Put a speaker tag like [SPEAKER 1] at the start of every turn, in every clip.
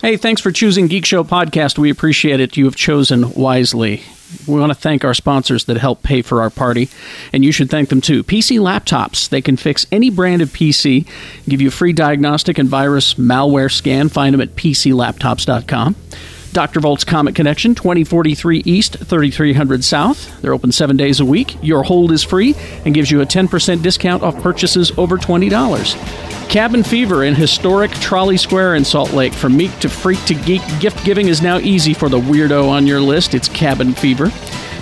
[SPEAKER 1] Hey, thanks for choosing Geek Show Podcast. We appreciate it. You have chosen wisely. We want to thank our sponsors that help pay for our party, and you should thank them too. PC Laptops. They can fix any brand of PC, give you a free diagnostic and virus malware scan. Find them at PCLaptops.com. Dr. Volt's Comet Connection, 2043 East, 3300 South. They're open seven days a week. Your hold is free and gives you a 10% discount off purchases over $20. Cabin Fever in historic Trolley Square in Salt Lake. From meek to freak to geek, gift giving is now easy for the weirdo on your list. It's Cabin Fever.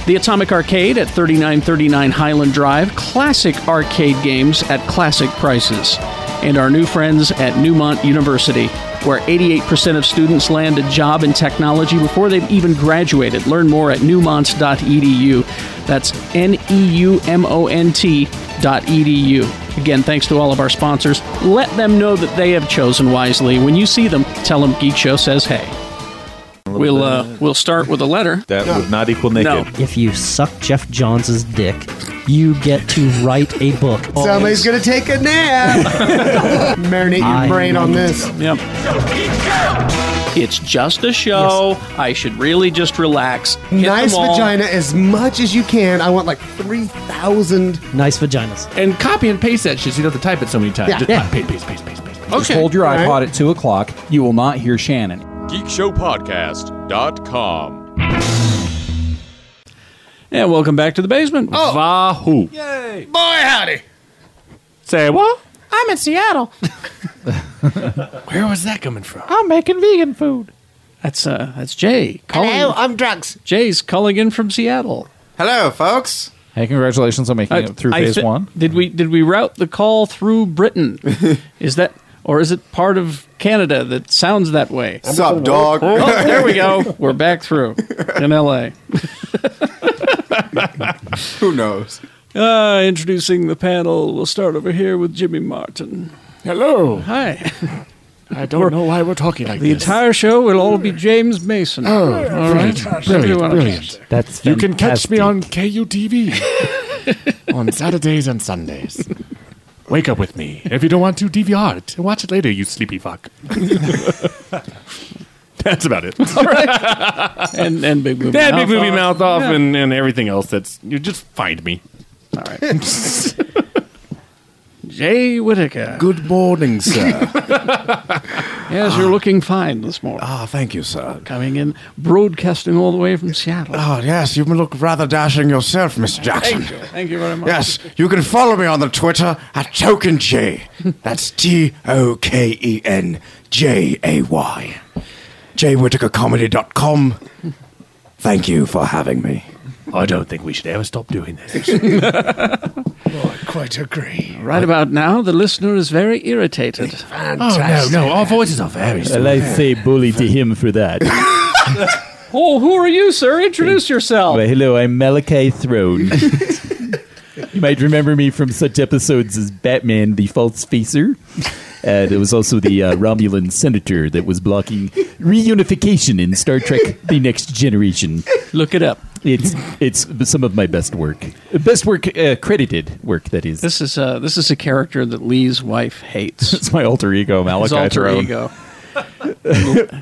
[SPEAKER 1] The Atomic Arcade at 3939 Highland Drive. Classic arcade games at classic prices and our new friends at Newmont University, where 88% of students land a job in technology before they've even graduated. Learn more at newmont.edu. That's N E U M O N T dot edu. Again, thanks to all of our sponsors. Let them know that they have chosen wisely. When you see them, tell them Geek Show says hey. We'll uh, we'll start with a letter.
[SPEAKER 2] That would not equal naked.
[SPEAKER 1] No.
[SPEAKER 3] If you suck Jeff Johns' dick, you get to write a book.
[SPEAKER 4] Somebody's gonna take a nap. Marinate your
[SPEAKER 3] I
[SPEAKER 4] brain on
[SPEAKER 3] need
[SPEAKER 4] this.
[SPEAKER 1] Yep. It's just a show. I should really just relax. Hit them
[SPEAKER 4] Nice
[SPEAKER 1] all.
[SPEAKER 4] vagina as much as you can. I want like three thousand.
[SPEAKER 3] Nice vaginas.
[SPEAKER 5] and copy and paste that shit so you don't have to type it so many times.
[SPEAKER 4] Yeah.
[SPEAKER 5] Just
[SPEAKER 3] Yeah.
[SPEAKER 5] copy, paste, paste, paste, paste, paste.
[SPEAKER 6] Just hold your
[SPEAKER 4] All right.
[SPEAKER 6] iPod at 2 o'clock. You will not hear Shannon.
[SPEAKER 7] GeekShowPodcast.com.
[SPEAKER 1] And welcome back to the basement. Oh,
[SPEAKER 5] Vahoo.
[SPEAKER 4] Boy, howdy!
[SPEAKER 5] Say what?
[SPEAKER 1] I'm in Seattle.
[SPEAKER 5] Where was that coming from?
[SPEAKER 6] I'm making vegan food.
[SPEAKER 1] That's uh, that's Jay. Calling,
[SPEAKER 4] Hello, I'm drugs.
[SPEAKER 1] Jay's calling in from Seattle.
[SPEAKER 8] Hello, folks.
[SPEAKER 6] Hey, congratulations on making
[SPEAKER 1] Uh,
[SPEAKER 6] it through
[SPEAKER 1] I
[SPEAKER 6] phase
[SPEAKER 1] thi-
[SPEAKER 6] one.
[SPEAKER 1] Did we did we route the call through Britain? is that or is it part of Canada that sounds that way?
[SPEAKER 8] What's up, dog?
[SPEAKER 1] Oh, there we go. We're back through in L.A.
[SPEAKER 8] Who knows?
[SPEAKER 1] Uh, introducing the panel. We'll start over here with Jimmy Martin.
[SPEAKER 7] Oh.
[SPEAKER 5] Hello.
[SPEAKER 1] Hi.
[SPEAKER 5] I don't know why we're talking like
[SPEAKER 1] The entire show will all be James Mason. Oh, all right. Everyone.
[SPEAKER 3] That's
[SPEAKER 5] You can catch me on KUTV on Saturdays and Sundays. Wake up with me. If you don't want to, DVR it. and Watch it later, you sleepy fuck. That's about it.
[SPEAKER 1] And and big movie.
[SPEAKER 5] That big
[SPEAKER 1] Mouth
[SPEAKER 5] movie
[SPEAKER 1] on.
[SPEAKER 5] mouth off and, and everything else. That's you just find me.
[SPEAKER 1] All right. Jay Whitaker.
[SPEAKER 8] Good morning, sir.
[SPEAKER 1] Yes, you're looking fine this morning.
[SPEAKER 8] Ah, thank you, sir.
[SPEAKER 1] Coming in, broadcasting all the way from Seattle.
[SPEAKER 8] Oh, yes, you look rather dashing yourself, Mr. Jackson.
[SPEAKER 1] Thank you. Thank you very much.
[SPEAKER 8] Yes, you can follow me on the Twitter at Token J. That's T O K E N J A Y. JWhitakerComedy.com. Thank you for having me.
[SPEAKER 5] I don't think we should ever stop doing this.
[SPEAKER 3] Oh,
[SPEAKER 4] Quite agree.
[SPEAKER 1] Right about now, the listener is very irritated.
[SPEAKER 4] Fantastic.
[SPEAKER 5] Oh, no, our voices are very
[SPEAKER 3] I say bully to him for that.
[SPEAKER 1] Oh, who are you, sir? Introduce yourself.
[SPEAKER 3] hello, I'm Malachi Throne. you might remember me from such episodes as Batman the False Facer. Uh, there was also the uh, Romulan senator that was blocking reunification in Star Trek The Next Generation.
[SPEAKER 1] Look it up.
[SPEAKER 3] It's it's some of my best work, best work uh, credited work that is.
[SPEAKER 1] This is uh, this is a character that Lee's wife hates.
[SPEAKER 6] It's my alter ego,
[SPEAKER 1] His
[SPEAKER 6] Malachi
[SPEAKER 1] alter
[SPEAKER 6] Throne.
[SPEAKER 1] ego.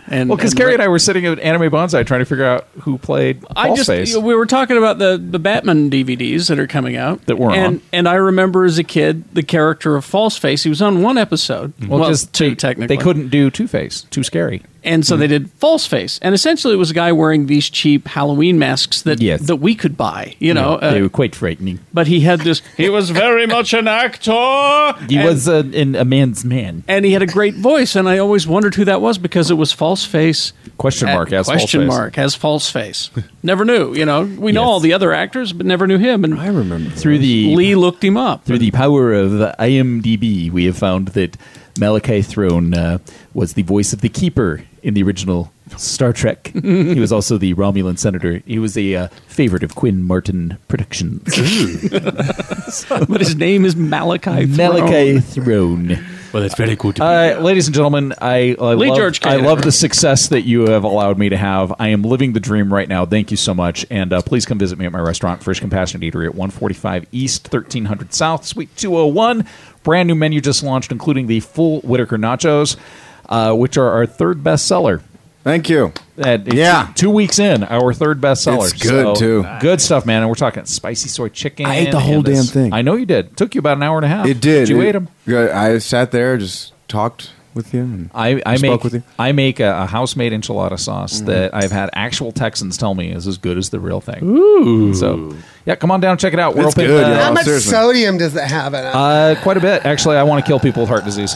[SPEAKER 1] and
[SPEAKER 6] Well, because
[SPEAKER 1] and
[SPEAKER 6] Carrie
[SPEAKER 1] Le-
[SPEAKER 6] and I were sitting at Anime Bonsai trying to figure out who played
[SPEAKER 1] I just
[SPEAKER 6] Ballspace.
[SPEAKER 1] we were talking about the the Batman DVDs that are coming out
[SPEAKER 6] That we're
[SPEAKER 1] and
[SPEAKER 6] on.
[SPEAKER 1] and I remember as a kid the character of Falseface. He was on one episode. Well,
[SPEAKER 6] just
[SPEAKER 1] two
[SPEAKER 6] they,
[SPEAKER 1] technically.
[SPEAKER 6] They couldn't do Two Face. Too scary.
[SPEAKER 1] and so they did false face and essentially it was a guy wearing these cheap halloween masks that
[SPEAKER 3] Yes.
[SPEAKER 1] that we could buy you know
[SPEAKER 3] they
[SPEAKER 1] uh,
[SPEAKER 3] were quite frightening.
[SPEAKER 1] but he had this
[SPEAKER 5] He was very much an actor.
[SPEAKER 3] He was a, in a man's man.
[SPEAKER 1] and he had a great voice and i always wondered who that was because it was false face
[SPEAKER 6] Question
[SPEAKER 1] at-
[SPEAKER 6] mark. as
[SPEAKER 1] question
[SPEAKER 6] Ballspace.
[SPEAKER 1] mark as false face never knew you know we know
[SPEAKER 3] Yes.
[SPEAKER 1] all the other actors but never knew him and
[SPEAKER 3] remember through the
[SPEAKER 1] lee looked him up
[SPEAKER 3] through the power of IMDb, we have found that Malachi Throne uh, was the voice of the Keeper in the original Star Trek. he was also the Romulan senator. He was a uh, favorite of Quinn Martin Productions.
[SPEAKER 1] but his name is Malachi. Throne.
[SPEAKER 3] Malachi Throne.
[SPEAKER 5] Well, that's very good to
[SPEAKER 3] Uh, ladies and gentlemen, I, I,
[SPEAKER 1] Lee
[SPEAKER 3] love,
[SPEAKER 1] George
[SPEAKER 3] I
[SPEAKER 1] Cater.
[SPEAKER 3] love the success that you have allowed me to have. I am living the dream right now. Thank you so much. And uh, please come visit me at my restaurant, Fresh Compassionate Eatery at 145 East, 1300 South, Suite 201. Brand new menu just launched, including the full Whitaker Nachos, uh, which are our third best seller.
[SPEAKER 8] Thank you.
[SPEAKER 3] That- it's
[SPEAKER 8] Yeah.
[SPEAKER 3] two, two weeks in, our third bestseller.
[SPEAKER 8] It's good, too.
[SPEAKER 3] Good stuff, man. And we're talking spicy soy chicken.
[SPEAKER 8] I ate the whole
[SPEAKER 3] and this-
[SPEAKER 8] damn thing.
[SPEAKER 3] I know you did. Took you about an hour and a half.
[SPEAKER 8] It did.
[SPEAKER 3] But you
[SPEAKER 8] It-
[SPEAKER 3] ate them.
[SPEAKER 8] I sat there, just talked with you. and-
[SPEAKER 3] I, I
[SPEAKER 8] Spoke
[SPEAKER 3] make
[SPEAKER 8] with Mm-hmm. you.
[SPEAKER 3] I make a, a house-made enchilada sauce that I've had actual Texans tell me is as good as the real thing. Ooh. So yeah, come on down, check it out. We're
[SPEAKER 8] It's
[SPEAKER 3] open
[SPEAKER 8] good,
[SPEAKER 4] How
[SPEAKER 8] Oh,
[SPEAKER 3] uh,
[SPEAKER 4] much
[SPEAKER 8] seriously.
[SPEAKER 4] sodium does it have in it?
[SPEAKER 3] uh, quite a bit. Actually, I want to kill people with heart disease.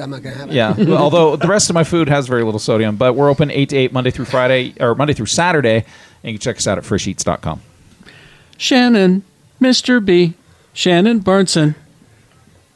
[SPEAKER 4] I'm not gonna have it.
[SPEAKER 3] Yeah. Well, Although the rest of my food has very little sodium, but we're open eight to eight Monday through Friday or Monday through Saturday, and you can check us out at frisheats.com.
[SPEAKER 1] Shannon, Mr. B, Shannon Burnson.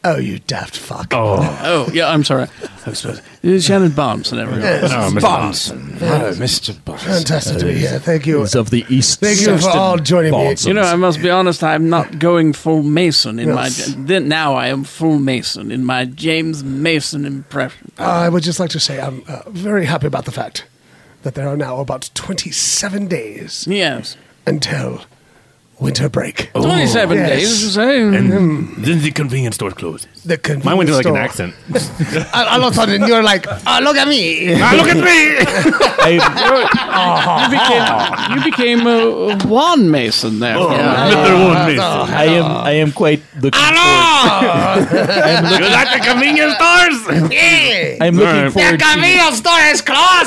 [SPEAKER 4] Oh, you daft fuck.
[SPEAKER 1] Oh, yeah, I'm sorry. I was supposed to- Shannon Bombs and everything.
[SPEAKER 8] Bonson. Hello, Mr. Bonson.
[SPEAKER 4] Fantastic to be here. Thank you.
[SPEAKER 3] Of the East.
[SPEAKER 4] Thank you for all joining me.
[SPEAKER 1] You know, I must be honest. I'm not going full Mason in my. Then now I am full Mason in my James Mason impression.
[SPEAKER 4] uh, I would just like to say I'm uh, very happy about the fact that there are now about 27 days
[SPEAKER 1] Yes,
[SPEAKER 4] until winter break.
[SPEAKER 1] twenty-seven
[SPEAKER 4] Yes. Hmm.
[SPEAKER 1] days. you say?
[SPEAKER 5] Oh. Then the convenience store closes.
[SPEAKER 4] The convenience
[SPEAKER 5] Mine went to like an
[SPEAKER 4] store.
[SPEAKER 5] accent.
[SPEAKER 4] And all of a sudden, you're like, oh, look at me.
[SPEAKER 5] ah, look at me!
[SPEAKER 1] Uh-huh. you became, you became a Juan Mason there. for a while.
[SPEAKER 5] Another one missed.
[SPEAKER 1] Uh-huh.
[SPEAKER 3] I am I am quite looking forward.
[SPEAKER 5] You like the convenience stores?
[SPEAKER 3] I'm looking forward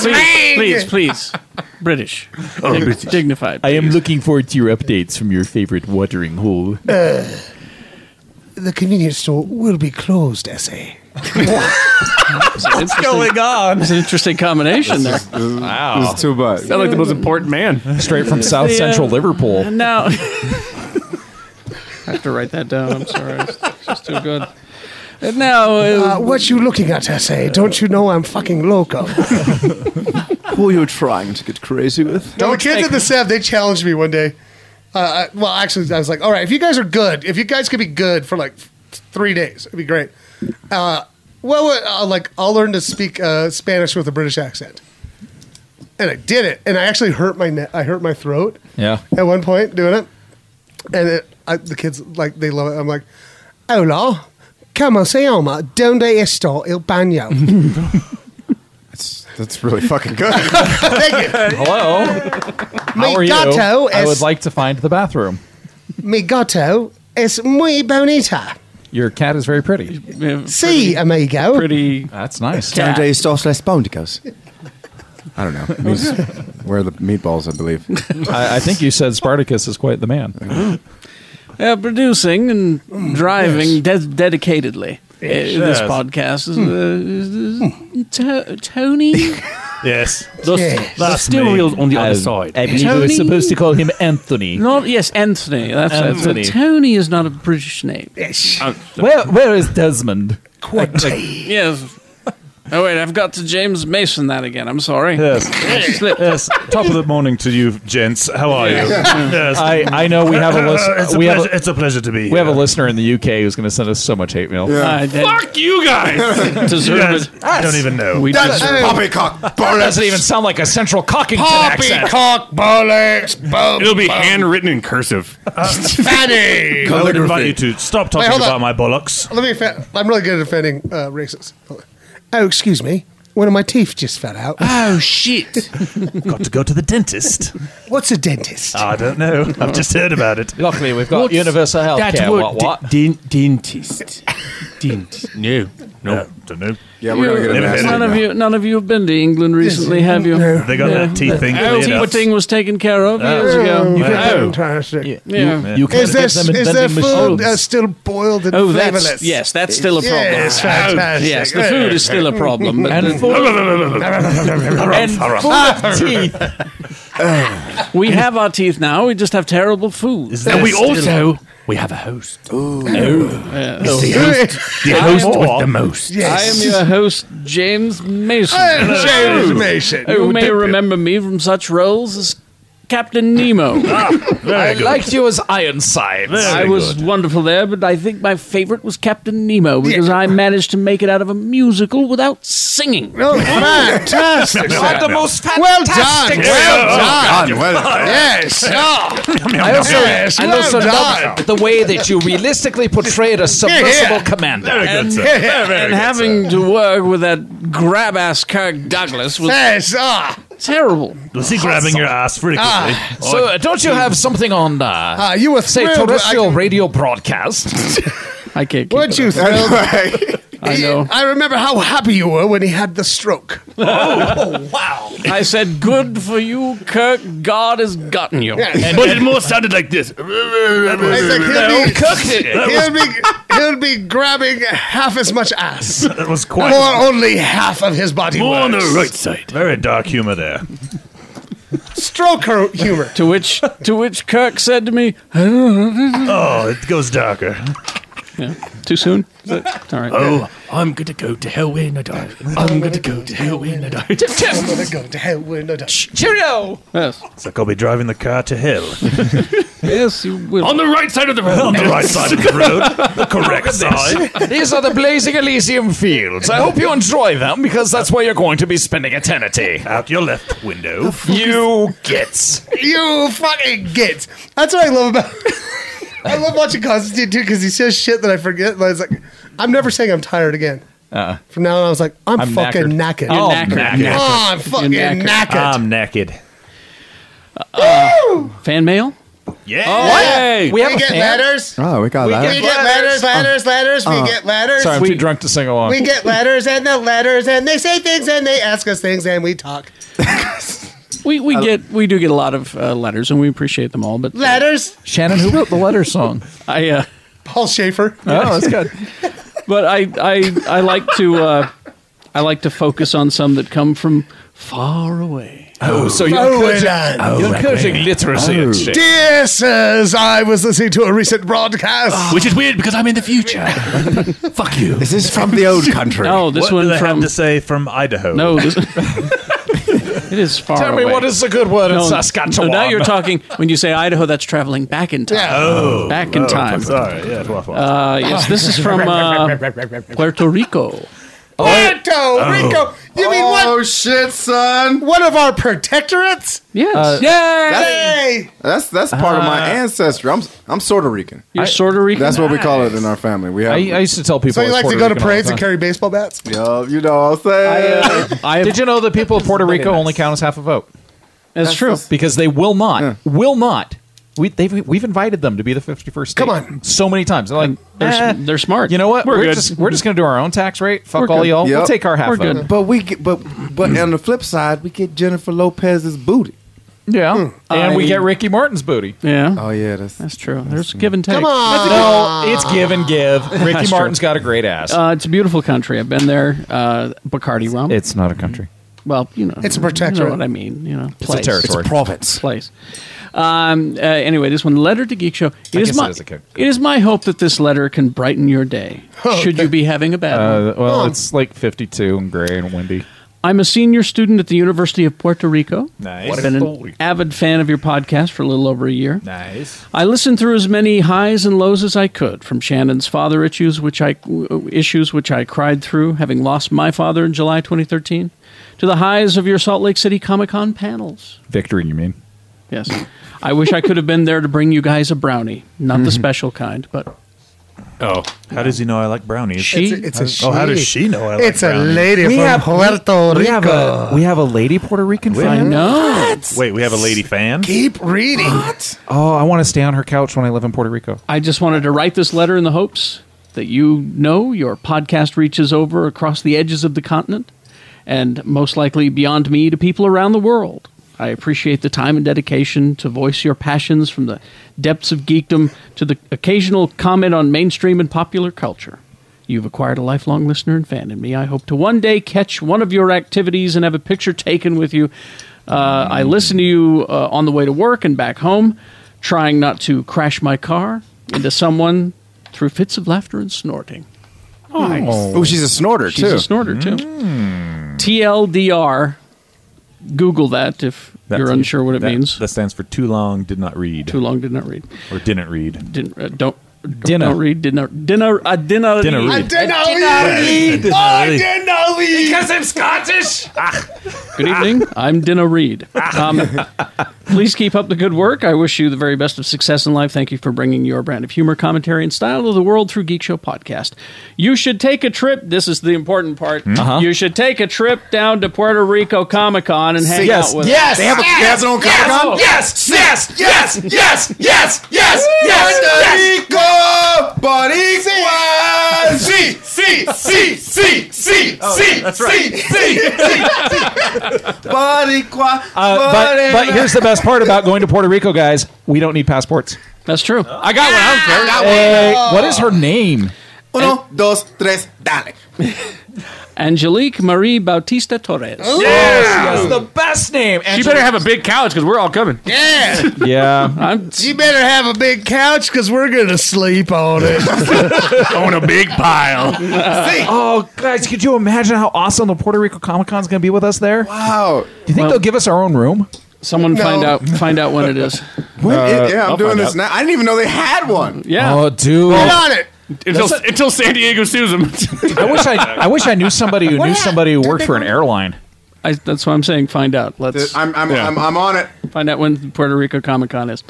[SPEAKER 3] to
[SPEAKER 1] Please, please, Oh, British, Dig- dignified.
[SPEAKER 3] Oh, I am looking forward to your updates from your favorite watering hole.
[SPEAKER 4] Uh, the convenience store will be closed, SA.
[SPEAKER 1] What's going on? It's an interesting combination there.
[SPEAKER 8] It's too much.
[SPEAKER 5] Sound like the most important man.
[SPEAKER 3] Straight from South
[SPEAKER 1] Yeah.
[SPEAKER 3] Central Liverpool.
[SPEAKER 1] And now, I have to write that down. I'm sorry, it's just too good. And now, uh,
[SPEAKER 4] Uh, what you looking at, SA? Don't you know I'm fucking loco?
[SPEAKER 8] Who are you trying to get crazy with?
[SPEAKER 4] No, the kids at the Sev, they challenged me one day. Uh, I, well, actually, I was like, all right, if you guys are good, if you guys could be good for like th- three days, it'd be great. Uh, well, uh, like, I'll learn to speak uh, Spanish with a British accent. And I did it, and I actually hurt my neck. I hurt my throat
[SPEAKER 3] Yeah.
[SPEAKER 4] at one point doing it, and it, I, the kids like they love it. I'm like, hola, como se llama? Donde está el baño?
[SPEAKER 8] That's, that's really fucking good.
[SPEAKER 4] Thank you.
[SPEAKER 3] Hello. How are
[SPEAKER 4] Mi
[SPEAKER 3] you?
[SPEAKER 4] gato
[SPEAKER 3] I would
[SPEAKER 4] es
[SPEAKER 3] like to find the bathroom.
[SPEAKER 4] mi gato es muy bonita.
[SPEAKER 3] Your cat is very pretty.
[SPEAKER 4] See, amigo.
[SPEAKER 1] pretty.
[SPEAKER 3] That's nice.
[SPEAKER 1] Cat.
[SPEAKER 8] Donde estos les bondigos? I don't know. It means where are the meatballs, I believe.
[SPEAKER 3] I, I think you said Spartacus is quite the man.
[SPEAKER 1] uh, producing and driving de- dedicatedly. uh, This podcast is, uh,
[SPEAKER 7] Hmm.
[SPEAKER 1] is- is- To- Tony.
[SPEAKER 5] Yes.
[SPEAKER 4] Yes.
[SPEAKER 5] That's still real on the other
[SPEAKER 3] I
[SPEAKER 5] side.
[SPEAKER 3] believe we were
[SPEAKER 1] Tony?
[SPEAKER 3] supposed to call him Anthony.
[SPEAKER 1] not yes, Anthony. That's Anthony.
[SPEAKER 3] Anthony.
[SPEAKER 1] Tony is not a British name.
[SPEAKER 3] Where where is Desmond?
[SPEAKER 1] Yes. Oh wait, I've got to James Mason that again. I'm sorry.
[SPEAKER 7] Yes.
[SPEAKER 1] Slip.
[SPEAKER 7] yes. Top of the morning to you, gents. How are you? Yes.
[SPEAKER 3] I, I know we have a
[SPEAKER 7] Uh, it's,
[SPEAKER 3] list.
[SPEAKER 7] a
[SPEAKER 3] We have
[SPEAKER 7] pleasure,
[SPEAKER 3] a,
[SPEAKER 7] it's a pleasure to be here.
[SPEAKER 3] we have a listener in the UK who's going to send us so much hate mail.
[SPEAKER 7] Uh,
[SPEAKER 1] I did
[SPEAKER 7] Fuck you guys!
[SPEAKER 1] deserve
[SPEAKER 7] Yes.
[SPEAKER 1] it.
[SPEAKER 7] I don't even know.
[SPEAKER 1] We
[SPEAKER 8] That's
[SPEAKER 1] deserve
[SPEAKER 8] poppycock bollocks.
[SPEAKER 3] Doesn't even sound like a Central Cockington accent.
[SPEAKER 8] bollocks.
[SPEAKER 5] It'll be handwritten in cursive.
[SPEAKER 8] Fanny.
[SPEAKER 7] I would invite you to stop talking
[SPEAKER 4] hold on.
[SPEAKER 7] about my bollocks.
[SPEAKER 4] Let me. Fa- I'm really good at offending uh, racists. Hold on. Oh, excuse me. One of my teeth just fell out.
[SPEAKER 7] Ah.
[SPEAKER 1] Oh shit!
[SPEAKER 7] Got to go to the dentist.
[SPEAKER 4] What's a dentist?
[SPEAKER 7] I don't know. I've just heard about it.
[SPEAKER 3] Luckily, we've got universal health care. What, what?
[SPEAKER 5] dentist. Dentist. No.
[SPEAKER 7] No, don't know.
[SPEAKER 8] Yeah, we're gonna get a
[SPEAKER 7] Never
[SPEAKER 8] nasty
[SPEAKER 7] been
[SPEAKER 1] none of
[SPEAKER 8] email.
[SPEAKER 1] you, none of you have been to England recently, have you?
[SPEAKER 7] They got that teeth thing
[SPEAKER 1] Oh,
[SPEAKER 7] cleared up.
[SPEAKER 1] thing was taken care of years ago.
[SPEAKER 4] Oh,
[SPEAKER 7] Oh.
[SPEAKER 4] fantastic.
[SPEAKER 1] Yeah.
[SPEAKER 3] You can
[SPEAKER 4] Is there,
[SPEAKER 3] get them in
[SPEAKER 4] is there
[SPEAKER 3] vending
[SPEAKER 4] food
[SPEAKER 3] machines.
[SPEAKER 4] uh, still boiled and
[SPEAKER 1] Oh,
[SPEAKER 4] flavorless?
[SPEAKER 1] that's yes. That's still a problem.
[SPEAKER 4] Yes, fantastic.
[SPEAKER 1] Yes, the food is still a problem. But
[SPEAKER 3] and full, and full of teeth.
[SPEAKER 1] We have our teeth now. We just have terrible food.
[SPEAKER 7] And we also we have a host.
[SPEAKER 5] Oh.
[SPEAKER 7] It's the
[SPEAKER 4] Hey,
[SPEAKER 7] The host with the most.
[SPEAKER 1] I am your host, James Mason.
[SPEAKER 4] James Mason.
[SPEAKER 1] You may remember me from such roles as Captain Nemo.
[SPEAKER 3] Ah, I liked you as Ironside.
[SPEAKER 1] I was wonderful there, but I think my favorite was Captain Nemo because I managed to make it out of a musical without singing.
[SPEAKER 4] Oh, fantastic.
[SPEAKER 3] Not the most
[SPEAKER 4] Well
[SPEAKER 3] fantastic.
[SPEAKER 4] done.
[SPEAKER 3] Oh,
[SPEAKER 4] Well done.
[SPEAKER 8] Done, well done.
[SPEAKER 4] Yes. Oh,
[SPEAKER 3] I also,
[SPEAKER 4] Yes,
[SPEAKER 3] I
[SPEAKER 4] well
[SPEAKER 3] also
[SPEAKER 4] done.
[SPEAKER 3] loved the way that you realistically portrayed a submersible
[SPEAKER 4] yeah.
[SPEAKER 3] commander.
[SPEAKER 2] Very good, sir. Very, very
[SPEAKER 1] And
[SPEAKER 2] good,
[SPEAKER 1] having to work with that grab ass Kirk Douglas was
[SPEAKER 4] yes. Ah.
[SPEAKER 1] terrible.
[SPEAKER 2] sir. Was he grabbing your ass frequently?
[SPEAKER 3] So, uh, don't you have something on, uh,
[SPEAKER 4] Ah, you were
[SPEAKER 3] say,
[SPEAKER 4] thrilled, but I
[SPEAKER 3] terrestrial
[SPEAKER 4] can-
[SPEAKER 3] radio broadcast?
[SPEAKER 1] I can't keep
[SPEAKER 4] Weren't
[SPEAKER 1] it
[SPEAKER 4] you
[SPEAKER 1] up.
[SPEAKER 4] thrilled?
[SPEAKER 1] I know.
[SPEAKER 4] I remember how happy you were when he had the stroke.
[SPEAKER 2] Oh,
[SPEAKER 1] Oh. I said, good for you, Kirk. God has gotten you.
[SPEAKER 4] Yes.
[SPEAKER 2] but it more sounded like this.
[SPEAKER 4] I think he'll
[SPEAKER 2] That
[SPEAKER 4] be, he'll be he'll be grabbing half as much ass,
[SPEAKER 2] was, that was
[SPEAKER 4] or
[SPEAKER 2] quite
[SPEAKER 4] only half of his body.
[SPEAKER 2] more on the
[SPEAKER 4] works.
[SPEAKER 2] right side. Very dark humor there.
[SPEAKER 4] Stroke her humor.
[SPEAKER 1] To which, to which Kirk said to me,
[SPEAKER 2] Oh, it goes darker.
[SPEAKER 1] too soon? Is that- all right.
[SPEAKER 7] Oh, I'm gonna go to hell when I die. I'm gonna go to hell when I die.
[SPEAKER 4] I'm gonna go to hell when I die.
[SPEAKER 3] Cheerio!
[SPEAKER 1] Yes.
[SPEAKER 2] It's like I'll be driving the car to hell.
[SPEAKER 1] Yes, you will.
[SPEAKER 7] On the right side of the road.
[SPEAKER 2] on the right side of the road. The correct side.
[SPEAKER 3] These are the Blazing Elysium fields. I hope you enjoy them because that's where you're going to be spending eternity.
[SPEAKER 2] Out your left window.
[SPEAKER 3] You gets.
[SPEAKER 4] You fucking git. That's what I love about. I love watching Constantine too because he says shit that I forget. And I was like, I'm never saying I'm tired again. From now on, I was like, I'm,
[SPEAKER 3] I'm
[SPEAKER 4] fucking knackered.
[SPEAKER 3] knackered.
[SPEAKER 1] You're
[SPEAKER 3] Oh,
[SPEAKER 1] knackered.
[SPEAKER 3] knackered.
[SPEAKER 4] Oh, I'm fucking
[SPEAKER 1] You're
[SPEAKER 4] knackered.
[SPEAKER 1] knackered.
[SPEAKER 2] I'm naked.
[SPEAKER 1] Fan mail?
[SPEAKER 2] Yeah.
[SPEAKER 3] Hey, we have
[SPEAKER 4] We
[SPEAKER 3] a
[SPEAKER 4] get
[SPEAKER 3] fan?
[SPEAKER 4] letters.
[SPEAKER 8] Oh, we got that.
[SPEAKER 4] We get letters, letters, letters.
[SPEAKER 1] Uh,
[SPEAKER 4] We get letters.
[SPEAKER 3] Oh. Sorry, I'm
[SPEAKER 4] we,
[SPEAKER 3] too drunk to sing along.
[SPEAKER 4] we get letters and the letters, and they say things and they ask us things and we talk.
[SPEAKER 1] We we get we do get a lot of uh, letters and we appreciate them all. But
[SPEAKER 4] Letters.
[SPEAKER 3] Shannon, who wrote the letter song?
[SPEAKER 1] I uh,
[SPEAKER 4] Paul Schaefer.
[SPEAKER 3] Oh, that's good.
[SPEAKER 1] but I I I like to uh, I like to focus on some that come from far away.
[SPEAKER 3] Oh, so you're
[SPEAKER 4] Oh,
[SPEAKER 3] encouraging,
[SPEAKER 4] and, uh,
[SPEAKER 3] you're encouraging literacy and shit.
[SPEAKER 4] Dear sirs, I was listening to a recent broadcast.
[SPEAKER 7] Which is weird because I'm in the future. Fuck you.
[SPEAKER 8] This is from the old country.
[SPEAKER 1] No, this
[SPEAKER 2] what do
[SPEAKER 1] one
[SPEAKER 2] they
[SPEAKER 1] from
[SPEAKER 2] have to say from Idaho?
[SPEAKER 1] no this. it is far
[SPEAKER 3] Tell
[SPEAKER 1] away.
[SPEAKER 3] me what is the good word in
[SPEAKER 1] No,
[SPEAKER 3] Saskatchewan?
[SPEAKER 1] no, now you're talking when you say Idaho. That's traveling back in time.
[SPEAKER 2] Oh,
[SPEAKER 1] Back in
[SPEAKER 2] oh,
[SPEAKER 1] time.
[SPEAKER 2] Sorry, yeah, twa- twa.
[SPEAKER 1] Uh, yes, this is from uh, Oh. Puerto Rico.
[SPEAKER 4] Puerto
[SPEAKER 7] Oh.
[SPEAKER 4] Rico. You mean what?
[SPEAKER 8] Oh shit, son!
[SPEAKER 4] One of our protectorates?
[SPEAKER 1] Yes,
[SPEAKER 3] Uh,
[SPEAKER 4] Hey,
[SPEAKER 8] That's that's part of my ancestry. I'm I'm Puerto Rican.
[SPEAKER 1] you're Puerto Rican.
[SPEAKER 8] That's what we call it in our family. We have,
[SPEAKER 3] I, I used to tell people.
[SPEAKER 4] so you
[SPEAKER 3] it's
[SPEAKER 4] like to
[SPEAKER 3] Puerto
[SPEAKER 4] go to
[SPEAKER 3] Rican all the
[SPEAKER 4] parades and
[SPEAKER 3] time.
[SPEAKER 4] carry baseball bats? uh,
[SPEAKER 8] Yo, you know what I'm saying.
[SPEAKER 1] I have,
[SPEAKER 3] Did you know the people of Puerto Rico only count as half a vote
[SPEAKER 1] that's true.
[SPEAKER 3] because they will not, will not. We, they've, we've invited them to be the 51st state.
[SPEAKER 4] Come on.
[SPEAKER 3] So many times. They're like,
[SPEAKER 1] They're, s-
[SPEAKER 3] "Eh,
[SPEAKER 1] they're smart.
[SPEAKER 3] you know what?
[SPEAKER 1] We're,
[SPEAKER 3] We're,
[SPEAKER 1] good.
[SPEAKER 3] just we're just going to do our own tax rate. Fuck
[SPEAKER 1] We're
[SPEAKER 3] all
[SPEAKER 1] good.
[SPEAKER 3] y'all.
[SPEAKER 8] Yep.
[SPEAKER 3] We'll take our half
[SPEAKER 1] We're
[SPEAKER 3] vote.
[SPEAKER 1] good.
[SPEAKER 8] but we get but but on the flip side, we get Jennifer Lopez's booty. Hmm.
[SPEAKER 3] Yeah. And we
[SPEAKER 1] I-
[SPEAKER 3] get Ricky Martin's booty.
[SPEAKER 1] yeah.
[SPEAKER 8] Oh yeah, that's
[SPEAKER 1] That's true. There's give and take.
[SPEAKER 4] Come on.
[SPEAKER 3] No, it's give and give. Ricky Martin's got a great ass.
[SPEAKER 1] Uh, it's a beautiful country. I've been there. Uh, Bacardi rum. Mm-hmm.
[SPEAKER 3] it's not a country.
[SPEAKER 1] well, you know,
[SPEAKER 4] It's a
[SPEAKER 1] You know
[SPEAKER 4] protectorate.
[SPEAKER 1] what I mean? You know, place.
[SPEAKER 3] territory. It's a
[SPEAKER 8] province.
[SPEAKER 1] place. Um, uh, anyway, this one, letter to Geek Show. It is
[SPEAKER 3] guess
[SPEAKER 1] my
[SPEAKER 3] it is a co-
[SPEAKER 1] it is my hope that this letter can brighten your day. Should you be having a bad one.
[SPEAKER 3] Uh, well, it's like 52 and gray and windy.
[SPEAKER 1] I'm a senior student at the University of Puerto Rico.
[SPEAKER 3] Nice.
[SPEAKER 1] I've been an avid fan of your podcast for a little over a year.
[SPEAKER 3] Nice.
[SPEAKER 1] I listened through as many highs and lows as I could, from Shannon's father issues, which I issues which I cried through, having lost my father in July 2013, to the highs of your Salt Lake City Comic Con panels.
[SPEAKER 3] Victory, you mean?
[SPEAKER 1] Yes, I wish I could have been there to bring you guys a brownie, not the special kind, but
[SPEAKER 2] oh, how does he know I like brownies?
[SPEAKER 1] she.
[SPEAKER 4] It's a she.
[SPEAKER 2] oh, how does she know I like
[SPEAKER 4] It's a
[SPEAKER 2] brownies?
[SPEAKER 4] lady from Puerto Rico.
[SPEAKER 3] a we have a lady Puerto Rican
[SPEAKER 1] I know.
[SPEAKER 2] Wait, we have a lady fan.
[SPEAKER 4] Keep reading.
[SPEAKER 3] Oh, I want to stay on her couch when I live in Puerto Rico.
[SPEAKER 1] I just wanted to write this letter in the hopes that you know your podcast reaches over across the edges of the continent and most likely beyond me to people around the world. I appreciate the time and dedication to voice your passions from the depths of geekdom to the occasional comment on mainstream and popular culture. You've acquired a lifelong listener and fan in me. I hope to one day catch one of your activities and have a picture taken with you. Uh, I listen to you uh, on the way to work and back home, trying not to crash my car into someone through fits of laughter and snorting.
[SPEAKER 8] Oh, she's a snorter
[SPEAKER 1] She's
[SPEAKER 8] too.
[SPEAKER 1] a snorter too.
[SPEAKER 7] Hmm.
[SPEAKER 1] TLDR. Google that if you're unsure what it
[SPEAKER 9] that-
[SPEAKER 1] means.
[SPEAKER 9] That stands for too long, did not read,
[SPEAKER 1] Too long did not read.
[SPEAKER 9] or didn't read.
[SPEAKER 1] Didn't uh, don't. don't-
[SPEAKER 3] Dinner.
[SPEAKER 1] Don't read. Did not. Dinner. I did not
[SPEAKER 9] Dinner read.
[SPEAKER 1] read.
[SPEAKER 9] Oh,
[SPEAKER 7] I did not leave.
[SPEAKER 9] did not
[SPEAKER 7] I
[SPEAKER 9] leave.
[SPEAKER 7] did not leave.
[SPEAKER 10] Because I'm Scottish.
[SPEAKER 4] Ah.
[SPEAKER 1] Good evening. I'm Dina Reed. Um, please keep up the good work. I wish you the very best of success in life. Thank you for bringing your brand of humor, commentary, and style to the world through Geek Show Podcast. You should take a trip. This is the important part.
[SPEAKER 5] Mm-hmm. Uh-huh.
[SPEAKER 1] You should take a trip down to Puerto Rico Comic Con and hang
[SPEAKER 8] Yes,
[SPEAKER 1] out with.
[SPEAKER 8] They have, a, they have their own Comic Con?
[SPEAKER 10] Yes, yes, yes, yes, yes, yes, yes,
[SPEAKER 8] Rico, Boricua, Z.
[SPEAKER 10] C, C, C, C, C, that's right.
[SPEAKER 8] Boricua,
[SPEAKER 9] Uh, but, but here's the best part about going to Puerto Rico, guys. We don't need passports.
[SPEAKER 1] That's true.
[SPEAKER 8] I got one. I
[SPEAKER 3] Hey, what is her name?
[SPEAKER 8] don't care. Uno, dos, tres, dale.
[SPEAKER 1] Angelique Marie Bautista Torres.
[SPEAKER 3] That's the best name.
[SPEAKER 5] You better have a big couch because we're all coming.
[SPEAKER 7] Yeah.
[SPEAKER 3] yeah.
[SPEAKER 1] I'm
[SPEAKER 7] You better have a big couch because we're going to sleep on it.
[SPEAKER 5] On a big pile.
[SPEAKER 9] Oh, guys, could you imagine how awesome the Puerto Rico Comic Con is going to be with us there? Do
[SPEAKER 8] Wow.
[SPEAKER 9] you think they'll give us our own room?
[SPEAKER 1] someone find
[SPEAKER 7] No.
[SPEAKER 1] out find out when it is.
[SPEAKER 8] When is-
[SPEAKER 3] Uh,
[SPEAKER 8] yeah, I'm doing this now. I didn't even know they had one.
[SPEAKER 1] Yeah.
[SPEAKER 3] Oh, dude.
[SPEAKER 7] Get on it.
[SPEAKER 5] Until, until San Diego sues them.
[SPEAKER 9] I wish I, I wish I knew somebody who knew
[SPEAKER 7] hap-
[SPEAKER 9] somebody who
[SPEAKER 7] did
[SPEAKER 9] worked
[SPEAKER 7] they
[SPEAKER 9] for an
[SPEAKER 7] go-
[SPEAKER 9] airline.
[SPEAKER 1] I, that's what I'm saying. Find out. Let's
[SPEAKER 8] I'm, I'm, I'm, I'm on it.
[SPEAKER 1] find out when Puerto Rico Comic Con is.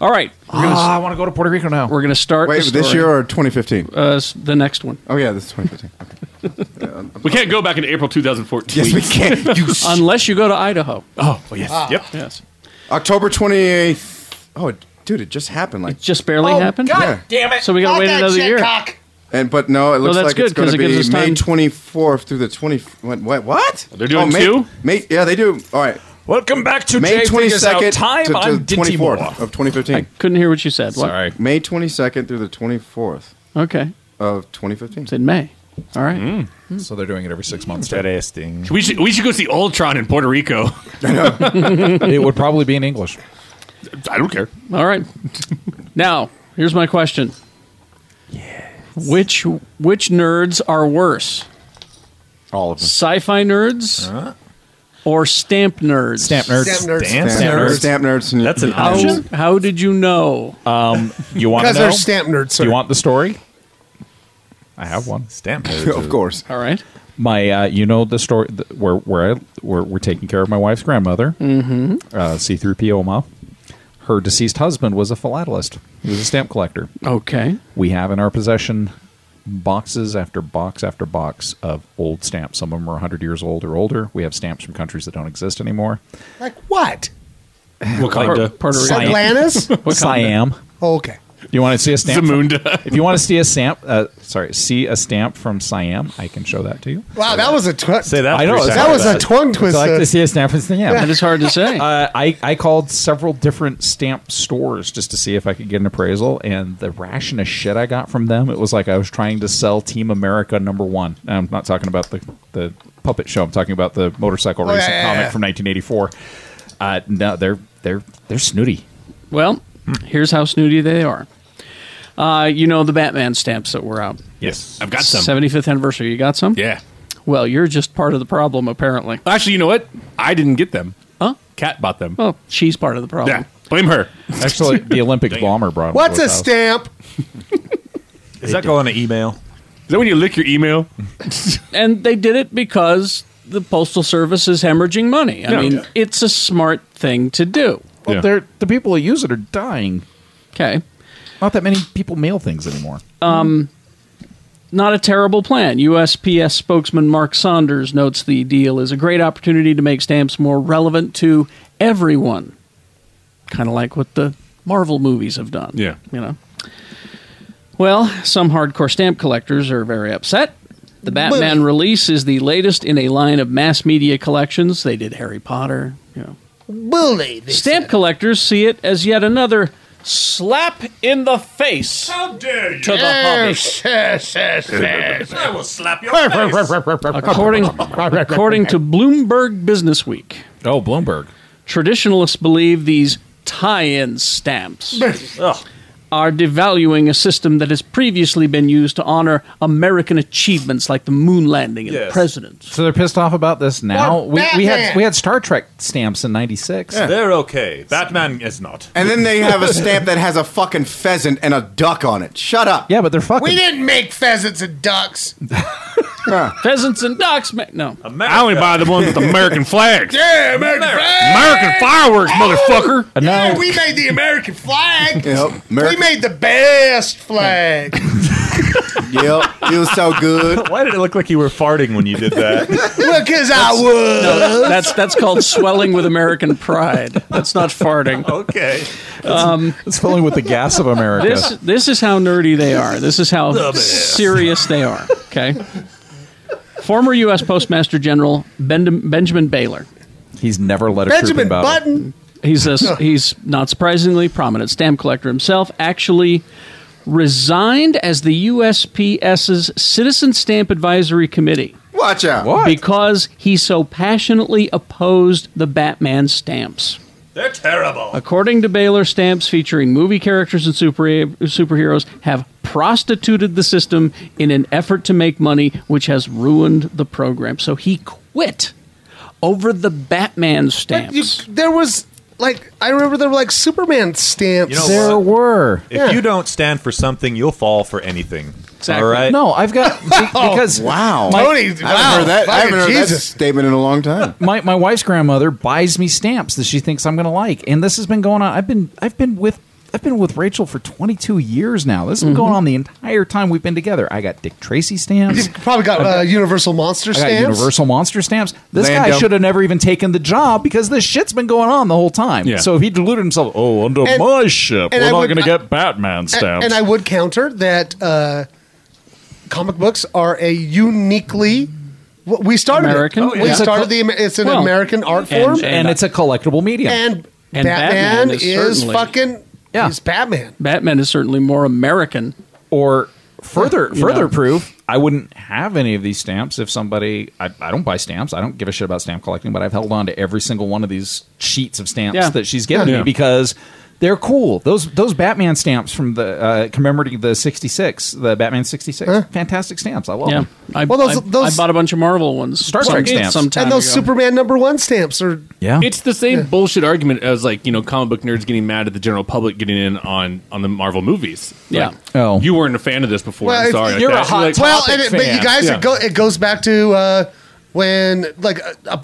[SPEAKER 1] All right. We're gonna,
[SPEAKER 9] Ah, I want to go to Puerto Rico now.
[SPEAKER 1] we're gonna start.
[SPEAKER 8] Wait,
[SPEAKER 1] the
[SPEAKER 8] this
[SPEAKER 1] story.
[SPEAKER 8] year or 2015?
[SPEAKER 1] Uh, s- the next one.
[SPEAKER 8] oh, yeah, this is 2015.
[SPEAKER 5] we can't go back into April 2014.
[SPEAKER 8] Yes, we can. You s-
[SPEAKER 1] Unless you go to Idaho.
[SPEAKER 5] Ah. Yes.
[SPEAKER 8] October 28th. Oh, dude, it just happened. Like,
[SPEAKER 1] Just barely
[SPEAKER 8] Oh,
[SPEAKER 1] happened.
[SPEAKER 8] yeah.
[SPEAKER 10] Damn it.
[SPEAKER 1] So we got to wait another year.
[SPEAKER 8] And but no, it looks
[SPEAKER 1] that's
[SPEAKER 8] like
[SPEAKER 1] good,
[SPEAKER 8] it's going
[SPEAKER 1] 'cause
[SPEAKER 8] to
[SPEAKER 1] it gives
[SPEAKER 8] be
[SPEAKER 1] us
[SPEAKER 8] May
[SPEAKER 1] time-
[SPEAKER 8] 24th through the 20. What? What? what? Oh,
[SPEAKER 5] They're doing
[SPEAKER 8] May,
[SPEAKER 5] two?
[SPEAKER 8] May, yeah, they do. All right,
[SPEAKER 10] Welcome back to
[SPEAKER 8] May
[SPEAKER 10] Jay Figures
[SPEAKER 8] 22nd
[SPEAKER 10] Out Time.
[SPEAKER 8] to, to
[SPEAKER 10] I'm
[SPEAKER 8] the
[SPEAKER 10] Dinty
[SPEAKER 8] 24th
[SPEAKER 10] Moore.
[SPEAKER 8] of 2015.
[SPEAKER 1] Couldn't hear what you said. What?
[SPEAKER 10] Sorry.
[SPEAKER 8] May 22nd through the 24th
[SPEAKER 1] Okay.
[SPEAKER 8] of 2015.
[SPEAKER 1] It's in May. All right. Hmm.
[SPEAKER 3] So they're doing it every six months.
[SPEAKER 9] Interesting.
[SPEAKER 5] We should, we should go see Ultron in Puerto Rico.
[SPEAKER 3] it would probably be in English.
[SPEAKER 5] I don't care.
[SPEAKER 1] All right. now, here's my question. Which which nerds are worse?
[SPEAKER 8] All of them.
[SPEAKER 1] Sci-fi nerds or stamp nerds?
[SPEAKER 3] Stamp nerds.
[SPEAKER 7] Stamp nerds.
[SPEAKER 9] Stamp
[SPEAKER 8] Stamp
[SPEAKER 9] nerds.
[SPEAKER 8] nerds. Stamp nerds. That's an
[SPEAKER 1] How, how did you know?
[SPEAKER 3] Um, you want to
[SPEAKER 7] Because
[SPEAKER 3] know?
[SPEAKER 7] they're stamp nerds, sir.
[SPEAKER 3] Do you want the story? I have one.
[SPEAKER 9] Stamp.
[SPEAKER 8] of course.
[SPEAKER 1] All right.
[SPEAKER 3] My, uh, you know the story th- where where I where we're taking care of my wife's grandmother, mm-hmm. uh, C3PO mom. Her deceased husband was a philatelist. He was a stamp collector.
[SPEAKER 1] Okay.
[SPEAKER 3] We have in our possession boxes after box after box of old stamps. Some of them are 100 years old or older. We have stamps from countries that don't exist anymore.
[SPEAKER 7] Like what?
[SPEAKER 5] Wakanda.
[SPEAKER 1] Puerto Rico.
[SPEAKER 3] Science.
[SPEAKER 7] Atlantis?
[SPEAKER 3] Siam.
[SPEAKER 7] oh, okay.
[SPEAKER 3] You want to see a stamp?
[SPEAKER 5] Zamunda.
[SPEAKER 3] If you want to see a stamp, uh, sorry, see a stamp from Siam, I can show that to you.
[SPEAKER 7] Wow, that was a twist.
[SPEAKER 9] Say that.
[SPEAKER 3] I know,
[SPEAKER 9] three
[SPEAKER 3] that
[SPEAKER 7] That
[SPEAKER 9] seconds.
[SPEAKER 7] was a tongue
[SPEAKER 3] Would
[SPEAKER 7] twister.
[SPEAKER 3] you like to see a stamp from Siam?
[SPEAKER 1] That is hard to say.
[SPEAKER 3] Uh, I, I called several different stamp stores just to see if I could get an appraisal, and the ration of shit I got from them, it was like I was trying to sell Team America number one. And I'm not talking about the, the puppet show. I'm talking about the motorcycle
[SPEAKER 7] Oh, yeah,
[SPEAKER 3] racing
[SPEAKER 7] yeah,
[SPEAKER 3] comic
[SPEAKER 7] yeah.
[SPEAKER 3] from 1984. Uh, no, they're they're they're snooty.
[SPEAKER 1] Well, here's how snooty they are. Uh, you know the Batman stamps that were out.
[SPEAKER 5] Yes. I've got some.
[SPEAKER 1] 75th anniversary. You got some?
[SPEAKER 5] Yeah.
[SPEAKER 1] Well, you're just part of the problem, apparently.
[SPEAKER 5] Actually, you know what? I didn't get them. Huh? Cat bought them.
[SPEAKER 1] Well, she's part of the problem.
[SPEAKER 5] Yeah. Blame her.
[SPEAKER 3] Actually, the Olympic bomber brought. 'em
[SPEAKER 7] What's
[SPEAKER 3] to
[SPEAKER 7] a
[SPEAKER 3] his house.
[SPEAKER 7] stamp?
[SPEAKER 9] Is that going to email?
[SPEAKER 5] Is that when you lick your email?
[SPEAKER 1] And they did it because the Postal Service is hemorrhaging money. I
[SPEAKER 5] Yeah.
[SPEAKER 1] mean,
[SPEAKER 5] Yeah.
[SPEAKER 1] it's a smart thing to do.
[SPEAKER 3] Well,
[SPEAKER 5] Yeah.
[SPEAKER 3] they're, the people who use it are dying.
[SPEAKER 1] Okay. Um,
[SPEAKER 3] Not that many people mail things anymore.
[SPEAKER 1] not a terrible plan. USPS spokesman Mark Saunders notes the deal is a great opportunity to make stamps more relevant to everyone. Kind of like what the Marvel movies have done.
[SPEAKER 5] Yeah.
[SPEAKER 1] You know. Well, some hardcore stamp collectors are very upset. The Batman release is the latest in a line of mass media collections. They did Harry Potter, you know.
[SPEAKER 7] Bully.
[SPEAKER 1] Stamp collectors see it as yet another slap in the face
[SPEAKER 11] How dare you?
[SPEAKER 1] to the hobby.
[SPEAKER 11] yes, yes, yes. I will slap your
[SPEAKER 1] according, according to Bloomberg Business Week. Oh, Bloomberg. Traditionalists believe these tie-in stamps are devaluing a system that has previously been used to honor American achievements like the moon landing and the president.
[SPEAKER 3] So they're pissed off about this now.
[SPEAKER 1] Or
[SPEAKER 3] We, we had
[SPEAKER 1] Batman.
[SPEAKER 3] we had Star Trek stamps in '96.
[SPEAKER 11] They're okay. Batman is not.
[SPEAKER 12] And then they have a stamp that has a fucking pheasant and a duck on it. Shut up.
[SPEAKER 3] Yeah, but they're fucking.
[SPEAKER 4] We didn't make pheasants and ducks.
[SPEAKER 1] Pheasants and ducks, ma- no.
[SPEAKER 11] I only buy the ones with American flags.
[SPEAKER 4] Yeah, American flag.
[SPEAKER 11] American fireworks, motherfucker.
[SPEAKER 4] Yeah, we made the American flag.
[SPEAKER 12] Yep.
[SPEAKER 4] We
[SPEAKER 12] America.
[SPEAKER 4] made the best flag.
[SPEAKER 12] yep. It was so good.
[SPEAKER 11] Why did it look like you were farting when you did that?
[SPEAKER 4] Look, as I would.
[SPEAKER 1] No, that- that's that's called swelling with American pride. That's not farting. Um,
[SPEAKER 11] okay.
[SPEAKER 3] It's filling with the gas of America.
[SPEAKER 1] This this is how nerdy they are. This is how serious they are. Okay. Former U.S. Postmaster General ben- Benjamin Baylor.
[SPEAKER 3] He's never let a troop
[SPEAKER 4] Benjamin
[SPEAKER 3] in battle.
[SPEAKER 4] Button.
[SPEAKER 1] He's a, he's not surprisingly prominent stamp collector himself. Actually, resigned as the USPS's Citizen Stamp Advisory Committee
[SPEAKER 12] Watch out.
[SPEAKER 1] because he so passionately opposed the Batman stamps.
[SPEAKER 11] They're terrible.
[SPEAKER 1] According to Baylor, stamps featuring movie characters and super, superheroes have prostituted the system in an effort to make money, which has ruined the program. So he quit over the Batman stamps.
[SPEAKER 4] You, there was like I remember there were like Superman stamps.
[SPEAKER 11] You know
[SPEAKER 4] There-
[SPEAKER 3] There
[SPEAKER 11] what?
[SPEAKER 3] were.
[SPEAKER 2] If you don't stand for something, you'll fall for anything.
[SPEAKER 1] Exactly.
[SPEAKER 2] All right.
[SPEAKER 3] No, I've got be- because
[SPEAKER 12] Wow.
[SPEAKER 4] Oh, Tony,
[SPEAKER 12] I haven't heard that. I haven't heard that
[SPEAKER 4] Jesus.
[SPEAKER 12] statement in a long time.
[SPEAKER 3] my, my wife's grandmother buys me stamps that she thinks I'm going to like, and this has been going on. I've been I've been with I've been with Rachel for 22 years now. This has been going
[SPEAKER 4] Mm-hmm.
[SPEAKER 3] on the entire time we've been together. I got Dick Tracy stamps.
[SPEAKER 4] You've probably got uh, Universal Monster
[SPEAKER 3] I got
[SPEAKER 4] stamps.
[SPEAKER 3] Universal Monster stamps. This guy
[SPEAKER 12] Lando.
[SPEAKER 3] should have never even taken the job because this shit's been going on the whole time.
[SPEAKER 5] Yeah.
[SPEAKER 3] So if he deluded himself, oh,
[SPEAKER 5] Oh, under
[SPEAKER 4] And-
[SPEAKER 5] my ship,
[SPEAKER 4] and
[SPEAKER 5] we're
[SPEAKER 4] I
[SPEAKER 5] not
[SPEAKER 4] would-
[SPEAKER 5] going to
[SPEAKER 4] I-
[SPEAKER 5] get Batman
[SPEAKER 4] A-
[SPEAKER 5] stamps.
[SPEAKER 4] And I would counter that uh, comic books are a uniquely w- we started it.
[SPEAKER 1] American? Oh, yeah.
[SPEAKER 4] We
[SPEAKER 1] It's a
[SPEAKER 4] started
[SPEAKER 1] cul-
[SPEAKER 4] the Amer- it's an
[SPEAKER 1] Well,
[SPEAKER 4] American art
[SPEAKER 1] and-
[SPEAKER 4] form,
[SPEAKER 3] and, it's a collectible medium.
[SPEAKER 4] and, Batman,
[SPEAKER 1] and Batman is
[SPEAKER 4] is,
[SPEAKER 1] certainly-
[SPEAKER 4] fucking
[SPEAKER 3] Yeah.
[SPEAKER 4] is Batman.
[SPEAKER 1] Batman is certainly more American.
[SPEAKER 3] or further
[SPEAKER 1] You
[SPEAKER 3] further
[SPEAKER 1] know.
[SPEAKER 3] proof i wouldn't have any of these stamps if somebody I, I don't buy stamps i don't give a shit about stamp collecting but i've held on to every single one of these sheets of stamps
[SPEAKER 1] Yeah.
[SPEAKER 3] that she's given me because they're cool those those batman stamps from the uh, commemorating the 66 the batman 66 fantastic stamps i love
[SPEAKER 1] Yeah,
[SPEAKER 3] them
[SPEAKER 1] I,
[SPEAKER 4] Well, those-
[SPEAKER 1] I-
[SPEAKER 4] those-
[SPEAKER 1] I bought a bunch of Marvel ones.
[SPEAKER 3] Star Trek stamps.
[SPEAKER 1] some time
[SPEAKER 4] And those
[SPEAKER 1] ago.
[SPEAKER 4] Superman number one stamps are
[SPEAKER 3] yeah
[SPEAKER 5] It's the same bullshit argument as like you know comic book nerds getting mad at the general public getting in on on the Marvel movies.
[SPEAKER 1] Yeah.
[SPEAKER 5] Like,
[SPEAKER 3] Oh.
[SPEAKER 5] you weren't a fan of this before.
[SPEAKER 4] Well,
[SPEAKER 5] I'm
[SPEAKER 4] if-
[SPEAKER 5] sorry. like
[SPEAKER 3] you're
[SPEAKER 5] that.
[SPEAKER 3] a hot
[SPEAKER 5] Like,
[SPEAKER 4] well,
[SPEAKER 3] topic
[SPEAKER 4] and it, but you
[SPEAKER 3] fan.
[SPEAKER 4] guys,
[SPEAKER 5] Yeah.
[SPEAKER 4] it, go, it goes back to uh, when like a, a,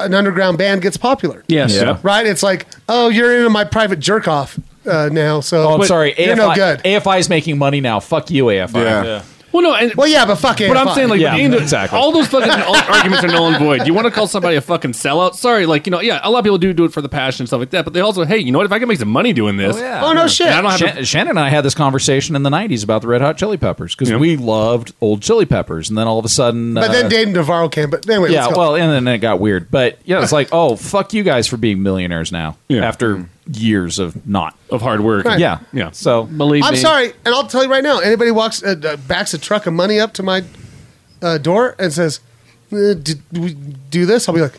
[SPEAKER 4] a, an underground band gets popular.
[SPEAKER 1] Yes.
[SPEAKER 5] Yeah.
[SPEAKER 4] Right? It's like, oh, you're into my private jerk off uh, now. So
[SPEAKER 3] oh i'm sorry
[SPEAKER 4] you're
[SPEAKER 3] AFI,
[SPEAKER 4] no good.
[SPEAKER 3] afi is making money now fuck you afi
[SPEAKER 12] Yeah.
[SPEAKER 5] well, no, and
[SPEAKER 4] well, yeah, but fuck it.
[SPEAKER 5] But I'm saying, like,
[SPEAKER 3] Yeah,
[SPEAKER 5] the end of-
[SPEAKER 3] exactly.
[SPEAKER 5] all those fucking all arguments are null and void. You want to call somebody a fucking sellout? Sorry, like, you know, yeah, a lot of people do do it for the passion and stuff like that, but they also, hey, you know what? If I can make some money doing this,
[SPEAKER 3] Oh, yeah.
[SPEAKER 4] Oh, no shit.
[SPEAKER 5] And I don't have
[SPEAKER 3] Shan- Shannon and I had this conversation in the '90s about the Red Hot Chili Peppers because we loved old Chili Peppers, and then all of a sudden,
[SPEAKER 4] but
[SPEAKER 3] uh,
[SPEAKER 4] then Dave Navarro came. But anyway,
[SPEAKER 3] yeah,
[SPEAKER 4] let's go.
[SPEAKER 3] well, and then it got weird. But yeah, it's like, oh, fuck you guys for being millionaires now
[SPEAKER 5] Yeah.
[SPEAKER 3] after years of not.
[SPEAKER 5] of hard work.
[SPEAKER 4] Right.
[SPEAKER 3] Yeah,
[SPEAKER 5] Yeah.
[SPEAKER 3] So
[SPEAKER 1] Believe
[SPEAKER 4] I'm
[SPEAKER 1] me.
[SPEAKER 4] sorry, and I'll tell you right now. Anybody walks uh, uh, backs a truck of money up to my uh, door and says, uh, "Did we do this?" I'll be like,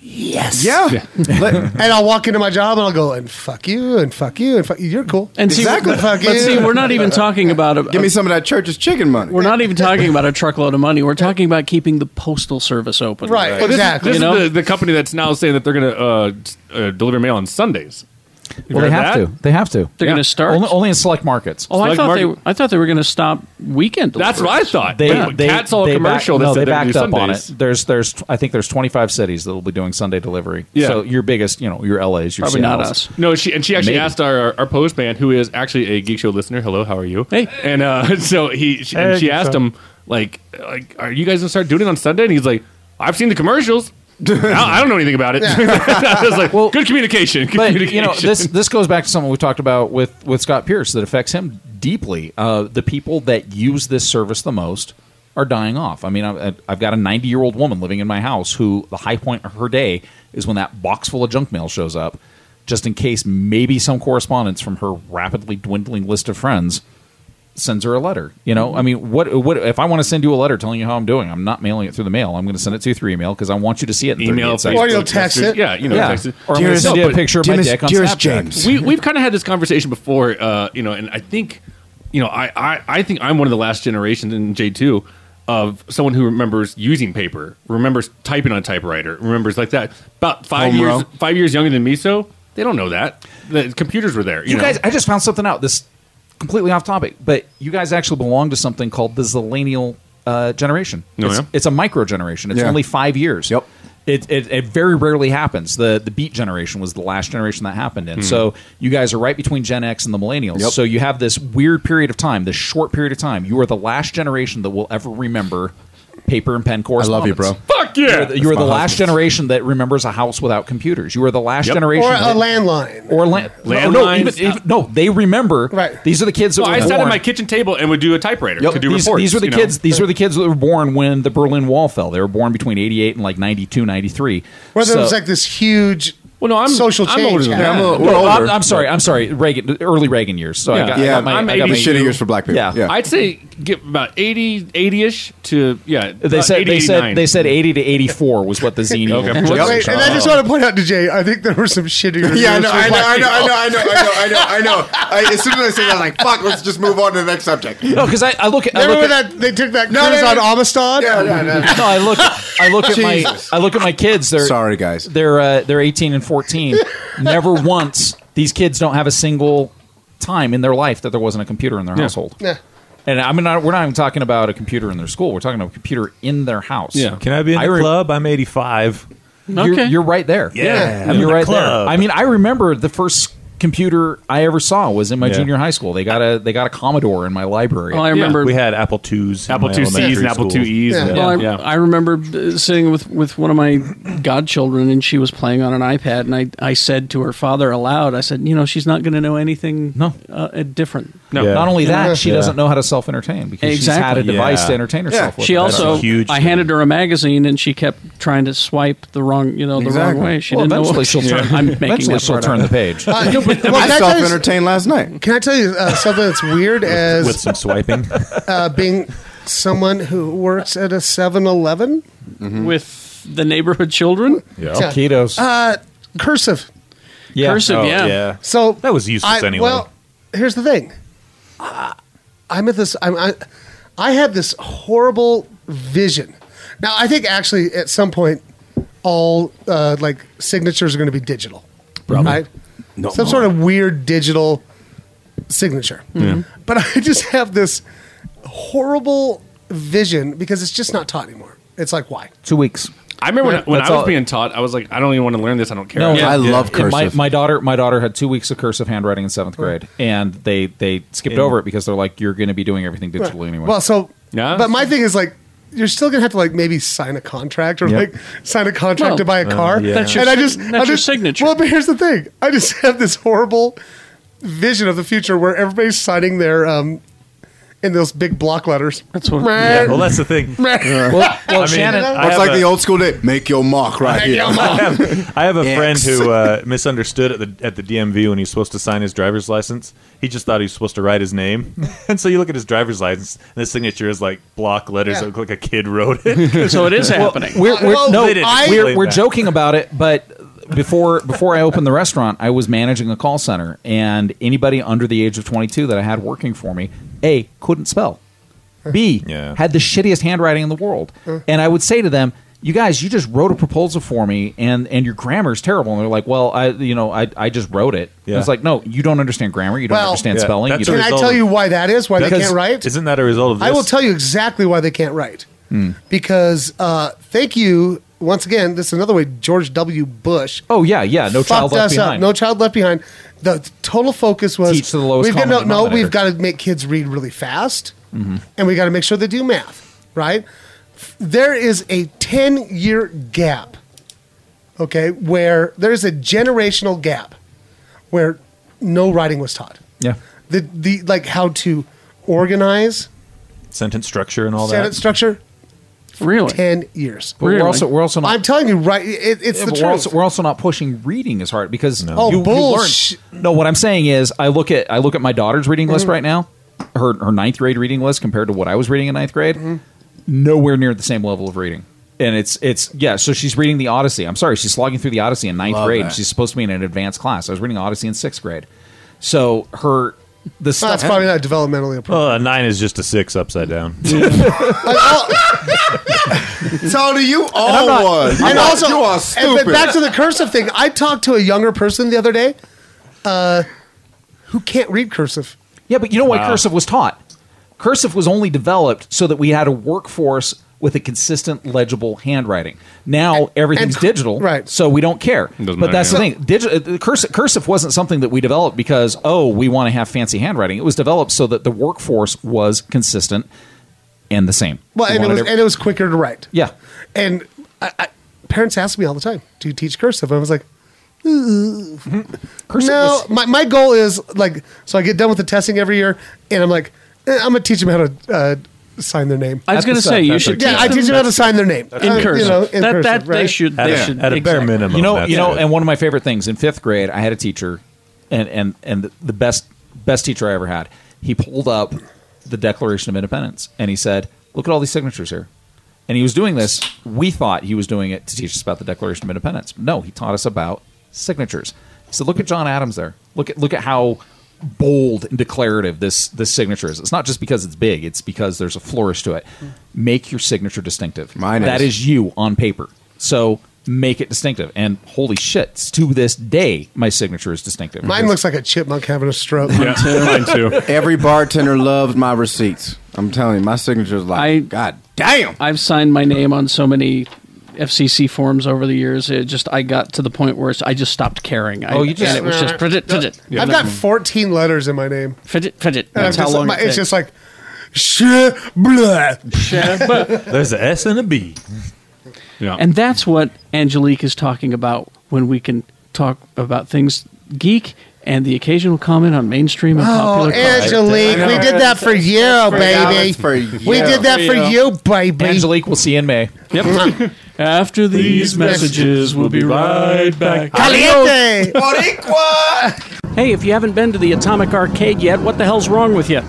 [SPEAKER 4] "Yes."
[SPEAKER 12] Yeah.
[SPEAKER 4] and I'll walk into my job and I'll go and fuck you and fuck you and fuck you. You're cool.
[SPEAKER 1] And see,
[SPEAKER 4] Exactly.
[SPEAKER 1] but,
[SPEAKER 4] Fuck you.
[SPEAKER 1] see, we're not even talking about a,
[SPEAKER 12] Give me some of that church's chicken money.
[SPEAKER 1] we're not even talking about a truckload of money. We're talking about keeping the postal service open.
[SPEAKER 4] right.
[SPEAKER 5] Well, this is-
[SPEAKER 4] Exactly.
[SPEAKER 5] This is,
[SPEAKER 1] You know?
[SPEAKER 5] the, the company that's now saying that they're going to uh, t- uh, deliver mail on Sundays. You
[SPEAKER 3] well, they
[SPEAKER 5] heard
[SPEAKER 3] have
[SPEAKER 5] that?
[SPEAKER 3] to. They have to.
[SPEAKER 1] They're
[SPEAKER 5] Yeah.
[SPEAKER 1] going to start.
[SPEAKER 3] Only, only in select markets.
[SPEAKER 1] oh, I
[SPEAKER 5] Select
[SPEAKER 1] thought
[SPEAKER 5] market-
[SPEAKER 1] they. were- I thought they were going to stop weekend.
[SPEAKER 5] That's what I
[SPEAKER 1] deliveries.
[SPEAKER 5] thought. But Cat saw a commercial
[SPEAKER 3] back-
[SPEAKER 5] that
[SPEAKER 3] no,
[SPEAKER 5] said
[SPEAKER 3] they
[SPEAKER 5] they're gonna
[SPEAKER 3] backed
[SPEAKER 5] do
[SPEAKER 3] up on it.
[SPEAKER 5] Sundays.
[SPEAKER 3] There's, there's, I think there's 25 cities that will be doing Sunday delivery.
[SPEAKER 5] Yeah.
[SPEAKER 3] So your biggest, you know, your LA's, your
[SPEAKER 1] Probably not
[SPEAKER 3] Seattles.
[SPEAKER 1] us.
[SPEAKER 5] No, she and she actually
[SPEAKER 3] Maybe.
[SPEAKER 5] asked our our postman, who is actually a geek show listener. Hello, how are you?
[SPEAKER 1] Hey.
[SPEAKER 5] And uh, so he she, and
[SPEAKER 11] Hey,
[SPEAKER 5] she
[SPEAKER 11] Geek
[SPEAKER 5] asked
[SPEAKER 11] Show.
[SPEAKER 5] him like like Are you guys gonna start doing it on Sunday? And he's like, I've seen the commercials. I, I don't know anything about it. I was like, good communication. Good
[SPEAKER 3] but
[SPEAKER 5] communication.
[SPEAKER 3] you know this this goes back to something we talked about with with Scott Pierce that affects him deeply. Uh, the people that use this service the most are dying off. I mean, I've, I've got a 90 year old woman living in my house who the high point of her day is when that box full of junk mail shows up. just in case maybe some correspondence from her rapidly dwindling list of friends sends her a letter. You know, I mean, what what if I want to send you a letter telling you how I'm doing? I'm not mailing it through the mail. I'm going to send it to you through email because I want you to see it. In
[SPEAKER 5] Email,
[SPEAKER 3] 38 seconds.
[SPEAKER 5] Facebook, Or you'll text message. it. Yeah, you know, text it.
[SPEAKER 3] Or I'm going to
[SPEAKER 5] Dearest-
[SPEAKER 3] send you a
[SPEAKER 5] but-
[SPEAKER 3] picture of my
[SPEAKER 5] dearest-
[SPEAKER 3] dick on
[SPEAKER 5] dearest
[SPEAKER 3] Snapchat.
[SPEAKER 5] James. We, we've kind of had this conversation before, uh, you know, and I think, you know, I, I, I think I'm one of the last generations in J2 of someone who remembers using paper, remembers typing on a typewriter, remembers like that. About five
[SPEAKER 3] Home
[SPEAKER 5] years,
[SPEAKER 3] row.
[SPEAKER 5] five years younger than me, so they don't know that. The computers were there. You,
[SPEAKER 3] You,
[SPEAKER 5] know?
[SPEAKER 3] guys, I just found something out. This completely off topic, but you guys actually belong to something called the Zillennial uh, generation.
[SPEAKER 5] Oh,
[SPEAKER 3] it's,
[SPEAKER 5] yeah?
[SPEAKER 3] it's a micro generation. It's
[SPEAKER 5] Yeah.
[SPEAKER 3] only five years. Yep. It, it, it very rarely happens. The the beat generation was the last generation that happened in.
[SPEAKER 5] Hmm.
[SPEAKER 3] So you guys are right between Gen X and the millennials.
[SPEAKER 5] Yep.
[SPEAKER 3] So you have this weird period of time, this short period of time. You are the last generation that will ever remember paper and pen
[SPEAKER 5] I
[SPEAKER 3] correspondence.
[SPEAKER 5] love you, bro. Fuck yeah!
[SPEAKER 3] You are the, you are
[SPEAKER 5] That's
[SPEAKER 3] the
[SPEAKER 5] my
[SPEAKER 3] last generation that remembers a house without computers. You are the last
[SPEAKER 5] Yep.
[SPEAKER 3] generation
[SPEAKER 4] Or a
[SPEAKER 3] that-
[SPEAKER 4] landline.
[SPEAKER 3] or land,
[SPEAKER 5] Landlines.
[SPEAKER 3] No, no, even, even- no, they remember. Right. These are the kids that
[SPEAKER 5] Well,
[SPEAKER 3] were
[SPEAKER 5] I sat
[SPEAKER 3] born.
[SPEAKER 5] at my kitchen table and would do a typewriter
[SPEAKER 3] Yep,
[SPEAKER 5] to do
[SPEAKER 3] these,
[SPEAKER 5] reports.
[SPEAKER 3] these were the
[SPEAKER 5] you know?
[SPEAKER 3] kids. These were the kids that were born when the Berlin Wall fell. They were born between '88 and like '92, '93.
[SPEAKER 4] Whether it was like this huge well, no, I'm, social change. happening.
[SPEAKER 3] I'm, I'm sorry. I'm sorry. Reagan, early Reagan years. So I got, I got my, I got my- Yeah,
[SPEAKER 5] I'd say get about 80, 80 ish to yeah.
[SPEAKER 3] they
[SPEAKER 5] about
[SPEAKER 3] said
[SPEAKER 5] 80,
[SPEAKER 3] they said
[SPEAKER 5] 89.
[SPEAKER 3] they said 80 to 84 was what the zine.
[SPEAKER 5] uh, Okay.
[SPEAKER 3] Wait,
[SPEAKER 4] Wait, and I just
[SPEAKER 3] Um,
[SPEAKER 4] want to point out to Jay, I think there were some shittier.
[SPEAKER 12] Yeah, I
[SPEAKER 4] news
[SPEAKER 12] know,
[SPEAKER 4] for
[SPEAKER 12] I know,
[SPEAKER 4] black
[SPEAKER 12] I know, I
[SPEAKER 4] people.
[SPEAKER 12] know, I know, I know, I know, I know. I, as soon as I say that, I'm like, fuck, let's just move on to the next subject.
[SPEAKER 3] No, because I, I look at I
[SPEAKER 4] Remember
[SPEAKER 3] look at,
[SPEAKER 4] that they took that
[SPEAKER 12] No,
[SPEAKER 4] cruise
[SPEAKER 12] no, no.
[SPEAKER 4] on Amistad?
[SPEAKER 12] Yeah, yeah,
[SPEAKER 3] no, I look, I look at my,
[SPEAKER 12] Jesus.
[SPEAKER 3] I look at my kids. They're sorry, guys. They're uh, they're eighteen and fourteen. Never once these kids don't have a single time in their life that there wasn't a computer in their
[SPEAKER 4] Yeah.
[SPEAKER 3] household.
[SPEAKER 4] Yeah.
[SPEAKER 3] And I mean, not, we're not even talking about a computer in their school. We're talking about a computer in their house.
[SPEAKER 2] Can I be in the
[SPEAKER 3] re-
[SPEAKER 2] club? I'm 85.
[SPEAKER 3] You're, you're right there.
[SPEAKER 2] Yeah. Yeah.
[SPEAKER 3] I mean,
[SPEAKER 2] In
[SPEAKER 3] you're
[SPEAKER 2] the
[SPEAKER 3] right
[SPEAKER 2] club.
[SPEAKER 3] there. I mean, I remember the first computer I ever saw was in my
[SPEAKER 2] Yeah.
[SPEAKER 3] junior high school. They got a they got a Commodore in my library.
[SPEAKER 1] Oh, I remember- We
[SPEAKER 2] had Apple twos,
[SPEAKER 1] Apple two C's and Apple two E's. Well, I, I remember uh, sitting with, with one of my godchildren, and she was playing on an iPad, and I, I said to her father aloud, I said, you know, she's not going to know anything no. uh, uh, different.
[SPEAKER 3] Not only
[SPEAKER 1] You know?
[SPEAKER 3] that, she doesn't know how to self entertain because she's had a device to entertain herself with.
[SPEAKER 1] She
[SPEAKER 3] That's
[SPEAKER 1] also,
[SPEAKER 3] a huge
[SPEAKER 1] I
[SPEAKER 3] thing.
[SPEAKER 1] handed her a magazine, and she kept trying to swipe the wrong, you know, the
[SPEAKER 3] Exactly.
[SPEAKER 1] wrong way. She
[SPEAKER 3] Well,
[SPEAKER 1] didn't know
[SPEAKER 3] eventually
[SPEAKER 1] what
[SPEAKER 3] she'll
[SPEAKER 1] she-
[SPEAKER 3] turn-
[SPEAKER 1] I'm making
[SPEAKER 3] eventually
[SPEAKER 1] that
[SPEAKER 3] she'll
[SPEAKER 1] part
[SPEAKER 3] turn
[SPEAKER 1] up.
[SPEAKER 3] the page.
[SPEAKER 4] Uh, no, but-
[SPEAKER 12] I
[SPEAKER 4] well, that does-
[SPEAKER 12] self-entertained last night.
[SPEAKER 4] Can I tell you uh, something that's weird as
[SPEAKER 2] with some swiping.
[SPEAKER 4] uh, being someone who works at a 7-Eleven? Mm-hmm.
[SPEAKER 1] With the neighborhood children?
[SPEAKER 4] Yeah. Uh, cursive.
[SPEAKER 1] Yeah. Cursive, Oh, yeah. yeah.
[SPEAKER 4] So
[SPEAKER 2] That was useless
[SPEAKER 4] I-
[SPEAKER 2] anyway.
[SPEAKER 4] Well, here's the thing. I, I'm at this. I'm, I, I have this horrible vision. Now, I think actually at some point, all uh, like signatures are going to be digital,
[SPEAKER 12] Probably.
[SPEAKER 4] right?
[SPEAKER 12] No.
[SPEAKER 4] some sort of weird digital signature.
[SPEAKER 12] Yeah.
[SPEAKER 4] But I just have this horrible vision because it's just not taught anymore. It's like why?
[SPEAKER 3] Two weeks.
[SPEAKER 5] I remember when,
[SPEAKER 4] Right.
[SPEAKER 5] when I
[SPEAKER 4] That's
[SPEAKER 5] was
[SPEAKER 4] all-
[SPEAKER 5] being taught, I was like, I don't even want to learn this. I don't care.
[SPEAKER 3] No, and My, my daughter, my daughter had two weeks of cursive handwriting in seventh grade, and they they skipped
[SPEAKER 5] Yeah.
[SPEAKER 3] over it because they're like, "You're going to be doing everything digitally
[SPEAKER 4] Right.
[SPEAKER 3] anyway."
[SPEAKER 4] Well, so
[SPEAKER 3] Yeah.
[SPEAKER 4] But my thing is like you're still gonna have to like maybe sign a contract or
[SPEAKER 3] Yep.
[SPEAKER 4] like sign a contract
[SPEAKER 3] Well,
[SPEAKER 4] to buy a
[SPEAKER 3] uh,
[SPEAKER 4] car.
[SPEAKER 3] yeah. that's your
[SPEAKER 4] and I
[SPEAKER 3] sig-
[SPEAKER 4] just
[SPEAKER 3] that's
[SPEAKER 4] I
[SPEAKER 3] your
[SPEAKER 4] just-
[SPEAKER 1] signature.
[SPEAKER 4] Well, but here's the thing: I just have this horrible vision of the future where everybody's signing their um in those big block letters. That's what.
[SPEAKER 2] Yeah, well, that's the thing.
[SPEAKER 4] well,
[SPEAKER 2] I mean, Shannon- I
[SPEAKER 12] it's
[SPEAKER 2] have
[SPEAKER 12] like
[SPEAKER 2] a-
[SPEAKER 12] the old school day. Make your mark right
[SPEAKER 2] I
[SPEAKER 12] here.
[SPEAKER 2] have, I have a
[SPEAKER 12] X.
[SPEAKER 2] friend who uh, misunderstood at the at the DMV when he was supposed to sign his driver's license. He just thought he was supposed to write his name, and so you look at his driver's license, and his signature is like block letters that
[SPEAKER 4] Yeah.
[SPEAKER 2] look like a kid wrote it.
[SPEAKER 1] So it is
[SPEAKER 2] Well,
[SPEAKER 1] happening.
[SPEAKER 3] we're, we're, no,
[SPEAKER 2] They didn't explain
[SPEAKER 3] we're, we're
[SPEAKER 2] that.
[SPEAKER 3] joking about it, but before before I opened the restaurant, I was managing a call center, and anybody under the age of 22 that I had working for me, a couldn't spell, b had the shittiest handwriting in the world, and I would say to them. You guys, you just wrote a proposal for me, and and your grammar is terrible. And they're like, "Well, I, you know, I, I just wrote it." And
[SPEAKER 2] Yeah.
[SPEAKER 3] It's like, no, you don't understand grammar. You don't understand spelling. You
[SPEAKER 4] Can
[SPEAKER 3] don't
[SPEAKER 4] I tell you why that is? Why they
[SPEAKER 3] Because-
[SPEAKER 4] can't write?
[SPEAKER 2] Isn't that a result of this?
[SPEAKER 4] I will tell you exactly why they can't write.
[SPEAKER 2] Hmm.
[SPEAKER 4] because uh, thank you once again. This is another way George W. Bush.
[SPEAKER 3] Oh
[SPEAKER 7] Uh,
[SPEAKER 3] yeah, yeah. No child
[SPEAKER 4] fucked
[SPEAKER 3] left
[SPEAKER 4] us Up.
[SPEAKER 3] behind.
[SPEAKER 4] No child left behind. The total focus was
[SPEAKER 3] Teach to the lowest
[SPEAKER 4] We've got
[SPEAKER 3] common
[SPEAKER 4] no, no.
[SPEAKER 3] denominator.
[SPEAKER 4] We've got to make kids read really fast,
[SPEAKER 1] Mm-hmm.
[SPEAKER 3] Mhm.
[SPEAKER 4] and we got to make sure they do math. Right? There is a ten-year gap. Okay, where there is a generational gap, where no writing was taught.
[SPEAKER 3] Yeah.
[SPEAKER 4] The the like how to organize
[SPEAKER 2] Sentence structure and all
[SPEAKER 4] sentence
[SPEAKER 2] that.
[SPEAKER 4] structure
[SPEAKER 1] Really?
[SPEAKER 4] Ten years.
[SPEAKER 3] But we're also we're also not.
[SPEAKER 4] I'm telling you, right? It, it's
[SPEAKER 3] Yeah,
[SPEAKER 4] the
[SPEAKER 3] but
[SPEAKER 4] truth.
[SPEAKER 3] we're also, we're also not pushing reading as hard because no.
[SPEAKER 4] Oh,
[SPEAKER 3] you,
[SPEAKER 4] bullsh-
[SPEAKER 3] You learn. No, what I'm saying is, I look at I look at my daughter's reading list
[SPEAKER 4] Mhm.
[SPEAKER 3] right now, her her ninth grade reading list compared to what I was reading in ninth grade,
[SPEAKER 4] Mm-hmm.
[SPEAKER 3] nowhere near the same level of reading. And it's it's yeah. So she's reading the Odyssey. I'm sorry, she's slogging through the Odyssey in ninth
[SPEAKER 4] Love
[SPEAKER 3] grade.
[SPEAKER 4] that.
[SPEAKER 3] She's supposed to be in an advanced class. I was reading Odyssey in sixth grade. So her the stuff
[SPEAKER 4] That's probably not developmentally appropriate.
[SPEAKER 2] Uh, a nine is just a six upside down.
[SPEAKER 12] Tony, you
[SPEAKER 4] And
[SPEAKER 12] all
[SPEAKER 4] I'm not-
[SPEAKER 12] won.
[SPEAKER 4] and
[SPEAKER 12] You are-
[SPEAKER 4] also,
[SPEAKER 12] you are
[SPEAKER 4] and-
[SPEAKER 12] stupid.
[SPEAKER 4] but back to the cursive thing. I talked to a younger person the other day, uh, who can't read cursive.
[SPEAKER 3] Yeah, but you know why
[SPEAKER 4] Wow.
[SPEAKER 3] cursive was taught? Cursive was only developed so that we had a workforce with a consistent legible handwriting. Now everything's digital, right? So we don't care. But
[SPEAKER 13] matter,
[SPEAKER 3] that's the
[SPEAKER 13] yeah.
[SPEAKER 3] thing. Digi- cursive, cursive wasn't something that we developed because oh, we want to have fancy handwriting. It was developed so that the workforce was consistent and the same.
[SPEAKER 4] Well, and
[SPEAKER 3] We
[SPEAKER 4] it
[SPEAKER 3] wanted
[SPEAKER 4] was
[SPEAKER 3] every-
[SPEAKER 4] and it was quicker to write.
[SPEAKER 3] yeah.
[SPEAKER 4] And I, I, parents ask me all the time, "Do you teach cursive?" I was like, "Ooh."
[SPEAKER 3] Cursive
[SPEAKER 4] "No."
[SPEAKER 3] was-
[SPEAKER 4] My my goal is like, so I get done with the testing every year, and I'm like, eh, "I'm gonna teach them how to." Uh, Sign their name.
[SPEAKER 1] I was At gonna the say, you sub, should
[SPEAKER 4] Yeah,
[SPEAKER 1] teach
[SPEAKER 4] I
[SPEAKER 1] them-
[SPEAKER 4] teach them how to sign their name
[SPEAKER 1] that's- In
[SPEAKER 4] Uh, you
[SPEAKER 1] cursive.
[SPEAKER 4] know, in
[SPEAKER 1] That-
[SPEAKER 4] cursive,
[SPEAKER 1] that they
[SPEAKER 4] right?
[SPEAKER 1] should-
[SPEAKER 3] At
[SPEAKER 1] they
[SPEAKER 3] a-
[SPEAKER 1] should- at a bare exactly. minimum,
[SPEAKER 3] You know,
[SPEAKER 1] that's
[SPEAKER 3] you know,
[SPEAKER 1] good.
[SPEAKER 3] and one of my favorite things in fifth grade, I had a teacher, and and and the- the best best teacher I ever had. He pulled up the Declaration of Independence and he said, "Look at all these signatures here." And he was doing this. We thought he was doing it to teach us about the Declaration of Independence. No, he taught us about signatures. He said, "Look at John Adams there. Look at look at how." bold and declarative this this signature is it's not just because it's big it's because there's a flourish to it make your signature distinctive
[SPEAKER 12] Mine
[SPEAKER 3] that
[SPEAKER 12] is.
[SPEAKER 3] is you on paper. So make it distinctive. And holy shit, to this day, my signature is distinctive.
[SPEAKER 4] Mine looks like a chipmunk having a stroke.
[SPEAKER 12] Every bartender loves my receipts. I'm telling you, my signature is like, God damn.
[SPEAKER 1] I've signed my name on so many FCC forms over the years. It just I got to the point where it's, I just stopped caring. I,
[SPEAKER 4] Oh, you just-
[SPEAKER 1] and it was just fidget, fidget.
[SPEAKER 4] I've got 14 letters in my name.
[SPEAKER 1] fidget, fidget.
[SPEAKER 4] And
[SPEAKER 1] That's
[SPEAKER 4] I'm
[SPEAKER 1] how
[SPEAKER 4] just-
[SPEAKER 1] long
[SPEAKER 4] my-
[SPEAKER 1] it
[SPEAKER 4] It's
[SPEAKER 1] takes.
[SPEAKER 4] just like,
[SPEAKER 1] Mm-hmm.
[SPEAKER 4] shit, blah.
[SPEAKER 2] There's an S and a B. Yeah.
[SPEAKER 1] And that's what Angelique is talking about when we can talk about things geek and the occasional comment on mainstream and
[SPEAKER 4] Oh,
[SPEAKER 1] popular culture.
[SPEAKER 4] Angelique, we did that for you, baby. We did that for you, baby.
[SPEAKER 3] Angelique, we'll see you in May.
[SPEAKER 1] Yep. After these messages, we'll be right back.
[SPEAKER 4] Caliente!
[SPEAKER 1] Hey, if you haven't been to the Atomic Arcade yet, what the hell's wrong with you?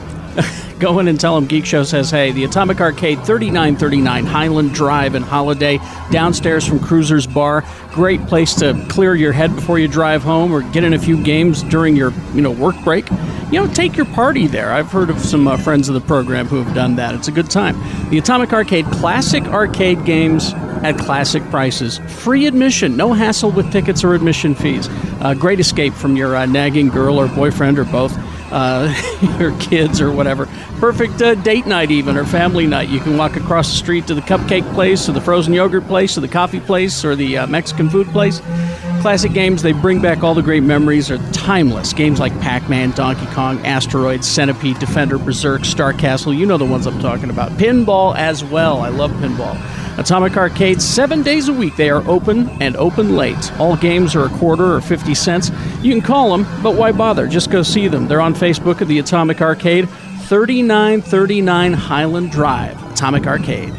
[SPEAKER 1] Go in and tell them Geek Show says hey. The Atomic Arcade, 3939 Highland Drive in Holiday, downstairs from Cruiser's Bar. Great place to clear your head before you drive home or get in a few games during your you know work break. You know, take your party there. I've heard of some uh, friends of the program who have done that. It's a good time. The Atomic Arcade, classic arcade games at classic prices. Free admission, no hassle with tickets or admission fees. Uh, great escape from your uh, nagging girl or boyfriend or both uh, your kids or whatever. Perfect uh, date night, even or family night. You can walk across the street to the cupcake place, or the frozen yogurt place, or the coffee place, or the uh, Mexican food place. Classic games, they bring back all the great memories, are timeless. Games like Pac Man, Donkey Kong, Asteroid, Centipede, Defender, Berserk, Star Castle, you know the ones I'm talking about. Pinball as well, I love pinball. Atomic Arcade, seven days a week. They are open and open late. All games are a quarter or 50 cents. You can call them, but why bother? Just go see them. They're on Facebook at the Atomic Arcade, 3939 Highland Drive, Atomic Arcade.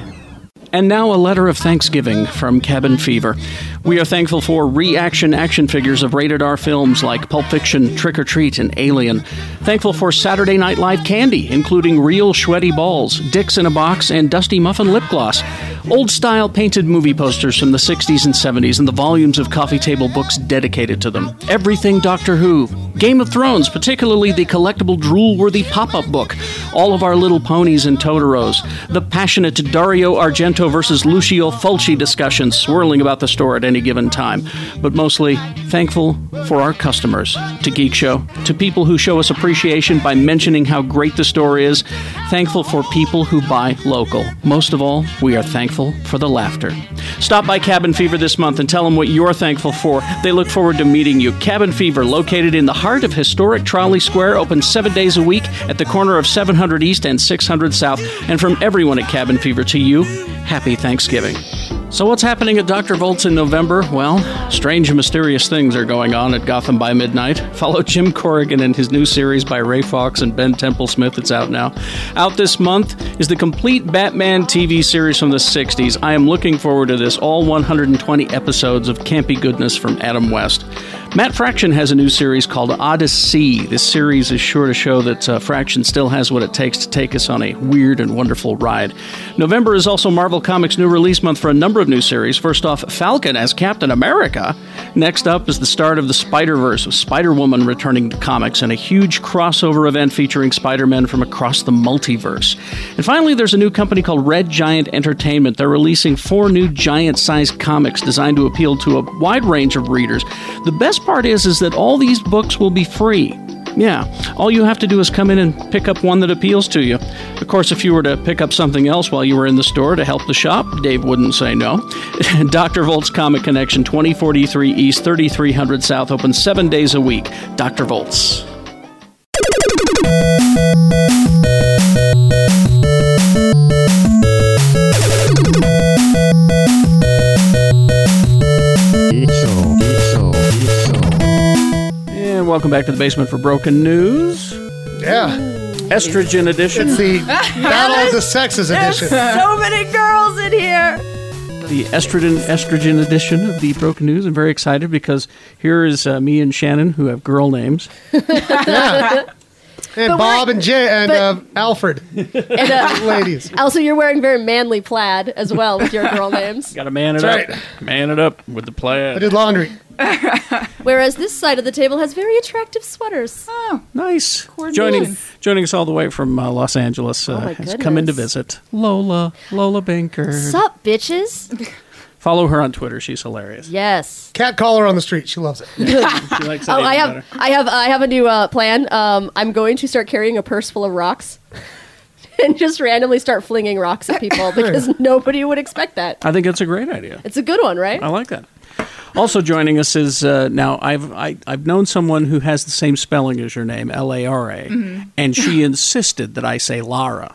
[SPEAKER 1] And now a letter of thanksgiving from Cabin Fever. We are thankful for reaction action figures of rated R films like Pulp Fiction, Trick or Treat, and Alien. Thankful for Saturday Night Live candy, including real sweaty balls, dicks in a box, and dusty muffin lip gloss. Old style painted movie posters from the 60s and 70s, and the volumes of coffee table books dedicated to them. Everything Doctor Who. Game of Thrones, particularly the collectible drool worthy pop up book. All of Our Little Ponies and Totoros. The passionate Dario Argento versus Lucio Fulci discussion swirling about the store at any given time. But mostly thankful for our customers, to Geek Show, to people who show us appreciation by mentioning how great the store is. Thankful for people who buy local. Most of all, we are thankful for the laughter. Stop by Cabin Fever this month and tell them what you're thankful for. They look forward to meeting you. Cabin Fever, located in the heart of historic Trolley Square, open seven days a week at the corner of 700 East and 600 South. And from everyone at Cabin Fever to you, happy Thanksgiving. So, what's happening at Dr. Volt's in November? Well, strange and mysterious things are going on at Gotham by Midnight. Follow Jim Corrigan and his new series by Ray Fox and Ben Temple Smith. It's out now. Out this month is the complete Batman TV series from the 60s. I am looking forward to this, all 120 episodes of campy goodness from Adam West. Matt Fraction has a new series called Odyssey. This series is sure to show that uh, Fraction still has what it takes to take us on a weird and wonderful ride. November is also Marvel Comics' new release month for a number of new series. First off, Falcon as Captain America. Next up is the start of the Spider Verse, with Spider Woman returning to comics and a huge crossover event featuring Spider Men from across the multiverse. And finally, there's a new company called Red Giant Entertainment. They're releasing four new giant sized comics designed to appeal to a wide range of readers. The best part is, is that all these books will be free. Yeah, all you have to do is come in and pick up one that appeals to you. Of course, if you were to pick up something else while you were in the store to help the shop, Dave wouldn't say no. Dr. Volt's Comic Connection, 2043 East, 3300 South, open seven days a week. Dr. Volt's. And welcome back to the basement for broken news.
[SPEAKER 4] Yeah.
[SPEAKER 1] Estrogen edition.
[SPEAKER 4] It's the Battle of the Sexes edition.
[SPEAKER 14] so many girls in here.
[SPEAKER 1] the estrogen estrogen edition of the broken news. I'm very excited because here is uh, me and Shannon who have girl names.
[SPEAKER 4] And
[SPEAKER 14] But
[SPEAKER 4] Bob
[SPEAKER 14] we're-
[SPEAKER 4] and Jay and
[SPEAKER 14] but-
[SPEAKER 4] uh, Alfred.
[SPEAKER 14] And, uh,
[SPEAKER 4] Ladies.
[SPEAKER 14] Also, you're wearing very manly plaid as well with your girl names.
[SPEAKER 1] Got to man it
[SPEAKER 4] That's
[SPEAKER 1] up, man it up with the plaid.
[SPEAKER 4] I did laundry.
[SPEAKER 14] Whereas this side of the table has very attractive sweaters. Oh,
[SPEAKER 1] nice.
[SPEAKER 14] Coordination.
[SPEAKER 1] Joining joining us all the way from uh, Los Angeles uh,
[SPEAKER 14] Oh my
[SPEAKER 1] has come in to
[SPEAKER 14] goodness.
[SPEAKER 1] visit. Lola, Lola Banker.
[SPEAKER 14] Sup, bitches?
[SPEAKER 1] Follow her on Twitter. She's hilarious.
[SPEAKER 14] Yes.
[SPEAKER 4] Cat caller on the street. She loves it.
[SPEAKER 1] She likes that
[SPEAKER 14] Oh,
[SPEAKER 1] even
[SPEAKER 14] I have,
[SPEAKER 1] better.
[SPEAKER 14] I have, I have a new uh, plan. Um, I'm going to start carrying a purse full of rocks, and just randomly start flinging rocks at people because nobody would expect that.
[SPEAKER 1] I think that's a great idea.
[SPEAKER 14] It's a good one, right?
[SPEAKER 1] I like that. Also joining us is uh, now I've I, I've known someone who has the same spelling as your name, L A R A,
[SPEAKER 4] Mm-hmm.
[SPEAKER 15] Mhm.
[SPEAKER 1] and she insisted that I say Lara.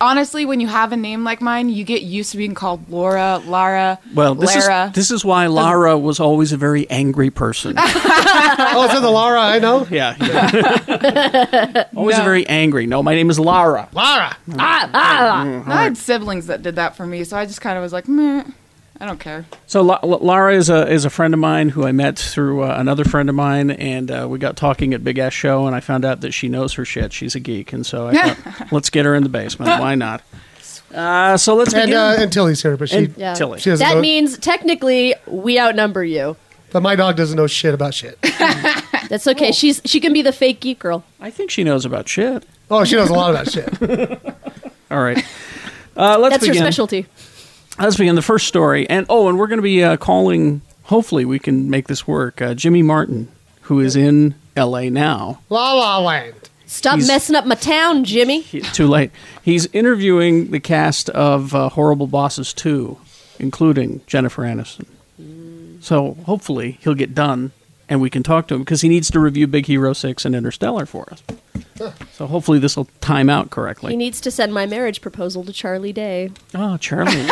[SPEAKER 15] Honestly, when you have a name like mine, you get used to being called Laura, Lara,
[SPEAKER 1] Well, this
[SPEAKER 15] Lara.
[SPEAKER 1] is this is why Lara was always a very angry person.
[SPEAKER 4] oh, is that the Lara I know?
[SPEAKER 1] Yeah. always
[SPEAKER 15] No.
[SPEAKER 1] very angry. No, my name is Lara.
[SPEAKER 4] Lara.
[SPEAKER 15] Ah,
[SPEAKER 1] Mm,
[SPEAKER 15] I
[SPEAKER 1] alright.
[SPEAKER 15] had siblings that did that for me, so I just kind of was like, meh, I don't care.
[SPEAKER 1] So La- La- Lara is a is a friend of mine who I met through uh, another friend of mine, and uh, we got talking at Big Ass Show, and I found out that she knows her shit. She's a geek, and so I thought, let's get her in the basement. Why not? Uh, so let's
[SPEAKER 4] and,
[SPEAKER 1] begin.
[SPEAKER 4] uh, and Tilly's here, but she,
[SPEAKER 1] And Yeah. Tilly.
[SPEAKER 4] she doesn't
[SPEAKER 14] that
[SPEAKER 4] know.
[SPEAKER 14] means technically we outnumber you.
[SPEAKER 4] but my dog doesn't know shit about shit.
[SPEAKER 14] That's okay. She's she can be the fake geek girl.
[SPEAKER 1] I think she knows about shit.
[SPEAKER 4] Oh, she knows a lot about shit.
[SPEAKER 1] All right. Uh, let's
[SPEAKER 14] That's
[SPEAKER 1] begin.
[SPEAKER 14] her specialty.
[SPEAKER 1] Let's begin the first story. And oh, and we're going to be uh, calling, hopefully, we can make this work, uh, Jimmy Martin, who is in LA now.
[SPEAKER 4] La La Land.
[SPEAKER 14] Stop
[SPEAKER 1] He's-
[SPEAKER 14] messing up my town, Jimmy.
[SPEAKER 1] Too late. He's interviewing the cast of uh, Horrible Bosses 2, including Jennifer Aniston. So hopefully he'll get done and we can talk to him because he needs to review Big Hero 6 and Interstellar for us. So hopefully this will time out
[SPEAKER 14] he
[SPEAKER 1] correctly.
[SPEAKER 14] needs to send my marriage proposal to Charlie Day.
[SPEAKER 1] Oh, Charlie.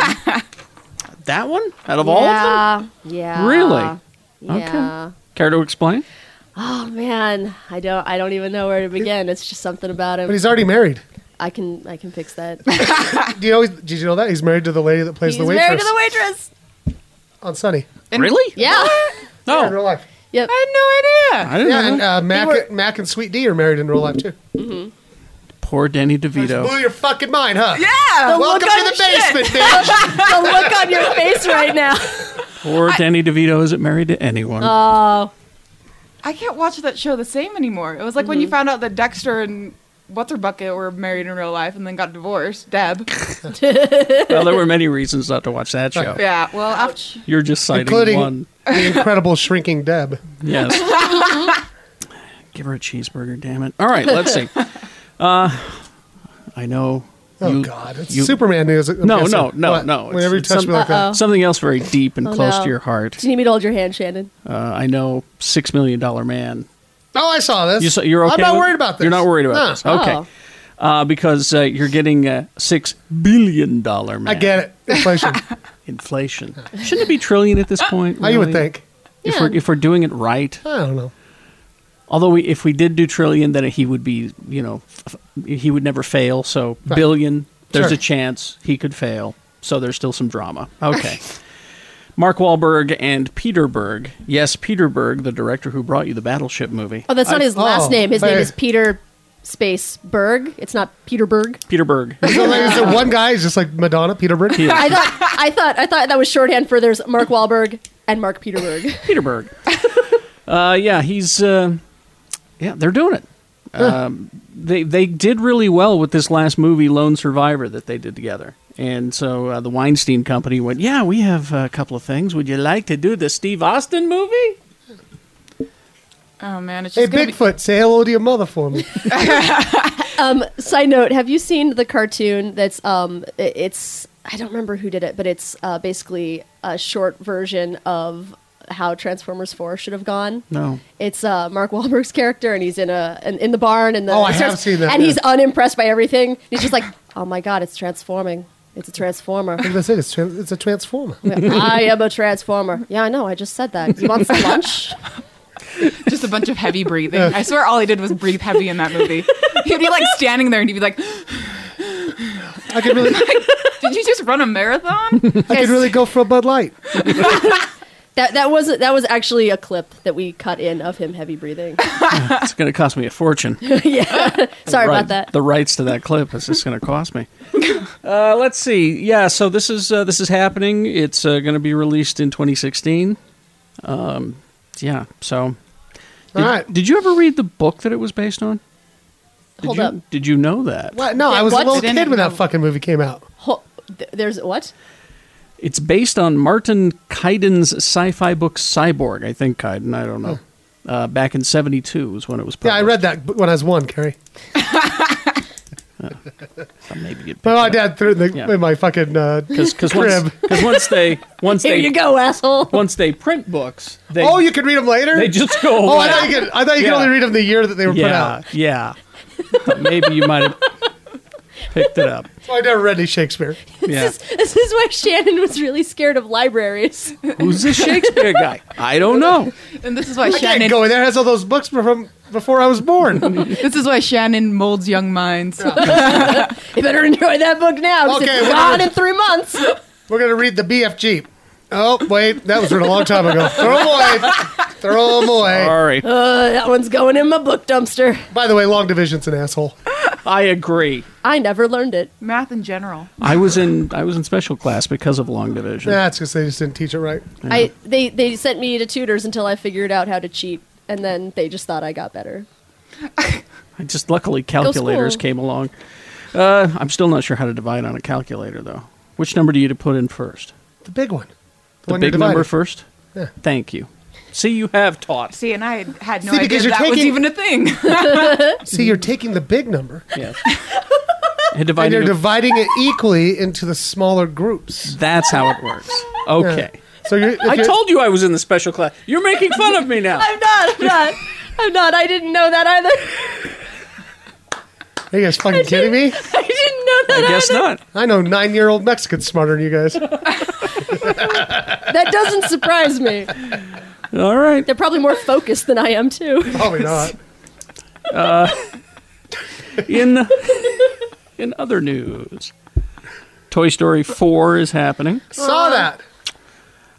[SPEAKER 1] that one? Out of all of them?
[SPEAKER 14] them? Yeah.
[SPEAKER 1] Really?
[SPEAKER 14] Yeah.
[SPEAKER 1] Okay. Care to explain?
[SPEAKER 14] Oh man, I don't I don't even know where to begin. It's just something about him.
[SPEAKER 4] But he's already married.
[SPEAKER 14] I can I can fix that.
[SPEAKER 4] Do you know? Did you know that he's married to the lady that plays
[SPEAKER 14] he's
[SPEAKER 4] the waitress
[SPEAKER 14] married to the waitress.
[SPEAKER 4] on Sunny?
[SPEAKER 1] Really?
[SPEAKER 14] Yeah.
[SPEAKER 1] No.
[SPEAKER 4] in real life.
[SPEAKER 14] Yep.
[SPEAKER 15] I had no idea.
[SPEAKER 4] yeah, and uh, Mac, Mac and Sweet D are married in real life too.
[SPEAKER 14] Mm-hmm.
[SPEAKER 1] Poor Danny DeVito.
[SPEAKER 4] Blew your fucking mind, huh?
[SPEAKER 14] The look
[SPEAKER 4] Welcome
[SPEAKER 14] on
[SPEAKER 4] to
[SPEAKER 14] your
[SPEAKER 4] the basement,
[SPEAKER 14] shit.
[SPEAKER 4] bitch.
[SPEAKER 14] the look on your face right now.
[SPEAKER 1] Poor Danny DeVito isn't married to anyone.
[SPEAKER 14] Oh.
[SPEAKER 15] I can't watch that show the same anymore. It was like when
[SPEAKER 14] Mm-hmm.
[SPEAKER 15] you found out that Dexter and What's Her Bucket were married in real life and then got divorced. Deb.
[SPEAKER 1] well, there were many reasons not to watch that show.
[SPEAKER 15] Yeah, well, after.
[SPEAKER 1] You're just citing
[SPEAKER 4] Including
[SPEAKER 1] one.
[SPEAKER 4] the incredible shrinking Deb.
[SPEAKER 1] Yes. Give her a cheeseburger, damn it. All right, let's see. Uh, I know.
[SPEAKER 4] Oh, God, it's Superman news. Okay,
[SPEAKER 1] no,
[SPEAKER 4] so
[SPEAKER 1] no, no,
[SPEAKER 4] what?
[SPEAKER 1] no. It's-
[SPEAKER 4] Whenever you
[SPEAKER 1] it's
[SPEAKER 4] touch me like that. Uh-oh.
[SPEAKER 1] Something else very deep and
[SPEAKER 14] Oh,
[SPEAKER 1] close
[SPEAKER 14] no.
[SPEAKER 1] to your heart.
[SPEAKER 14] Do you need me to hold your hand, Shannon?
[SPEAKER 1] Uh, I know Six Million Dollar Man.
[SPEAKER 4] Oh, I saw this.
[SPEAKER 1] You so you're okay
[SPEAKER 4] I'm not
[SPEAKER 1] with-
[SPEAKER 4] worried about this.
[SPEAKER 1] You're not worried about
[SPEAKER 4] No.
[SPEAKER 1] this. Okay.
[SPEAKER 14] Oh.
[SPEAKER 1] Uh, because uh, you're getting uh, $6 billion, man.
[SPEAKER 4] I get it. Inflation.
[SPEAKER 1] Inflation. Shouldn't it be trillion at this
[SPEAKER 5] Ah,
[SPEAKER 1] point?
[SPEAKER 4] I would
[SPEAKER 1] really?
[SPEAKER 4] think.
[SPEAKER 1] If
[SPEAKER 4] Yeah.
[SPEAKER 1] we're if we're doing it right.
[SPEAKER 4] I don't know.
[SPEAKER 1] Although we, if we did do trillion, then he would be, you know, f- he would never fail. So
[SPEAKER 4] Right.
[SPEAKER 1] billion, there's
[SPEAKER 4] Sure.
[SPEAKER 1] a chance he could fail. So there's still some drama. Okay. Mark Wahlberg and Peter Berg. Yes, Peter Berg, the director who brought you the Battleship movie.
[SPEAKER 14] Oh, that's not
[SPEAKER 1] I-
[SPEAKER 14] his last name. His name
[SPEAKER 1] hey.
[SPEAKER 14] is Peter Space Berg. It's not Peter Berg.
[SPEAKER 1] Peter Berg.
[SPEAKER 4] So, like, is there one guy is just like Madonna, Peter Britt?
[SPEAKER 14] I thought I thought I thought that was shorthand for there's Mark Wahlberg and Mark Peterberg.
[SPEAKER 1] Peterberg. Uh, yeah, he's uh, yeah, they're doing it. Um, they they did really well with this last movie, Lone Survivor, that they did together. And so uh, the Weinstein Company went, yeah, we have a couple of things. Would you like to do the Steve Austin movie?
[SPEAKER 15] Oh man, it's
[SPEAKER 4] Hey,
[SPEAKER 15] just gonna
[SPEAKER 4] Bigfoot, say hello to your mother for me.
[SPEAKER 14] um, side note: Have you seen the cartoon that's um, i- it's I don't remember who did it, but it's uh, basically a short version of how Transformers Four should have gone.
[SPEAKER 1] No.
[SPEAKER 14] It's uh, Mark Wahlberg's character, and he's in a in, in the barn, and the,
[SPEAKER 4] Oh, I
[SPEAKER 14] it
[SPEAKER 4] have seen that,
[SPEAKER 14] and
[SPEAKER 4] yeah.
[SPEAKER 14] he's unimpressed by everything. He's just like, "Oh my god, it's transforming! It's a transformer."
[SPEAKER 4] Like I said, it's, tran it's a transformer.
[SPEAKER 14] I am a transformer. Yeah, I know. I just said that. You want some lunch?
[SPEAKER 15] be just a bunch of heavy breathing. I swear, all he did was breathe heavy in that movie. He'd be like standing there, and he'd be like,
[SPEAKER 4] I could really,
[SPEAKER 15] "Did you just run a marathon?"
[SPEAKER 4] I could really go for a Bud Light.
[SPEAKER 14] That that was that was actually a clip that we cut in of him heavy breathing.
[SPEAKER 1] It's going to cost me a fortune.
[SPEAKER 14] yeah, sorry
[SPEAKER 1] Right.
[SPEAKER 14] about that.
[SPEAKER 1] The rights to that clip is just going to cost me. Uh, let's see. Yeah, so this is uh, this is happening. It's uh, going to be released in 2016. Um, yeah. So, did,
[SPEAKER 4] All right.
[SPEAKER 1] did you ever read the book that it was based on? Did
[SPEAKER 14] Hold
[SPEAKER 1] you,
[SPEAKER 14] up.
[SPEAKER 1] Did you know that?
[SPEAKER 4] What? No, I was a little kid when that fucking movie came out.
[SPEAKER 14] Ho- th- there's what?
[SPEAKER 1] It's based on Martin Kaiden's sci-fi book Cyborg. I think Kaiden. I don't know. Uh, back in '72 was when it was.
[SPEAKER 4] Yeah, I read that b- when I was one, Carrie.
[SPEAKER 1] Maybe it
[SPEAKER 4] But my dad threw it in, the,
[SPEAKER 1] Yeah.
[SPEAKER 4] in my fucking uh,
[SPEAKER 1] because
[SPEAKER 4] crib.
[SPEAKER 1] once, 'cause once they once
[SPEAKER 4] Here
[SPEAKER 1] they
[SPEAKER 4] you
[SPEAKER 14] go asshole
[SPEAKER 1] once they print books they
[SPEAKER 4] oh, you could read them later.
[SPEAKER 1] they just go
[SPEAKER 4] Oh,
[SPEAKER 1] away.
[SPEAKER 4] I thought you could. I thought you
[SPEAKER 1] Yeah.
[SPEAKER 4] could only read them the year that they were
[SPEAKER 1] yeah,
[SPEAKER 4] put out.
[SPEAKER 1] Yeah. But maybe you might have picked it up.
[SPEAKER 4] So I never read any Shakespeare.
[SPEAKER 1] Yeah.
[SPEAKER 14] This, this is why Shannon was really scared of libraries.
[SPEAKER 1] Who's this Shakespeare guy? I don't know.
[SPEAKER 15] And this is
[SPEAKER 4] I
[SPEAKER 15] why
[SPEAKER 4] can't
[SPEAKER 15] Shannon.
[SPEAKER 4] go in there. It Has all those books from before I was born.
[SPEAKER 15] This is why Shannon molds young minds.
[SPEAKER 14] you better enjoy that book now.
[SPEAKER 4] 'cause Okay, it's we're gone gonna- in
[SPEAKER 14] three months.
[SPEAKER 4] We're gonna read the BFG. Oh wait, that was written a long time ago. Throw 'em away. Throw 'em away.
[SPEAKER 1] Sorry.
[SPEAKER 14] Uh, that one's going in my book dumpster.
[SPEAKER 4] By the way, long division's an asshole.
[SPEAKER 1] I agree.
[SPEAKER 14] I never learned it.
[SPEAKER 15] Math in general.
[SPEAKER 1] I was in I was in special class because of long division.
[SPEAKER 4] That's because they just didn't teach it right.
[SPEAKER 14] I they they sent me to tutors until I figured out how to cheat, and then they just thought I got better.
[SPEAKER 1] I just luckily calculators
[SPEAKER 14] school.
[SPEAKER 1] came along. Uh, I'm still not sure how to divide on a calculator though. Which number do you to put in first?
[SPEAKER 4] The big one.
[SPEAKER 1] The
[SPEAKER 4] one you're
[SPEAKER 1] big number
[SPEAKER 4] dividing.
[SPEAKER 1] first?
[SPEAKER 4] Yeah.
[SPEAKER 1] Thank you. See you have taught.
[SPEAKER 15] See, and I had no
[SPEAKER 4] See,
[SPEAKER 15] idea
[SPEAKER 4] because you're
[SPEAKER 15] that was
[SPEAKER 4] taking-
[SPEAKER 15] even a thing.
[SPEAKER 4] See, you're taking the big number
[SPEAKER 1] Yes.
[SPEAKER 4] and
[SPEAKER 1] dividing
[SPEAKER 4] you're
[SPEAKER 1] it-
[SPEAKER 4] dividing it equally into the smaller groups.
[SPEAKER 1] That's how it works. Okay.
[SPEAKER 4] So you're, if
[SPEAKER 1] I
[SPEAKER 4] you're-
[SPEAKER 1] told you I was in the special class. You're making fun of me now.
[SPEAKER 14] I'm not. I'm not. I'm not. I didn't know that either.
[SPEAKER 4] Are you guys fucking kidding me?
[SPEAKER 14] I didn't know that. either.
[SPEAKER 4] I know nine-year-old Mexicans smarter than you guys.
[SPEAKER 14] That doesn't surprise me.
[SPEAKER 1] All right.
[SPEAKER 14] They're probably more focused than I am too.
[SPEAKER 4] Probably not.
[SPEAKER 1] Uh, in in other news, Toy Story Four is happening.
[SPEAKER 4] Saw that.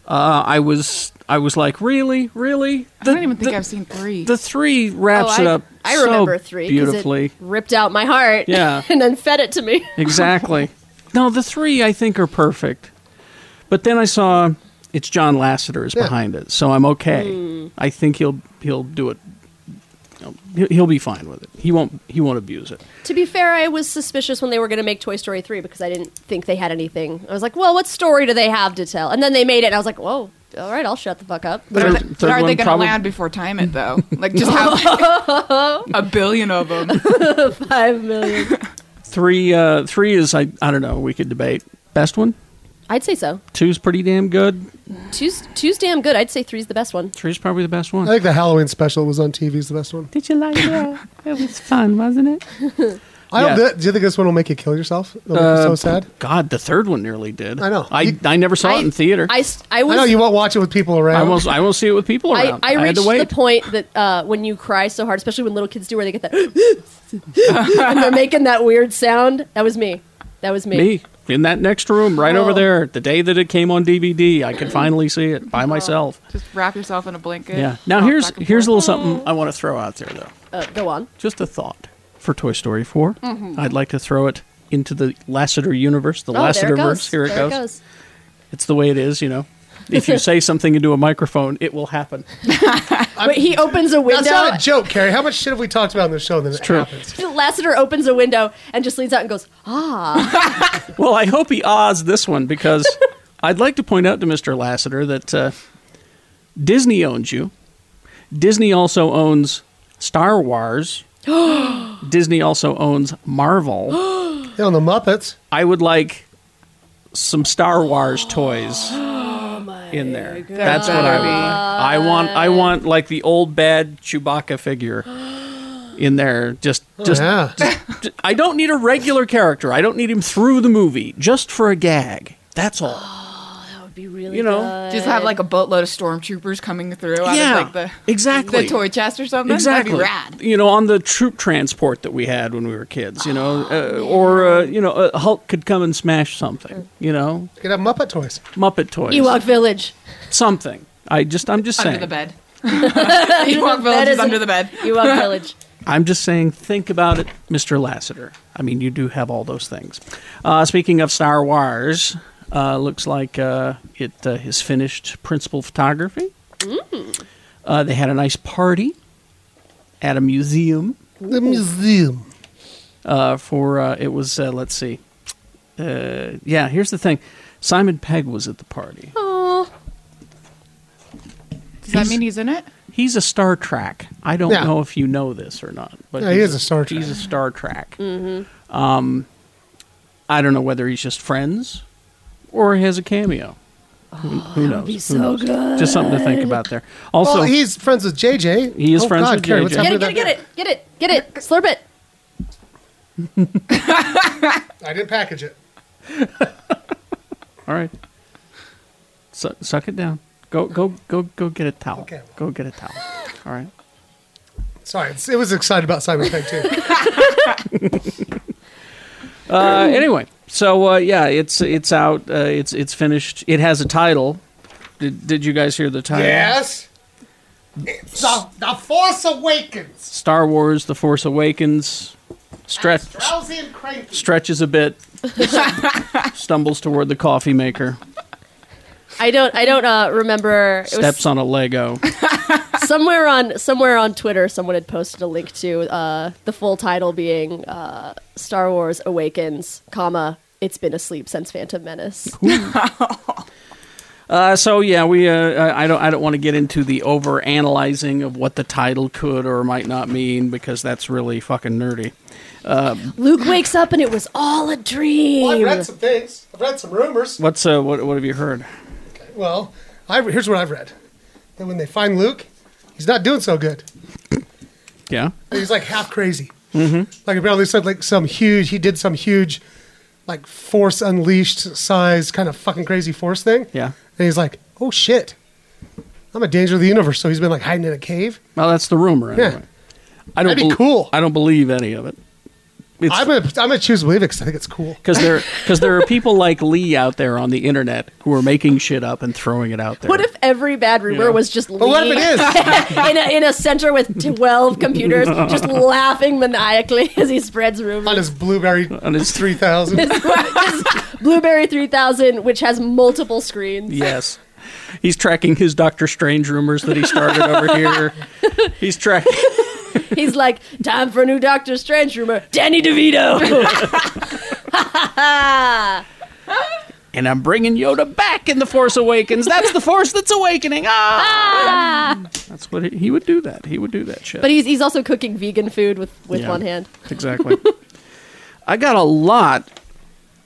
[SPEAKER 1] Uh, I was I was like, really, really.
[SPEAKER 15] I don't even think I've seen three.
[SPEAKER 1] The three wraps
[SPEAKER 14] Oh,
[SPEAKER 1] it
[SPEAKER 14] I,
[SPEAKER 1] up.
[SPEAKER 14] I
[SPEAKER 1] so
[SPEAKER 14] remember three 'cause
[SPEAKER 1] beautifully.
[SPEAKER 14] It ripped out my heart.
[SPEAKER 1] Yeah.
[SPEAKER 14] and then fed it to me.
[SPEAKER 1] Exactly. no, the three I think are perfect. But then I saw it's John Lasseter is
[SPEAKER 14] Yeah.
[SPEAKER 1] behind it, so I'm okay.
[SPEAKER 14] Mm.
[SPEAKER 1] I think he'll he'll do it. He'll, he'll be fine with it. He won't he won't abuse it.
[SPEAKER 14] To be fair, I was suspicious when they were going to make Toy Story three because I didn't think they had anything. I was like, well, what story do they have to tell? And then they made it, and I was like, whoa. All right, I'll shut the fuck up.
[SPEAKER 15] But are they, but are they going to land before time it though? Like just have a billion of them.
[SPEAKER 14] Five million.
[SPEAKER 1] Three uh, three is I I don't know. We could debate best one.
[SPEAKER 14] I'd say so.
[SPEAKER 1] Two's pretty damn good.
[SPEAKER 14] Two's, two's damn good. I'd say three's the best one.
[SPEAKER 1] Three's probably the best
[SPEAKER 4] I
[SPEAKER 1] one.
[SPEAKER 4] think the Halloween special was on TV is the best one.
[SPEAKER 1] Did you like that? it was fun, wasn't it?
[SPEAKER 4] I
[SPEAKER 1] Yeah.
[SPEAKER 4] don't, do you think this one will make you kill yourself? It'll make you so
[SPEAKER 1] Uh,
[SPEAKER 4] sad.
[SPEAKER 1] God, the third one nearly did. I
[SPEAKER 4] know.
[SPEAKER 1] I, I never saw
[SPEAKER 14] I-
[SPEAKER 1] it in theater.
[SPEAKER 14] I, s- I was
[SPEAKER 4] I know you won't watch it with people around.
[SPEAKER 1] I won't. I won't see it with people
[SPEAKER 14] I,
[SPEAKER 1] around.
[SPEAKER 14] I
[SPEAKER 1] had
[SPEAKER 14] reached
[SPEAKER 1] to
[SPEAKER 14] the
[SPEAKER 1] wait.
[SPEAKER 14] point that uh, when you cry so hard, especially when little kids do, where they get that and they're making that weird sound. That was me. That was me.
[SPEAKER 1] Me in that next room, right over
[SPEAKER 14] Oh.
[SPEAKER 1] there. The day that it came on DVD, I could finally see it
[SPEAKER 14] Oh.
[SPEAKER 1] by myself.
[SPEAKER 15] Just wrap yourself in a blanket.
[SPEAKER 1] Yeah. Now here's here's a little something I want to throw out there though.
[SPEAKER 14] Uh, go on.
[SPEAKER 1] Just a thought for Toy Story 4.
[SPEAKER 14] Mhm.
[SPEAKER 1] I'd like to throw it into the Lassiter universe, the
[SPEAKER 14] Oh, there
[SPEAKER 1] Lassiter
[SPEAKER 14] it goes.
[SPEAKER 1] verse. Here it
[SPEAKER 14] There
[SPEAKER 1] goes. It's the way it is, you know. If you say something into a microphone, it will happen.
[SPEAKER 14] Wait, he opens a window.
[SPEAKER 4] That's not a joke, Carrie. How much shit have we talked about on this show? That it
[SPEAKER 1] true.
[SPEAKER 4] happens.
[SPEAKER 14] Lassiter opens a window and just leans out and goes, ah.
[SPEAKER 1] Well, I hope he odds this one because I'd like to point out to Mr. Lassiter that uh, Disney owns you. Disney also owns Star Wars. Disney also owns Marvel.
[SPEAKER 4] they own the Muppets.
[SPEAKER 1] I would like some Star Wars toys in there. That's what I
[SPEAKER 15] God.
[SPEAKER 1] want. I want. I want like the old bad Chewbacca figure in there. Just,
[SPEAKER 4] Oh,
[SPEAKER 1] just,
[SPEAKER 4] yeah.
[SPEAKER 1] just- just- I don't need a regular character. I don't need him through the movie. Just for a gag. That's all.
[SPEAKER 14] really
[SPEAKER 1] You know,
[SPEAKER 15] Just have like a boatload of stormtroopers coming through out
[SPEAKER 1] Yeah,
[SPEAKER 15] of like the
[SPEAKER 1] exactly.
[SPEAKER 15] the toy chest or something.
[SPEAKER 1] exactly.
[SPEAKER 15] That'd be rad.
[SPEAKER 1] You know, on the troop transport that we had when we were kids. You
[SPEAKER 15] Oh,
[SPEAKER 1] know, uh, or uh, you know, uh, Hulk could come and smash something. You know,
[SPEAKER 4] Get have Muppet toys.
[SPEAKER 1] Muppet toys.
[SPEAKER 14] Ewok Village.
[SPEAKER 1] Something. I just. I'm just
[SPEAKER 15] Under
[SPEAKER 1] saying.
[SPEAKER 15] the bed.
[SPEAKER 14] Ewok
[SPEAKER 15] Ewok Village is
[SPEAKER 14] isn't-
[SPEAKER 15] under the bed.
[SPEAKER 14] Ewok Village.
[SPEAKER 1] I'm just saying, think about it, Mr. Lassiter. I mean, you do have all those things. Uh, speaking of Star Wars, uh, looks like uh, it uh, is finished principal photography. Uh, they had a nice party at a museum.
[SPEAKER 4] The museum.
[SPEAKER 1] Uh, for uh, it was uh, let's see, uh, yeah. Here's the thing: Simon Pegg was at the party.
[SPEAKER 15] Oh. Does that mean he's in it?
[SPEAKER 1] He's a Star Trek. I don't
[SPEAKER 15] Yeah.
[SPEAKER 1] know if you know this or not, but
[SPEAKER 4] Yeah, he
[SPEAKER 1] he's
[SPEAKER 4] is a Star
[SPEAKER 1] He's a Star Trek.
[SPEAKER 15] Mm-hmm.
[SPEAKER 1] Um, I don't know whether he's just friends or he has a cameo. Who, who knows? Who
[SPEAKER 14] so
[SPEAKER 1] knows? Just something to think about there. Also,
[SPEAKER 4] well, he's friends with JJ.
[SPEAKER 1] He is
[SPEAKER 4] Oh,
[SPEAKER 1] friends
[SPEAKER 4] God,
[SPEAKER 1] with
[SPEAKER 4] Carrie,
[SPEAKER 1] JJ.
[SPEAKER 4] what's
[SPEAKER 14] Get
[SPEAKER 4] happening
[SPEAKER 14] it, get it, get it, get it, get it. Slurp it.
[SPEAKER 4] I didn't package it.
[SPEAKER 1] all right, Su- suck it down. Go, go, go, go! Get a towel.
[SPEAKER 4] Okay.
[SPEAKER 1] Go get a towel. All right.
[SPEAKER 4] Sorry, it's, it was excited about Simon Pegg too.
[SPEAKER 1] Uh, anyway, so uh, yeah, it's it's out. Uh, it's it's finished. It has a title. Did, did you guys hear the title?
[SPEAKER 4] yes. It's the, the Force Awakens.
[SPEAKER 1] Star Wars: The Force Awakens. Stretch
[SPEAKER 4] Drowsy and cranky.
[SPEAKER 1] stretches a bit, stumbles toward the coffee maker,
[SPEAKER 14] I don't, I don't uh, remember. It was
[SPEAKER 1] steps on a Lego.
[SPEAKER 14] somewhere on somewhere on Twitter, someone had posted a link to uh, the full title being uh, Star Wars Awakens, comma It's been asleep since Phantom Menace.
[SPEAKER 1] Uh, so yeah, we. Uh, I I don't. I don't want to get into the over analyzing of what the title could or might not mean because that's really fucking nerdy. Uh,
[SPEAKER 14] Luke wakes up and it was all a dream.
[SPEAKER 4] Well, I've read some things. I've read some rumors.
[SPEAKER 1] what's uh, what? What have you heard?
[SPEAKER 4] Well, I, here's what I've read: that when they find Luke, he's not doing so good.
[SPEAKER 1] Yeah.
[SPEAKER 4] He's like half crazy.
[SPEAKER 1] Mm-hmm.
[SPEAKER 4] Like apparently said, like some huge. He did some huge, like Force Unleashed size kind of fucking crazy Force thing.
[SPEAKER 1] Yeah.
[SPEAKER 4] And he's like, oh shit, I'm a danger to the universe. So he's been like hiding in a cave.
[SPEAKER 1] Well, that's the rumor. Anyway.
[SPEAKER 4] Yeah.
[SPEAKER 1] I don't.
[SPEAKER 4] That'd be
[SPEAKER 1] cool. I don't believe any of it. It's-
[SPEAKER 4] I'm gonna, I'm gonna choose to believe it because I think it's cool.
[SPEAKER 1] Because there, because there are people like Lee out there on the internet who are making shit up and throwing it out there.
[SPEAKER 14] What if every bad rumor
[SPEAKER 1] Yeah.
[SPEAKER 14] was just
[SPEAKER 1] But what if
[SPEAKER 14] Lee
[SPEAKER 1] it is?
[SPEAKER 14] in, a, in a center with 12 computers just laughing maniacally as he spreads rumors?
[SPEAKER 4] On his blueberry
[SPEAKER 1] on his
[SPEAKER 4] three thousand.
[SPEAKER 14] Blueberry 3000, which has multiple screens.
[SPEAKER 1] Yes. He's tracking his Doctor Strange rumors that he started over here. He's tracking.
[SPEAKER 14] He's like, time for a new Doctor Strange rumor. Danny DeVito.
[SPEAKER 1] Ah! And I'm bringing Yoda back in The Force Awakens. That's the Force that's awakening. Ah! That's what he, he would do that. He would do that shit.
[SPEAKER 14] but he's, he's also cooking vegan food with, with
[SPEAKER 1] Yeah.
[SPEAKER 14] one hand.
[SPEAKER 1] Exactly. I got a lot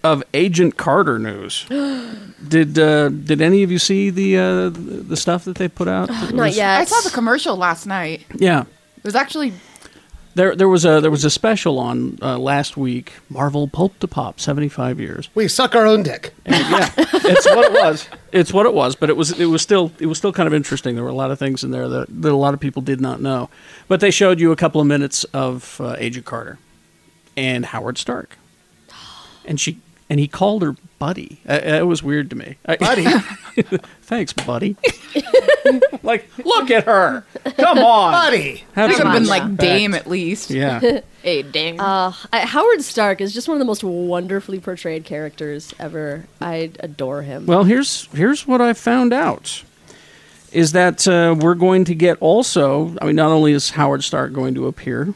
[SPEAKER 1] of Agent Carter news. Did uh, did any of you see the uh, the stuff that they put out? It
[SPEAKER 15] Not
[SPEAKER 1] was-
[SPEAKER 15] yet. I saw the commercial last night.
[SPEAKER 1] Yeah.
[SPEAKER 15] It was actually
[SPEAKER 1] There, there was a there was a special on uh, last week. Marvel Pulp to Pop, seventy five years.
[SPEAKER 4] We suck our own dick.
[SPEAKER 1] It's what it was. It's what it was. But it was it was still it was still kind of interesting. There were a lot of things in there that, that a lot of people did not know. But they showed you a couple of minutes of uh, Agent Carter and Howard Stark, and she and he called her buddy. Uh, it was weird to me. I-
[SPEAKER 4] Buddy?
[SPEAKER 1] thanks, buddy. like, look at her. Come on,
[SPEAKER 4] buddy.
[SPEAKER 1] Have
[SPEAKER 15] It
[SPEAKER 1] some
[SPEAKER 15] could have been
[SPEAKER 1] respect.
[SPEAKER 15] like Dame at least.
[SPEAKER 1] Yeah.
[SPEAKER 15] hey, Dame.
[SPEAKER 14] Uh, I- Howard Stark is just one of the most wonderfully portrayed characters ever. I adore him.
[SPEAKER 1] Well, here's here's what I found out is that uh, we're going to get also. I mean, not only is Howard Stark going to appear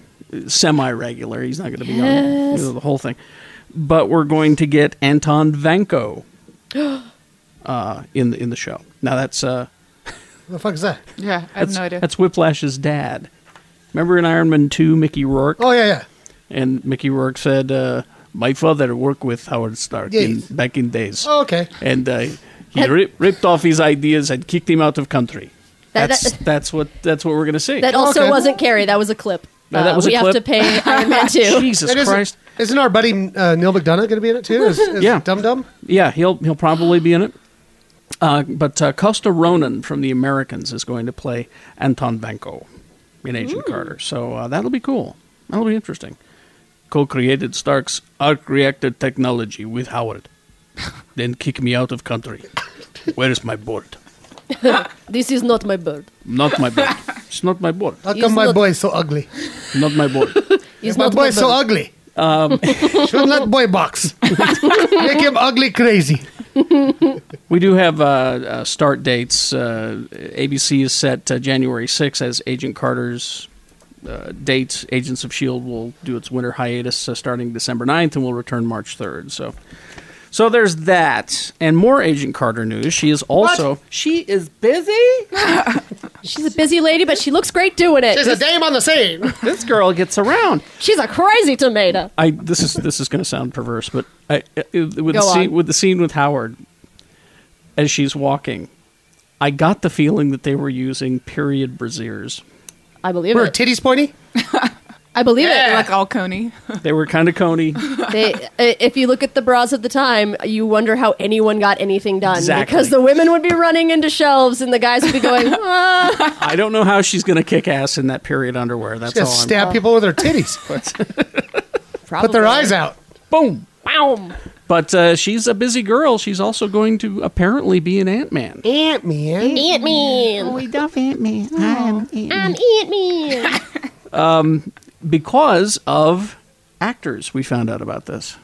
[SPEAKER 1] semi regular, he's not going to be on
[SPEAKER 14] Yes.
[SPEAKER 1] you know, the whole thing, but we're going to get Anton Vanko uh, in the in the show. Now that's uh,
[SPEAKER 4] What the fuck is that?
[SPEAKER 15] Yeah, I have
[SPEAKER 1] that's,
[SPEAKER 15] no idea.
[SPEAKER 1] that's Whiplash's dad. Remember in Iron Man two, Mickey Rourke.
[SPEAKER 4] Oh yeah, yeah.
[SPEAKER 1] And Mickey Rourke said, uh, "My father worked with Howard Stark in,
[SPEAKER 4] Yes.
[SPEAKER 1] back in days."
[SPEAKER 4] Oh, okay.
[SPEAKER 1] and uh, he rip, ripped off his ideas and kicked him out of country.
[SPEAKER 14] That-
[SPEAKER 1] That's that's what that's what we're gonna see.
[SPEAKER 14] that also wasn't Carrie. That was a clip. Uh,
[SPEAKER 1] No, that was a
[SPEAKER 14] we
[SPEAKER 1] clip.
[SPEAKER 14] have to pay Iron Man too.
[SPEAKER 1] Jesus
[SPEAKER 4] And isn't-
[SPEAKER 1] Christ.
[SPEAKER 4] Isn't our buddy uh, Neil McDonough going to be in it too? Is, is
[SPEAKER 1] Yeah.
[SPEAKER 4] Dum Dum.
[SPEAKER 1] Yeah, he'll he'll probably be in it. Uh, but uh, Costa Ronan from The Americans is going to play Anton Banco in Agent Carter. So uh, that'll be cool. That'll be interesting. Co-created Stark's arc reactor technology with Howard, then kick me out of country. Where is my board?
[SPEAKER 14] this is not my bird.
[SPEAKER 1] Not my board. It's not my board.
[SPEAKER 4] How
[SPEAKER 14] He's
[SPEAKER 4] come my
[SPEAKER 14] not-
[SPEAKER 4] boy is so ugly?
[SPEAKER 1] Not my board.
[SPEAKER 14] He's
[SPEAKER 4] my
[SPEAKER 14] not
[SPEAKER 4] boy
[SPEAKER 14] my
[SPEAKER 4] is so
[SPEAKER 14] bird.
[SPEAKER 4] ugly.
[SPEAKER 1] Um,
[SPEAKER 4] Should let boy box. Make him ugly crazy.
[SPEAKER 1] We do have uh, uh, start dates. Uh, ABC is set uh, January 6th as Agent Carter's uh, date. Agents of S.H.I.E.L.D. E will do its winter hiatus uh, starting December 9th and will return March 3rd. So. So there's that, and more Agent Carter news. She is also she is busy.
[SPEAKER 14] She's a busy lady, but she looks great doing it.
[SPEAKER 4] She's a dame on the scene.
[SPEAKER 1] this girl gets around.
[SPEAKER 14] She's a crazy tomato.
[SPEAKER 1] I this is this is going to sound perverse, but I, I- with the
[SPEAKER 14] Go
[SPEAKER 1] scene
[SPEAKER 14] on.
[SPEAKER 1] with the scene with Howard as she's walking, I got the feeling that they were using period brasiers.
[SPEAKER 14] I believe
[SPEAKER 4] Were her
[SPEAKER 14] it.
[SPEAKER 4] titties pointy?
[SPEAKER 14] I believe
[SPEAKER 15] Yeah,
[SPEAKER 14] it.
[SPEAKER 15] like all coney.
[SPEAKER 1] They were kind of coney.
[SPEAKER 14] they, i- if you look at the bras of the time, you wonder how anyone got anything done
[SPEAKER 1] Exactly.
[SPEAKER 14] because the women would be running into shelves and the guys would be going, ah.
[SPEAKER 1] I don't know how she's going to kick ass in that period underwear. That's
[SPEAKER 4] She's gonna
[SPEAKER 1] all. I'm- Oh,
[SPEAKER 4] stab people with her titties. Put their eyes out.
[SPEAKER 1] Boom.
[SPEAKER 14] Boom.
[SPEAKER 1] But uh, she's a busy girl. She's also going to apparently be an Ant Man.
[SPEAKER 4] Ant Man.
[SPEAKER 14] Ant Man. Oh, we
[SPEAKER 1] love Ant Man. I'm
[SPEAKER 14] I'm Ant Man.
[SPEAKER 1] Um, because of actors, we found out about this.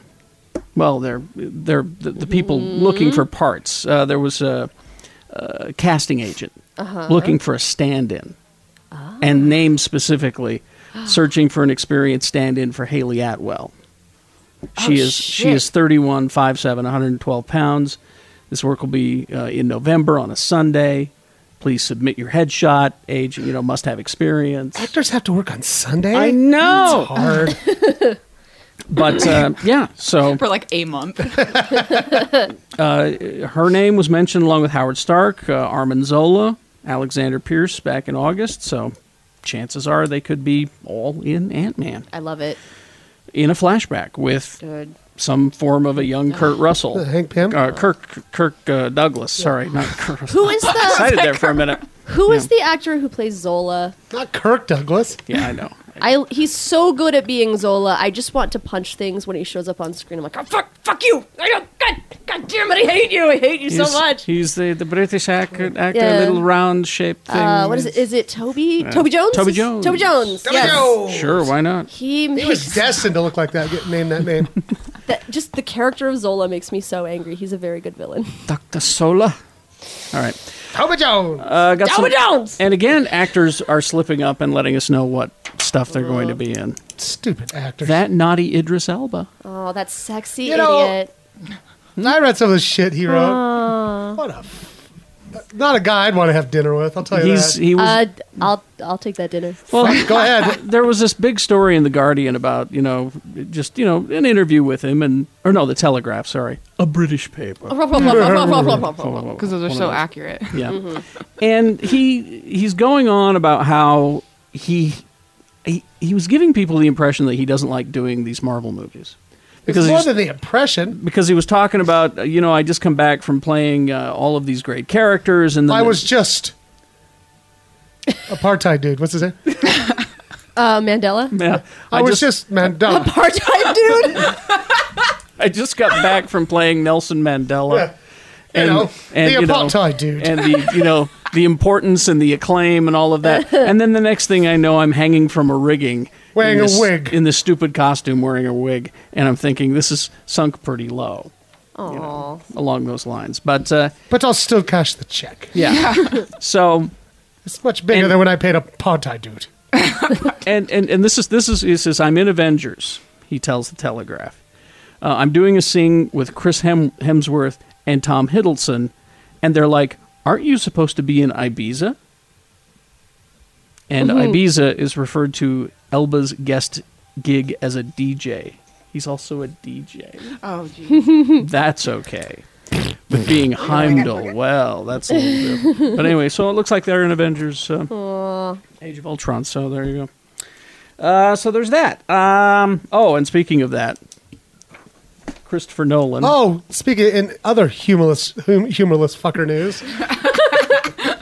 [SPEAKER 1] Well, they're they're the, the people
[SPEAKER 14] Mm-hmm.
[SPEAKER 1] looking for parts. Uh, there was a, a casting agent
[SPEAKER 14] Uh-huh. Ah.
[SPEAKER 1] looking for a stand-in, and named specifically, searching for an experienced stand-in for Haley Atwell. She
[SPEAKER 14] Oh,
[SPEAKER 1] is she
[SPEAKER 14] shit.
[SPEAKER 1] is 31, 5'7", 112 pounds. This work will be uh, in November on a Sunday. Please submit your headshot. Age, you know, must have experience.
[SPEAKER 4] Actors have to work on Sunday.
[SPEAKER 1] I know.
[SPEAKER 4] It's hard.
[SPEAKER 1] But uh, yeah, so
[SPEAKER 15] For like a month.
[SPEAKER 1] uh, her name was mentioned along with Howard Stark, uh, Armin Zola, Alexander Pierce back in August. So chances are they could be all in Ant Man
[SPEAKER 14] I love it.
[SPEAKER 1] in a flashback with
[SPEAKER 14] Good.
[SPEAKER 1] some form of a young Kurt Russell,
[SPEAKER 4] Hank Pym,
[SPEAKER 1] uh, Kirk Kirk uh, Douglas. Sorry, not Kurt. Russell.
[SPEAKER 14] Who is the-
[SPEAKER 1] excited there for a minute?
[SPEAKER 14] Who is the actor who plays Zola?
[SPEAKER 4] Not Kirk Douglas.
[SPEAKER 1] Yeah, I know.
[SPEAKER 14] I he's so good at being Zola. I just want to punch things when he shows up on screen. I'm like, oh, fuck, fuck you! I don't, God, God damn it! I hate you! I hate you
[SPEAKER 1] He's-
[SPEAKER 14] so much.
[SPEAKER 1] He's the, the British actor, actor
[SPEAKER 14] Yeah.
[SPEAKER 1] little round shaped thing.
[SPEAKER 14] Uh, what is it? Is it Toby?
[SPEAKER 1] Yeah.
[SPEAKER 14] Toby Jones?
[SPEAKER 1] Toby
[SPEAKER 14] Is-
[SPEAKER 1] Jones.
[SPEAKER 14] Toby Jones.
[SPEAKER 4] Toby
[SPEAKER 14] yes.
[SPEAKER 4] Jones.
[SPEAKER 1] Sure, why not?
[SPEAKER 14] He
[SPEAKER 4] He was
[SPEAKER 14] makes
[SPEAKER 4] destined to look like that. Get named that name.
[SPEAKER 14] that, just the character of Zola makes me so angry. He's a very good villain.
[SPEAKER 1] Dr. Sola. All right.
[SPEAKER 4] Toby Jones.
[SPEAKER 1] Uh, got
[SPEAKER 14] Toby
[SPEAKER 1] some-
[SPEAKER 14] Jones!
[SPEAKER 1] And again, actors are slipping up and letting us know what stuff they're going to be in.
[SPEAKER 4] Stupid actors.
[SPEAKER 1] That naughty Idris Elba.
[SPEAKER 14] Oh, that sexy
[SPEAKER 4] You know-
[SPEAKER 14] idiot.
[SPEAKER 4] I read some of the shit he
[SPEAKER 1] Uh.
[SPEAKER 4] wrote.
[SPEAKER 14] Aw.
[SPEAKER 4] What a. Not a guy I'd want to have dinner with. I'll tell you
[SPEAKER 1] He's-
[SPEAKER 4] that.
[SPEAKER 1] he was-
[SPEAKER 14] Uh, I'll I'll take that dinner.
[SPEAKER 1] Well,
[SPEAKER 4] Go ahead.
[SPEAKER 1] there was this big story in the Guardian about you know just you know an interview with him and or no the Telegraph sorry a British paper
[SPEAKER 15] Because those
[SPEAKER 1] One
[SPEAKER 15] are
[SPEAKER 1] of
[SPEAKER 15] so accurate. Mm-hmm.
[SPEAKER 1] yeah and he he's going on about how he he, he was giving people the impression that he doesn't like doing these Marvel movies.
[SPEAKER 4] Because
[SPEAKER 1] he
[SPEAKER 4] more
[SPEAKER 1] was-
[SPEAKER 4] than the impression.
[SPEAKER 1] because he was talking about uh, you know I just come back from playing uh, all of these great characters and then
[SPEAKER 4] I was just apartheid dude. What's his name?
[SPEAKER 14] Uh, Mandela.
[SPEAKER 1] yeah,
[SPEAKER 4] I, was just, Mandela.
[SPEAKER 14] Apartheid dude.
[SPEAKER 1] I just got back from playing Nelson Mandela.
[SPEAKER 4] Yeah. You know, the apartheid dude.
[SPEAKER 1] and the you know the importance and the acclaim and all of that, and then the next thing I know, I'm hanging from a rigging,
[SPEAKER 4] Wearing
[SPEAKER 1] in
[SPEAKER 4] a
[SPEAKER 1] this-
[SPEAKER 4] wig.
[SPEAKER 1] in this stupid costume, wearing a wig, and I'm thinking this is sunk pretty low
[SPEAKER 14] Aww.
[SPEAKER 1] along those lines. But uh,
[SPEAKER 4] But I'll still cash the check.
[SPEAKER 1] yeah, so
[SPEAKER 4] It's much bigger than when I paid apartheid dude.
[SPEAKER 1] and, and and this is this is he says I'm in Avengers. He tells the Telegraph, uh, I'm doing a scene with Chris Hem- Hemsworth and Tom Hiddleston, and they're like, "Aren't you supposed to be in Ibiza?" And
[SPEAKER 10] Mhm.
[SPEAKER 1] Ibiza is referred to Elba's guest gig as a DJ. He's also a DJ.
[SPEAKER 15] Oh,
[SPEAKER 4] Mm-hmm.
[SPEAKER 1] That's okay. But being Heimdall, well, that's a little different. But anyway, so it looks like they're in Avengers.
[SPEAKER 14] Hmm.
[SPEAKER 1] Uh, Age of Ultron. So there you go. Uh, so there's that. Um, oh, and speaking of that, Christopher Nolan.
[SPEAKER 4] Oh, speaking in other humorless, hum, humorless fucker news.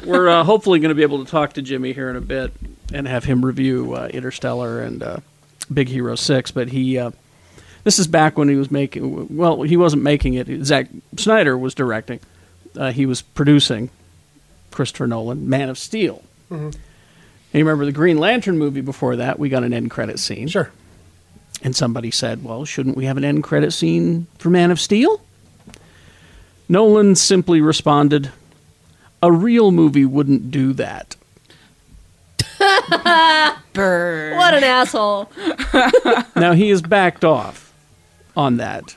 [SPEAKER 1] we're uh, hopefully going to be able to talk to Jimmy here in a bit and have him review uh, Interstellar and uh, Big Hero Six. But he, uh, this is back when he was making. Well, he wasn't making it. Zack Snyder was directing. Uh, he was producing. Christopher Nolan, Man of Steel. And you remember the Green Lantern movie before that? We got an end credit scene. Sure. And somebody said, well, shouldn't we have an end credit scene for Man of Steel? Nolan simply responded, a real movie wouldn't do that.
[SPEAKER 15] Burn.
[SPEAKER 14] What an asshole.
[SPEAKER 1] now, he has backed off on that,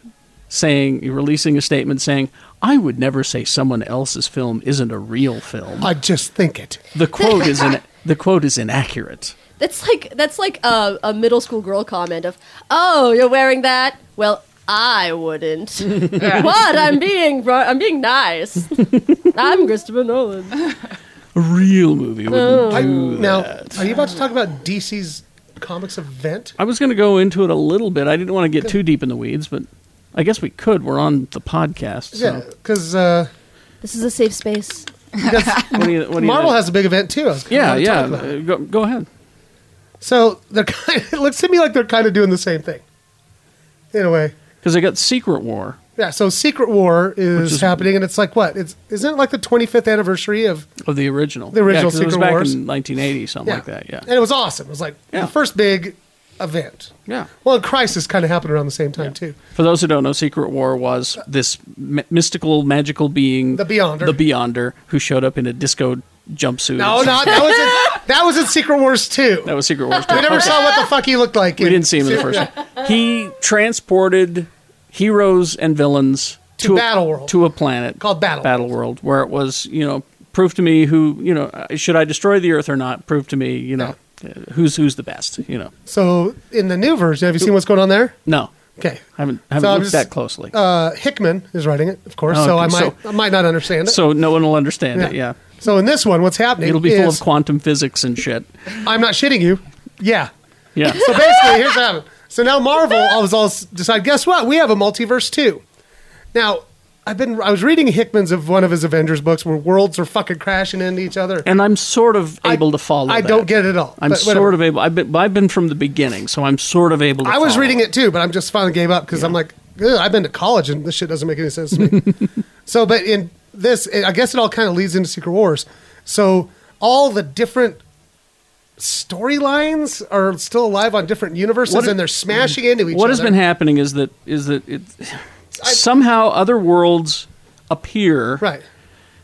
[SPEAKER 1] saying, releasing a statement saying, I would never say someone else's film isn't a real film.
[SPEAKER 4] I just think it.
[SPEAKER 1] The quote is, in, the quote is inaccurate.
[SPEAKER 14] That's like that's like a, a middle school girl comment of, "Oh, you're wearing that? Well, I wouldn't. what? I'm being ro- I'm being nice. I'm Christopher Nolan.
[SPEAKER 1] A real movie wouldn't
[SPEAKER 14] Oh.
[SPEAKER 4] I-
[SPEAKER 1] do that.
[SPEAKER 4] now, are you about to talk about DC's comics event?
[SPEAKER 1] I was going to go into it a little bit. I didn't want to get too deep in the weeds, but I guess we could. We're on the podcast. So.
[SPEAKER 4] Yeah, because uh,
[SPEAKER 14] This is a safe space.
[SPEAKER 1] What do you, what do you
[SPEAKER 4] Marvel has a big event too. I was gonna
[SPEAKER 1] Yeah,
[SPEAKER 4] talk
[SPEAKER 1] yeah.
[SPEAKER 4] about it.
[SPEAKER 1] uh, Go, go ahead.
[SPEAKER 4] So they're kind of, it looks to me like they're kind of doing the same thing, in a way.
[SPEAKER 1] Because I got Secret War.
[SPEAKER 4] Yeah. So Secret War is,
[SPEAKER 1] is-
[SPEAKER 4] happening, and it's like what? It's isn't it like the 25th anniversary of?
[SPEAKER 1] Of the original.
[SPEAKER 4] The original
[SPEAKER 1] Yeah, 'cause it was
[SPEAKER 4] Secret
[SPEAKER 1] back
[SPEAKER 4] Wars.
[SPEAKER 1] in 1980, something like that, yeah.
[SPEAKER 4] And it was awesome. It was like the first big event.
[SPEAKER 1] Yeah.
[SPEAKER 4] Well, and Crisis kind of happened around the same time too.
[SPEAKER 1] For those who don't know, Secret War was this m- mystical, magical being. The
[SPEAKER 4] Beyonder.
[SPEAKER 1] The Beyonder, who showed up in a disco jumpsuit.
[SPEAKER 4] No, not that was in, that was in Secret Wars two.
[SPEAKER 1] That was Secret Wars
[SPEAKER 4] We
[SPEAKER 1] 2.
[SPEAKER 4] never
[SPEAKER 1] Okay.
[SPEAKER 4] saw what the fuck he looked like.
[SPEAKER 1] We didn't see him in the first
[SPEAKER 4] Yeah.
[SPEAKER 1] one. He transported heroes and villains
[SPEAKER 4] To Battle World.
[SPEAKER 1] to a planet
[SPEAKER 4] Called Battle
[SPEAKER 1] World, where it was you know prove to me who you know uh, should I destroy the Earth or not? Prove to me you know uh, who's who's the best. You know
[SPEAKER 4] So in the new version, have you seen what's going on there?
[SPEAKER 1] no
[SPEAKER 4] Okay,
[SPEAKER 1] I haven't I haven't
[SPEAKER 4] So I'm
[SPEAKER 1] looked
[SPEAKER 4] just-
[SPEAKER 1] that closely,
[SPEAKER 4] Uh, Hickman is writing it, of course.
[SPEAKER 1] Oh,
[SPEAKER 4] so I
[SPEAKER 1] okay,
[SPEAKER 4] might I might not understand it.
[SPEAKER 1] so no one will understand it. Yeah,
[SPEAKER 4] So in this one, what's happening?
[SPEAKER 1] it'll be full
[SPEAKER 4] is-
[SPEAKER 1] of quantum physics and shit.
[SPEAKER 4] I'm not shitting you. Yeah.
[SPEAKER 1] Yeah.
[SPEAKER 4] So basically, here's what happened. So now Marvel all was all s- decide. Guess what? We have a multiverse too. Now I've been I was reading Hickman's of one of his Avengers books where worlds are fucking crashing into each other.
[SPEAKER 1] and I'm sort of able to follow.
[SPEAKER 4] I
[SPEAKER 1] that.
[SPEAKER 4] don't get it at all.
[SPEAKER 1] I'm
[SPEAKER 4] but whatever.
[SPEAKER 1] sort of able. I've been, I've been from the beginning, so I'm sort of able. to
[SPEAKER 4] I was
[SPEAKER 1] follow.
[SPEAKER 4] reading it too, but I'm just finally gave up because I'm like, "Ugh, I've been to college and this shit doesn't make any sense to me. so, but in this, it- I guess it all kind of leads into Secret Wars. So all the different storylines are still alive on different universes,
[SPEAKER 1] What-
[SPEAKER 4] and they're smashing into each
[SPEAKER 1] what
[SPEAKER 4] other.
[SPEAKER 1] has been happening is that is that it, somehow other worlds appear
[SPEAKER 4] right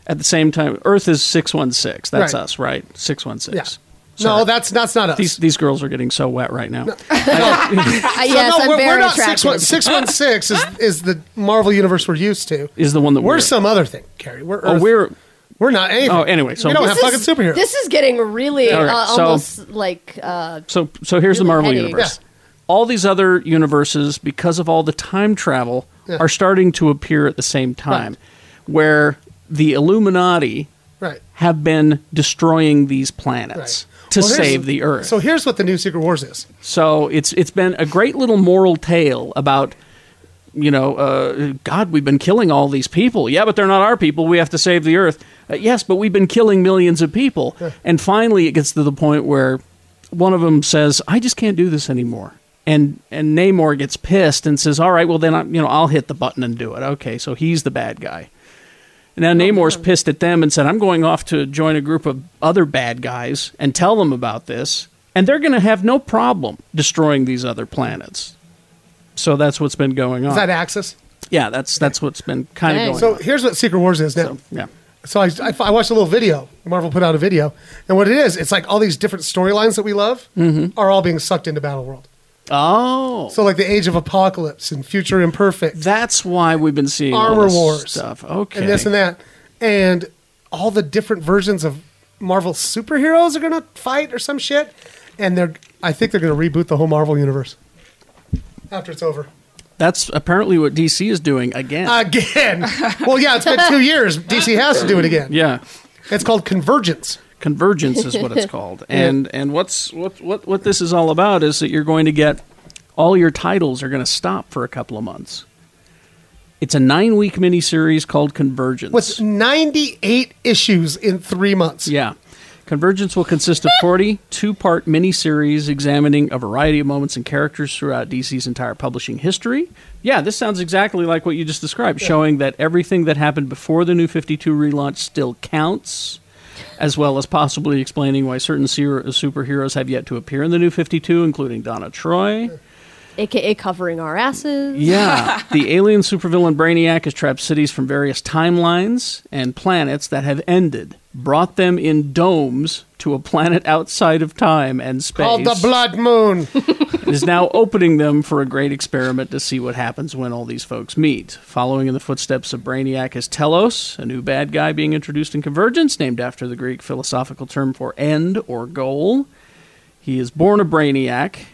[SPEAKER 1] at the same time. Earth is six one six. That's
[SPEAKER 4] Right.
[SPEAKER 1] us, right? Six one six.
[SPEAKER 4] Yeah. No, that's that's not us.
[SPEAKER 1] These these girls are getting so wet right now.
[SPEAKER 14] Uh, yes, I'm
[SPEAKER 4] we're,
[SPEAKER 14] very
[SPEAKER 4] we're not
[SPEAKER 14] attractive.
[SPEAKER 4] six one six one six is is the Marvel universe we're used to.
[SPEAKER 1] Is the one that
[SPEAKER 4] we're,
[SPEAKER 1] we're-
[SPEAKER 4] some other thing, Carrie. We're
[SPEAKER 1] Oh,
[SPEAKER 4] Earth.
[SPEAKER 1] we're
[SPEAKER 4] we're not anything.
[SPEAKER 1] Oh, anyway, so-
[SPEAKER 4] we don't
[SPEAKER 1] This
[SPEAKER 4] have
[SPEAKER 1] is-
[SPEAKER 4] fucking superheroes.
[SPEAKER 14] This is getting really
[SPEAKER 1] All right,
[SPEAKER 14] uh,
[SPEAKER 1] so-
[SPEAKER 14] almost like uh,
[SPEAKER 1] so so here's the
[SPEAKER 14] Really
[SPEAKER 1] Marvel
[SPEAKER 14] headache.
[SPEAKER 1] universe. All these other universes, because of all the time travel,
[SPEAKER 4] Yeah.
[SPEAKER 1] are starting to appear at the same time, where the Illuminati
[SPEAKER 4] right.
[SPEAKER 1] have been destroying these planets to
[SPEAKER 4] Well, here's-
[SPEAKER 1] save the Earth.
[SPEAKER 4] So here's what the new Secret Wars is.
[SPEAKER 1] So it's it's been a great little moral tale about you know uh, God we've been killing all these people yeah but they're not our people we have to save the earth uh, yes but we've been killing millions of people and finally it gets to the point where one of them says I just can't do this anymore and and Namor gets pissed and says all right well then I, you know I'll hit the button and do it okay so he's the bad guy and now Namor's pissed at them and said, I'm going off to join a group of other bad guys and tell them about this. And they're going to have no problem destroying these other planets. So that's what's been going on.
[SPEAKER 4] Is that Axis?
[SPEAKER 1] yeah, that's that's what's been kind of going
[SPEAKER 4] so
[SPEAKER 1] on.
[SPEAKER 4] here's what Secret Wars is now.
[SPEAKER 1] yeah.
[SPEAKER 4] So I, I, I watched a little video. Marvel put out a video, and what it is, it's like all these different storylines that we love are all being sucked into Battle World.
[SPEAKER 1] Mm-hmm. Oh,
[SPEAKER 4] so like the Age of Apocalypse and Future Imperfect.
[SPEAKER 1] That's why we've been seeing all
[SPEAKER 4] Armor
[SPEAKER 1] this
[SPEAKER 4] Wars
[SPEAKER 1] stuff. Okay.
[SPEAKER 4] and this and that, and all the different versions of Marvel superheroes are gonna fight or some shit, and they're I think they're gonna reboot the whole Marvel universe after it's over.
[SPEAKER 1] That's apparently what DC is doing again.
[SPEAKER 4] Again. well, yeah, it's been two years. DC has to do it again.
[SPEAKER 1] Yeah.
[SPEAKER 4] It's called Convergence.
[SPEAKER 1] Convergence is what it's called. And and what's what, what what this is all about is that you're going to get all your titles are going to stop for a couple of months. It's a 9-week miniseries called Convergence.
[SPEAKER 4] with 98 issues in three months.
[SPEAKER 1] Yeah. Convergence will consist of 40 two part miniseries examining a variety of moments and characters throughout DC's entire publishing history. Yeah, this sounds exactly like what you just described, showing that everything that happened before the new 52 relaunch still counts, as well as possibly explaining why certain ser- superheroes have yet to appear in the new 52, including Donna Troy.
[SPEAKER 14] AKA covering our asses.
[SPEAKER 1] Yeah, the alien supervillain Brainiac has trapped cities from various timelines and planets that have ended, brought them in domes to a planet outside of time and space.
[SPEAKER 4] Called the Blood Moon.
[SPEAKER 1] and is now opening them for a great experiment to see what happens when all these folks meet. Following in the footsteps of Brainiac is Telos, a new bad guy being introduced in Convergence, named after the Greek philosophical term for end or goal. He is born a Brainiac,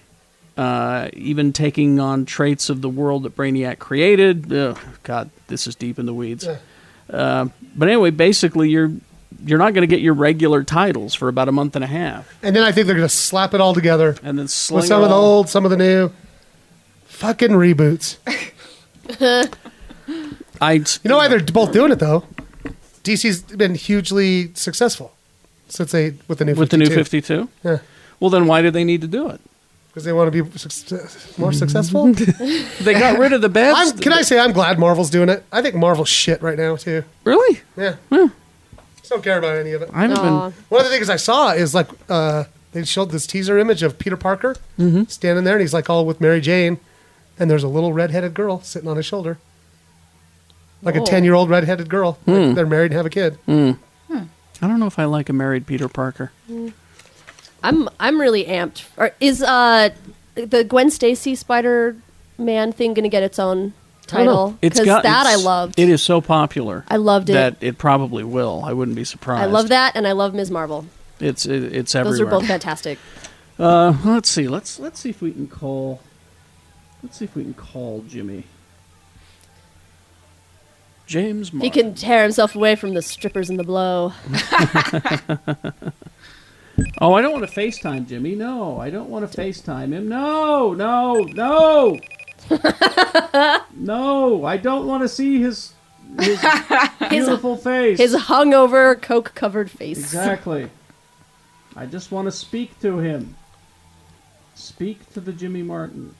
[SPEAKER 1] uh, even taking on traits of the world that Brainiac created. Ugh, God, this is deep in the weeds. Uh, but anyway, basically, you're you're not going to get your regular titles for about a month and a half.
[SPEAKER 4] And then I think they're going to slap it all together.
[SPEAKER 1] And then sling
[SPEAKER 4] With some
[SPEAKER 1] it
[SPEAKER 4] of the
[SPEAKER 1] all-
[SPEAKER 4] old, some of the new. Fucking reboots.
[SPEAKER 1] I, you
[SPEAKER 4] know why they're both doing it, though? DC's been hugely successful since they, with the new 52.
[SPEAKER 1] with the new 52.
[SPEAKER 4] Yeah.
[SPEAKER 1] Well, then why do they need to do it?
[SPEAKER 4] Because they want to be suc- more successful.
[SPEAKER 1] they got rid of the best.
[SPEAKER 4] I'm, can I say I'm glad Marvel's doing it? I think Marvel's shit right now, too.
[SPEAKER 1] Really?
[SPEAKER 4] Yeah. Just don't care about any of it.
[SPEAKER 1] I haven't been- Aw.
[SPEAKER 4] One of the things I saw is like uh, they showed this teaser image of Peter Parker
[SPEAKER 1] Mm-hmm.
[SPEAKER 4] standing there, and he's like all with Mary Jane, and there's a little redheaded girl sitting on his shoulder, like
[SPEAKER 1] Whoa.
[SPEAKER 4] a ten year old redheaded girl. Like,
[SPEAKER 1] Hmm.
[SPEAKER 4] they're married and have a kid.
[SPEAKER 1] Mm. I don't know if I like a married Peter Parker.
[SPEAKER 14] I'm I'm really amped. Or is uh the Gwen Stacy Spider Man thing going to get its own title?
[SPEAKER 1] It's
[SPEAKER 14] Because
[SPEAKER 1] got-
[SPEAKER 14] that I
[SPEAKER 1] it's-
[SPEAKER 14] loved.
[SPEAKER 1] It is so popular.
[SPEAKER 14] I loved it.
[SPEAKER 1] That it probably will. I wouldn't be surprised.
[SPEAKER 14] I love that, and I love Ms. Marvel.
[SPEAKER 1] It's it, it's everywhere.
[SPEAKER 14] Those are both fantastic.
[SPEAKER 1] Uh, let's see. Let's let's see if we can call. Let's see if we can call Jimmy. James
[SPEAKER 14] He
[SPEAKER 1] Martin.
[SPEAKER 14] can tear himself away from the strippers and the blow.
[SPEAKER 1] Oh, I don't want to FaceTime Jimmy. No, I don't want to FaceTime him. No, no, no. no, I don't want to see his his beautiful face.
[SPEAKER 14] His hungover, coke covered face.
[SPEAKER 1] Exactly. I just want to speak to him. Speak to the Jimmy Martin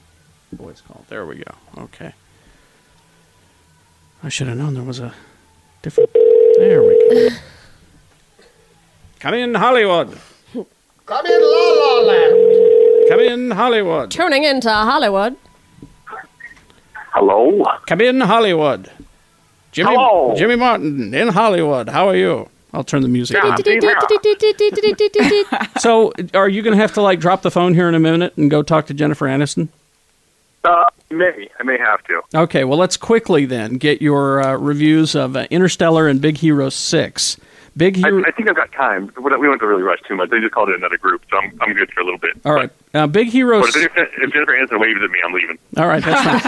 [SPEAKER 1] voice call. There we go. Okay. I should have known there was a different. There we go. Come in, Hollywood.
[SPEAKER 4] Come in, la la la.
[SPEAKER 1] Come in, Hollywood.
[SPEAKER 14] Turning into Hollywood.
[SPEAKER 1] Hello. Come in, Hollywood. Jimmy,
[SPEAKER 14] Hello.
[SPEAKER 1] Jimmy Martin in Hollywood. How are you? I'll turn the music down. so, are you going to have to like drop the phone here in a minute and go talk to Jennifer Aniston?
[SPEAKER 10] Uh, may I may have to.
[SPEAKER 1] Okay, well, let's quickly then get your uh, reviews of uh, Interstellar and Big Hero 6. Big Hero.
[SPEAKER 10] I think I've got time. We don't we don't have to really rush too much. They just called it another group, so I'm, I'm good for a little bit.
[SPEAKER 1] All right. Uh, Big Hero.
[SPEAKER 10] But if,
[SPEAKER 1] s-
[SPEAKER 10] Jennifer- if Jennifer Aniston waves at me, I'm leaving.
[SPEAKER 1] All right, that's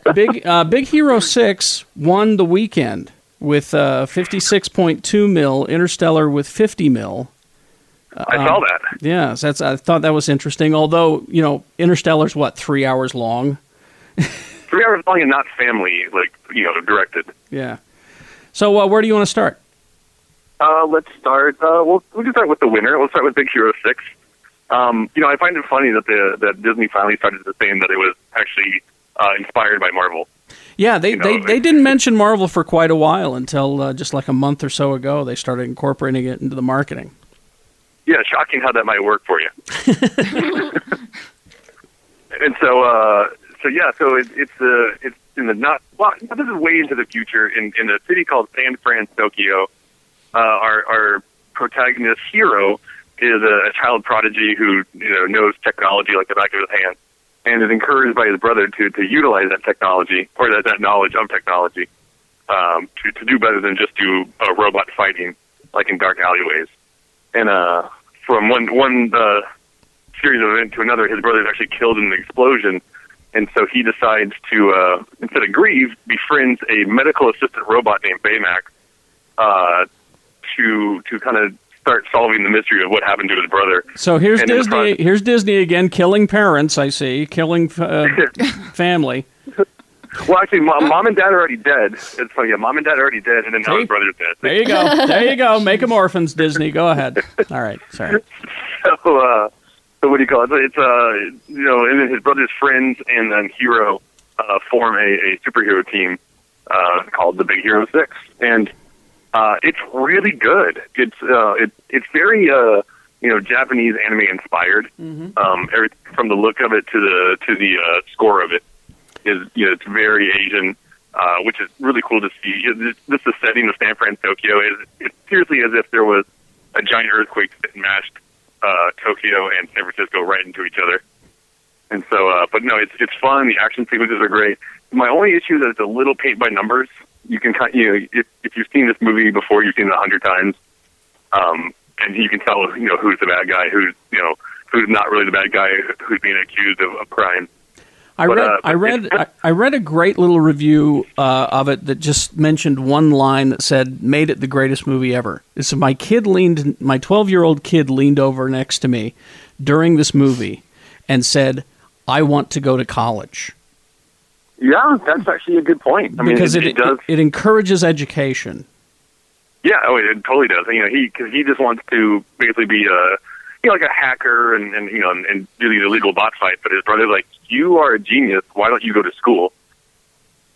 [SPEAKER 1] fine. Big uh, Big Hero Six won the weekend with uh, fifty six point two mil, Interstellar with fifty mil,
[SPEAKER 10] I saw that.
[SPEAKER 1] Yes, that's. I thought that was interesting. Although you know, Interstellar's what three hours long.
[SPEAKER 10] Three hours long and not family, like you know, directed.
[SPEAKER 1] Yeah. So uh, where do you want to start?
[SPEAKER 10] Uh, let's start. Uh, we'll we can start with the winner. We'll start with Big Hero Six. Um, you know, I find it funny that the that Disney finally started to saying that it was actually uh, inspired by Marvel.
[SPEAKER 1] Yeah, they,
[SPEAKER 10] You know,
[SPEAKER 1] they,
[SPEAKER 10] it-
[SPEAKER 1] they didn't mention Marvel for quite a while until uh, just like a month or so ago. They started incorporating it into the marketing.
[SPEAKER 10] Yeah, shocking how that might work for you. and so, uh, so yeah, so it, it's uh, it's in the not well. This is way into the future in in a city called San Fran, Tokyo. Uh, our our protagonist hero is a, a child prodigy who you know knows technology like the back of his hand, and is encouraged by his brother to to utilize that technology or that that knowledge of technology um, to to do better than just do uh, robot fighting like in dark alleyways. And uh, from one one uh, series of event to another, his brother is actually killed in an explosion, and so he decides to uh, instead of grieve, befriends a medical assistant robot named Baymax uh, to to kind of start solving the mystery of what happened to his brother.
[SPEAKER 1] So here's
[SPEAKER 10] And in the
[SPEAKER 1] Disney. here's Disney again, killing parents. I see, killing uh, family.
[SPEAKER 10] Well, actually, mom, mom and dad are already dead. It's funny. Yeah, mom and dad are already dead, and then now his brother's dead.
[SPEAKER 1] There you go. There you go. Make them orphans, Disney. Go ahead. All right. Sorry.
[SPEAKER 10] so, uh, so what do you call it? It's uh, you know, and then his brother's friends and then hero uh, form a, a superhero team uh, called the Big Hero Six, and uh, it's really good. It's uh, it, it's very uh, you know Japanese anime inspired.
[SPEAKER 14] Mm-hmm.
[SPEAKER 7] Mm-hmm.
[SPEAKER 10] Um, everything from the look of it to the to the uh, score of it is you know it's very Asian, uh, which is really cool to see. You know, This, this is setting of San Fran, Tokyo. Is it's seriously as if there was a giant earthquake that mashed uh, Tokyo and San Francisco right into each other. And so, uh, but no, it's it's fun. The action sequences are great. My only issue is that it's a little paint by numbers. You can kind you know if if you've seen this movie before, you've seen it a hundred times, um, and you can tell you know who's the bad guy, who's you know who's not really the bad guy, who's being accused of, of crime.
[SPEAKER 1] I
[SPEAKER 10] But,
[SPEAKER 1] read,
[SPEAKER 10] uh,
[SPEAKER 1] I read, I, I read a great little review uh, of it that just mentioned one line that said, "Made it the greatest movie ever." So my kid leaned, my twelve-year-old kid leaned over next to me during this movie and said, "I want to go to college
[SPEAKER 10] Yeah, that's actually a good point. I mean,
[SPEAKER 1] because
[SPEAKER 10] it, it does.
[SPEAKER 1] it encourages education."
[SPEAKER 10] Yeah, oh, it totally does. You know, he because he just wants to basically be a you know like a hacker and, and you know and, and do these illegal bot fights. But his brother's like, "You are a genius. Why don't you go to school?"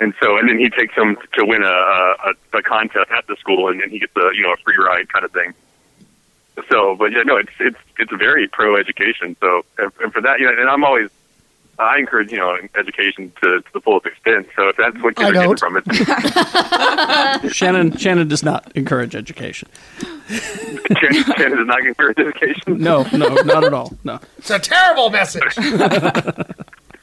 [SPEAKER 10] And so, and then he takes him to win a a, a contest at the school, and then he gets a you know a free ride kind of thing. So, but yeah, no, it's it's it's very pro education. So, and, and for that, you know, and I'm always. I encourage, you know, education to, to the fullest extent. So if that's what
[SPEAKER 1] I
[SPEAKER 10] kids are getting
[SPEAKER 1] don't.
[SPEAKER 10] from it,
[SPEAKER 1] Shannon, Shannon does not encourage education.
[SPEAKER 10] Shannon does not encourage education.
[SPEAKER 1] No, no, not at all. No.
[SPEAKER 4] It's a terrible message.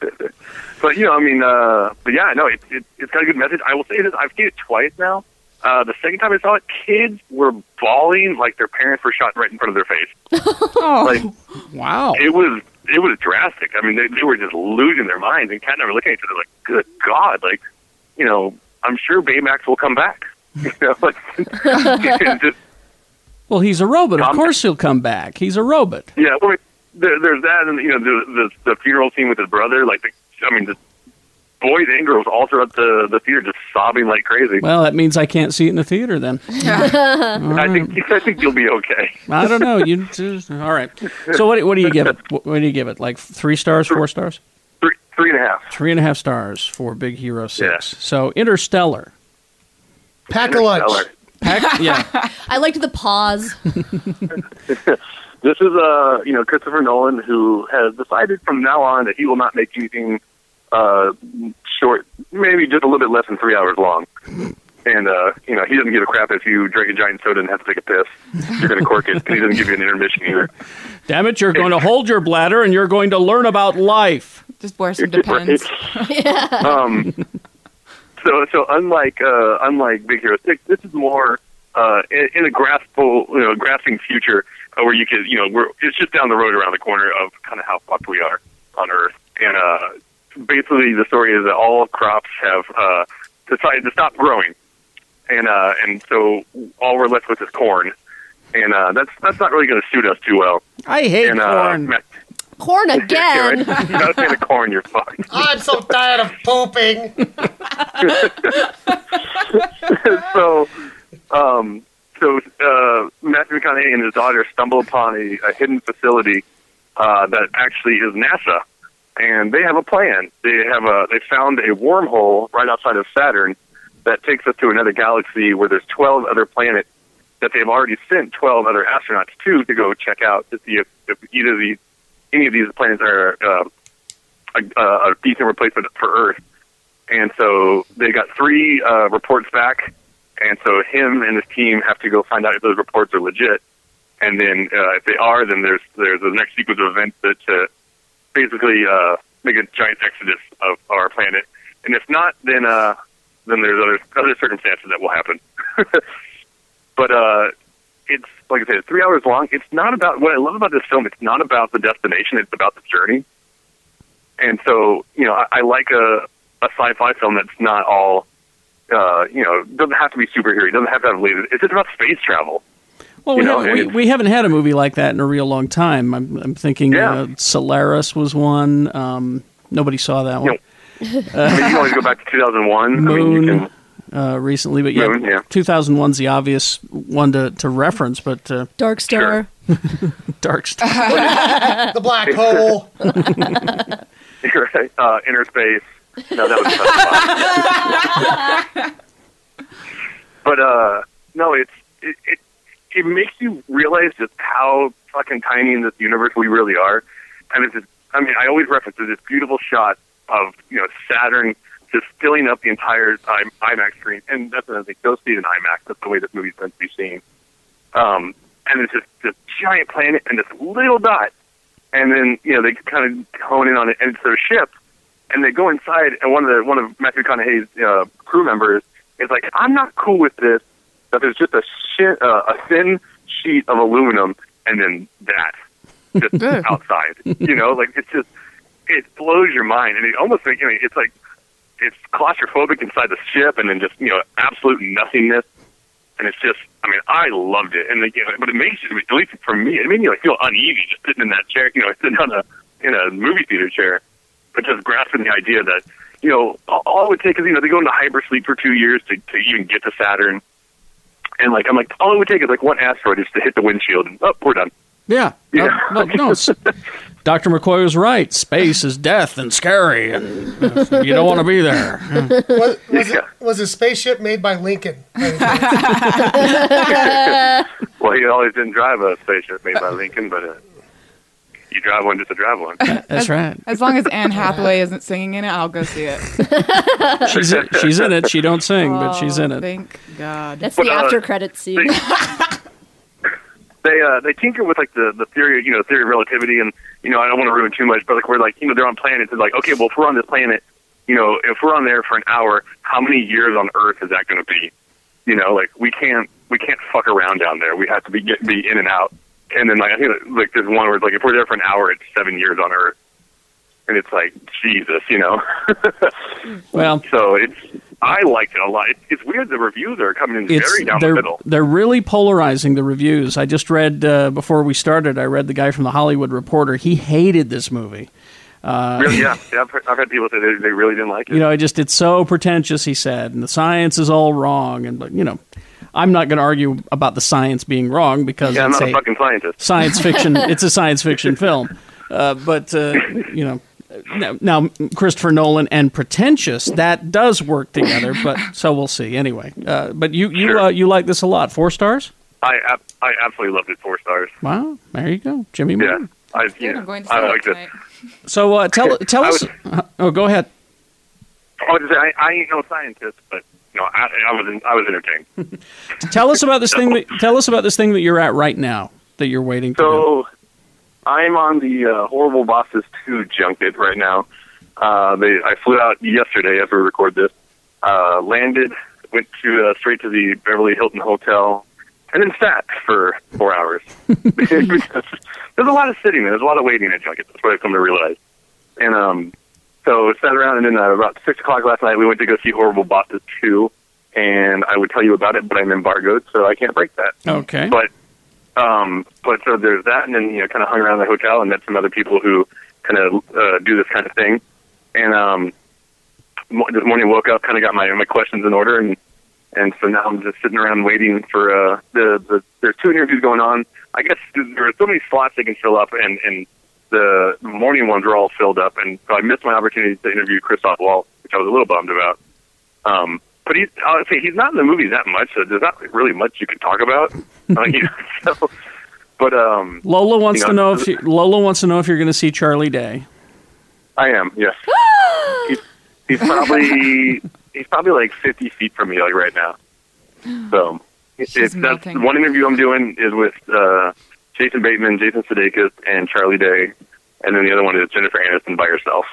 [SPEAKER 10] But you know, I mean, uh, but yeah, no, it, it, it's got a good message. I will say this: I've seen it twice now. Uh, the second time I saw it, kids were bawling like their parents were shot right in front of their face.
[SPEAKER 1] Oh,
[SPEAKER 10] Like,
[SPEAKER 1] wow!
[SPEAKER 10] It was it was drastic. I mean, they, they were just losing their minds and kind of looking at each other like, "Good God!" Like, you know, I'm sure Baymax will come back. You know, like, it's just
[SPEAKER 1] Well, he's a robot. Of course, he'll come back. He's a robot.
[SPEAKER 10] Yeah, well, there, there's that, and you know, the, the the funeral scene with his brother. Like, the, I mean, the boys and girls all throughout the the theater just sobbing like crazy.
[SPEAKER 1] Well, that means I can't see it in the theater then.
[SPEAKER 10] I think
[SPEAKER 1] uh,
[SPEAKER 10] I think you'll be okay.
[SPEAKER 1] I don't know. You just, all right? So what? do- What do you give it? What, what do you give it? Like three stars, four stars,
[SPEAKER 10] Three three and a half.
[SPEAKER 1] three and a half stars for Big Hero Six. So Interstellar.
[SPEAKER 4] Pack
[SPEAKER 1] a
[SPEAKER 4] lunch.
[SPEAKER 1] Pack. Yeah.
[SPEAKER 14] I liked the pause.
[SPEAKER 10] This is uh, you know Christopher Nolan who has decided from now on that he will not make anything uh, short, maybe just a little bit less than three hours long. And uh, you know he doesn't give a crap if you drink a giant soda and have to take a piss. You're going to cork it, and he doesn't give you an intermission either.
[SPEAKER 1] Damn it! You're going to hold your bladder, and you're going to learn about life.
[SPEAKER 15] Just wear some
[SPEAKER 10] Right.
[SPEAKER 15] depends.
[SPEAKER 1] Oh,
[SPEAKER 10] um, so so unlike uh, unlike Big Hero Six, this is more uh, in, in a graspable, you know, grasping future uh, where you could, you know, we're, it's just down the road around the corner of kind of how fucked we are on Earth. And uh, basically, the story is that all crops have uh, decided to stop growing, and uh, and so all we're left with is corn. and uh, that's that's not really going to suit us too well.
[SPEAKER 14] I hate
[SPEAKER 10] and, uh,
[SPEAKER 14] corn.
[SPEAKER 10] Matt-
[SPEAKER 14] Corn
[SPEAKER 10] yeah, right.
[SPEAKER 14] again.
[SPEAKER 10] If you're not a fan of corn, you're fucked.
[SPEAKER 4] I'm so tired of pooping.
[SPEAKER 10] so, um, so uh, Matthew McConaughey and his daughter stumble upon a, a hidden facility uh, that actually is NASA, and they have a plan. They have a they found a wormhole right outside of Saturn that takes us to another galaxy where there's 12 other planets that they've already sent 12 other astronauts to to go check out to see if, if either of these any of these planets are uh, a, a decent replacement for Earth. And so they got three uh, reports back, and so him and his team have to go find out if those reports are legit. And then uh, if they are, then there's there's the next sequence of events that uh, basically uh, make a giant exodus of our planet. And if not, then uh, then there's other other circumstances that will happen. but uh, it's like I said, it's three hours long. It's not about what I love about this film. It's not about the destination. It's about the journey. And so, you know, I, I like a a sci-fi film that's not all, uh, you know, doesn't have to be superhero. Doesn't have to have lasers. It's just about space travel.
[SPEAKER 1] Well, we,
[SPEAKER 10] You know,
[SPEAKER 1] haven't, we,
[SPEAKER 10] and-
[SPEAKER 1] we haven't had a movie like that in a real long time. I'm, I'm thinking uh, Solaris was one. Um, nobody saw that one.
[SPEAKER 10] I mean, you can always go back to 2001. I mean, you
[SPEAKER 1] Moon
[SPEAKER 10] can.
[SPEAKER 1] uh, recently, but yeah,
[SPEAKER 10] Moon, yeah.
[SPEAKER 1] 2001's the obvious one to, to reference, but uh,
[SPEAKER 14] Dark Star.
[SPEAKER 1] Dark Star.
[SPEAKER 4] the black hole.
[SPEAKER 10] You're right. Uh, inner space. No, that was But uh, no, it's it, it it makes you realize just how fucking tiny in this universe we really are. And it's just, I mean, I always reference to this beautiful shot of you know Saturn just filling up the entire I- IMAX screen, and that's another thing. Go see it in IMAX. That's the way this movie's meant to be seen. Um, and it's just this giant planet and this little dot, and then you know they kind of hone in on it, and it's their ship, and they go inside, and one of the one of Matthew McConaughey's uh, crew members is like, "I'm not cool with this." That there's just a shit, uh, a thin sheet of aluminum, and then that just outside. You know, like it's just it blows your mind, and it almost like, I mean, it's like it's claustrophobic inside the ship, and then just you know absolute nothingness, and it's just. I mean, I loved it, and like, you know, but it makes you, at least for me, it made me like feel uneasy just sitting in that chair, you know, sitting on a in a movie theater chair but just grasping the idea that you know all- all it would take is you know they go into hypersleep for two years to, to even get to Saturn, and like I'm like all it would take is like one asteroid just to hit the windshield and oh we're done.
[SPEAKER 1] Yeah. Uh,
[SPEAKER 10] Yeah.
[SPEAKER 1] No, no, no, it's- Dr. McCoy was right. Space is death and scary, and uh, you don't want to be there.
[SPEAKER 4] was, was, it, was a spaceship made by Lincoln.
[SPEAKER 10] Well, he always didn't drive a spaceship made by Lincoln, but uh, you drive one just to drive one.
[SPEAKER 1] That's right.
[SPEAKER 15] As long as Anne Hathaway isn't singing in it, I'll go see it.
[SPEAKER 1] She's in, she's in it. She don't sing, but she's in
[SPEAKER 15] Oh,
[SPEAKER 1] it.
[SPEAKER 15] Thank God.
[SPEAKER 14] That's
[SPEAKER 10] But,
[SPEAKER 14] the
[SPEAKER 10] uh,
[SPEAKER 14] after credit scene.
[SPEAKER 10] they uh, they tinker with like the the theory of, you know theory of relativity and you know I don't want to ruin too much but like we're like you know they're on planets and like okay well if we're on this planet you know if we're on there for an hour how many years on Earth is that going to be you know like we can't we can't fuck around down there we have to be get, be in and out and then like I think like there's one where it's like if we're there for an hour it's seven years on Earth and it's like Jesus you know
[SPEAKER 1] Well,
[SPEAKER 10] so it's I liked it a lot it's, it's weird the reviews are coming in
[SPEAKER 1] it's
[SPEAKER 10] very down the
[SPEAKER 1] they're
[SPEAKER 10] middle
[SPEAKER 1] they're really polarizing the reviews. I just read uh, before we started. I read the guy from the Hollywood Reporter. He hated this movie. Uh,
[SPEAKER 10] really yeah, yeah I've, heard, I've heard people say they, they really didn't like it.
[SPEAKER 1] you know, it just it's so pretentious. He said, and the science is all wrong. And but you know, I'm not going to argue about the science being wrong because
[SPEAKER 10] Yeah, I'm
[SPEAKER 1] it's
[SPEAKER 10] not a
[SPEAKER 1] a
[SPEAKER 10] fucking scientist.
[SPEAKER 1] science fiction. it's a science fiction film, uh, but uh, you know. Now, now, Christopher Nolan and pretentious that does work together, but so we'll see. Anyway, uh, but you you uh, you like this a lot? Four stars?
[SPEAKER 10] I ab- I absolutely loved it. Four stars.
[SPEAKER 1] Wow, there you go, Jimmy.
[SPEAKER 10] Yeah,
[SPEAKER 1] Moore.
[SPEAKER 10] I yeah,
[SPEAKER 15] I'm going to see
[SPEAKER 10] I
[SPEAKER 15] it
[SPEAKER 10] like this.
[SPEAKER 15] tonight.
[SPEAKER 1] So uh, tell tell
[SPEAKER 10] I
[SPEAKER 1] us. uh, oh, go ahead.
[SPEAKER 10] I, was just, I I ain't no scientist, but no, I, I was I was entertained.
[SPEAKER 1] Mm-hmm. Tell us about this thing. That, tell us about this thing that you're at right now that you're waiting for.
[SPEAKER 10] So I'm on the uh, Horrible Bosses 2 junket right now. Uh, they, I flew out yesterday after we record this, uh, landed, went to uh, straight to the Beverly Hilton Hotel, and then sat for four hours. Because there's a lot of sitting there. There's a lot of waiting at junkets. That's what I've come to realize. And um, so sat around, and then uh, about 6 o'clock last night, we went to go see Horrible Bosses 2, and I would tell you about it, but I'm embargoed, so I can't break that.
[SPEAKER 1] Okay.
[SPEAKER 10] But Um, but so there's that, and then you know, kind of hung around the hotel and met some other people who kind of uh, do this kind of thing. And um, mo- this morning, woke up, kind of got my my questions in order, and and so now I'm just sitting around waiting for uh, the the. There's two interviews going on. I guess there are so many slots they can fill up, and and the morning ones were all filled up, and so I missed my opportunity to interview Christoph Wall, which I was a little bummed about. Um, but he's I would say he's not in the movie that much, so there's not really much you can talk about. Like, you know, so, but um,
[SPEAKER 1] Lola wants
[SPEAKER 10] you
[SPEAKER 1] to know if you, Lola wants to know if you're going to see Charlie Day.
[SPEAKER 10] I am. Yes, he's, he's probably he's probably like 50 feet from me like right now. So it, it, that's
[SPEAKER 15] melting.
[SPEAKER 10] one interview I'm doing is with uh, Jason Bateman, Jason Sudeikis, and Charlie Day, and then the other one is Jennifer Aniston by herself.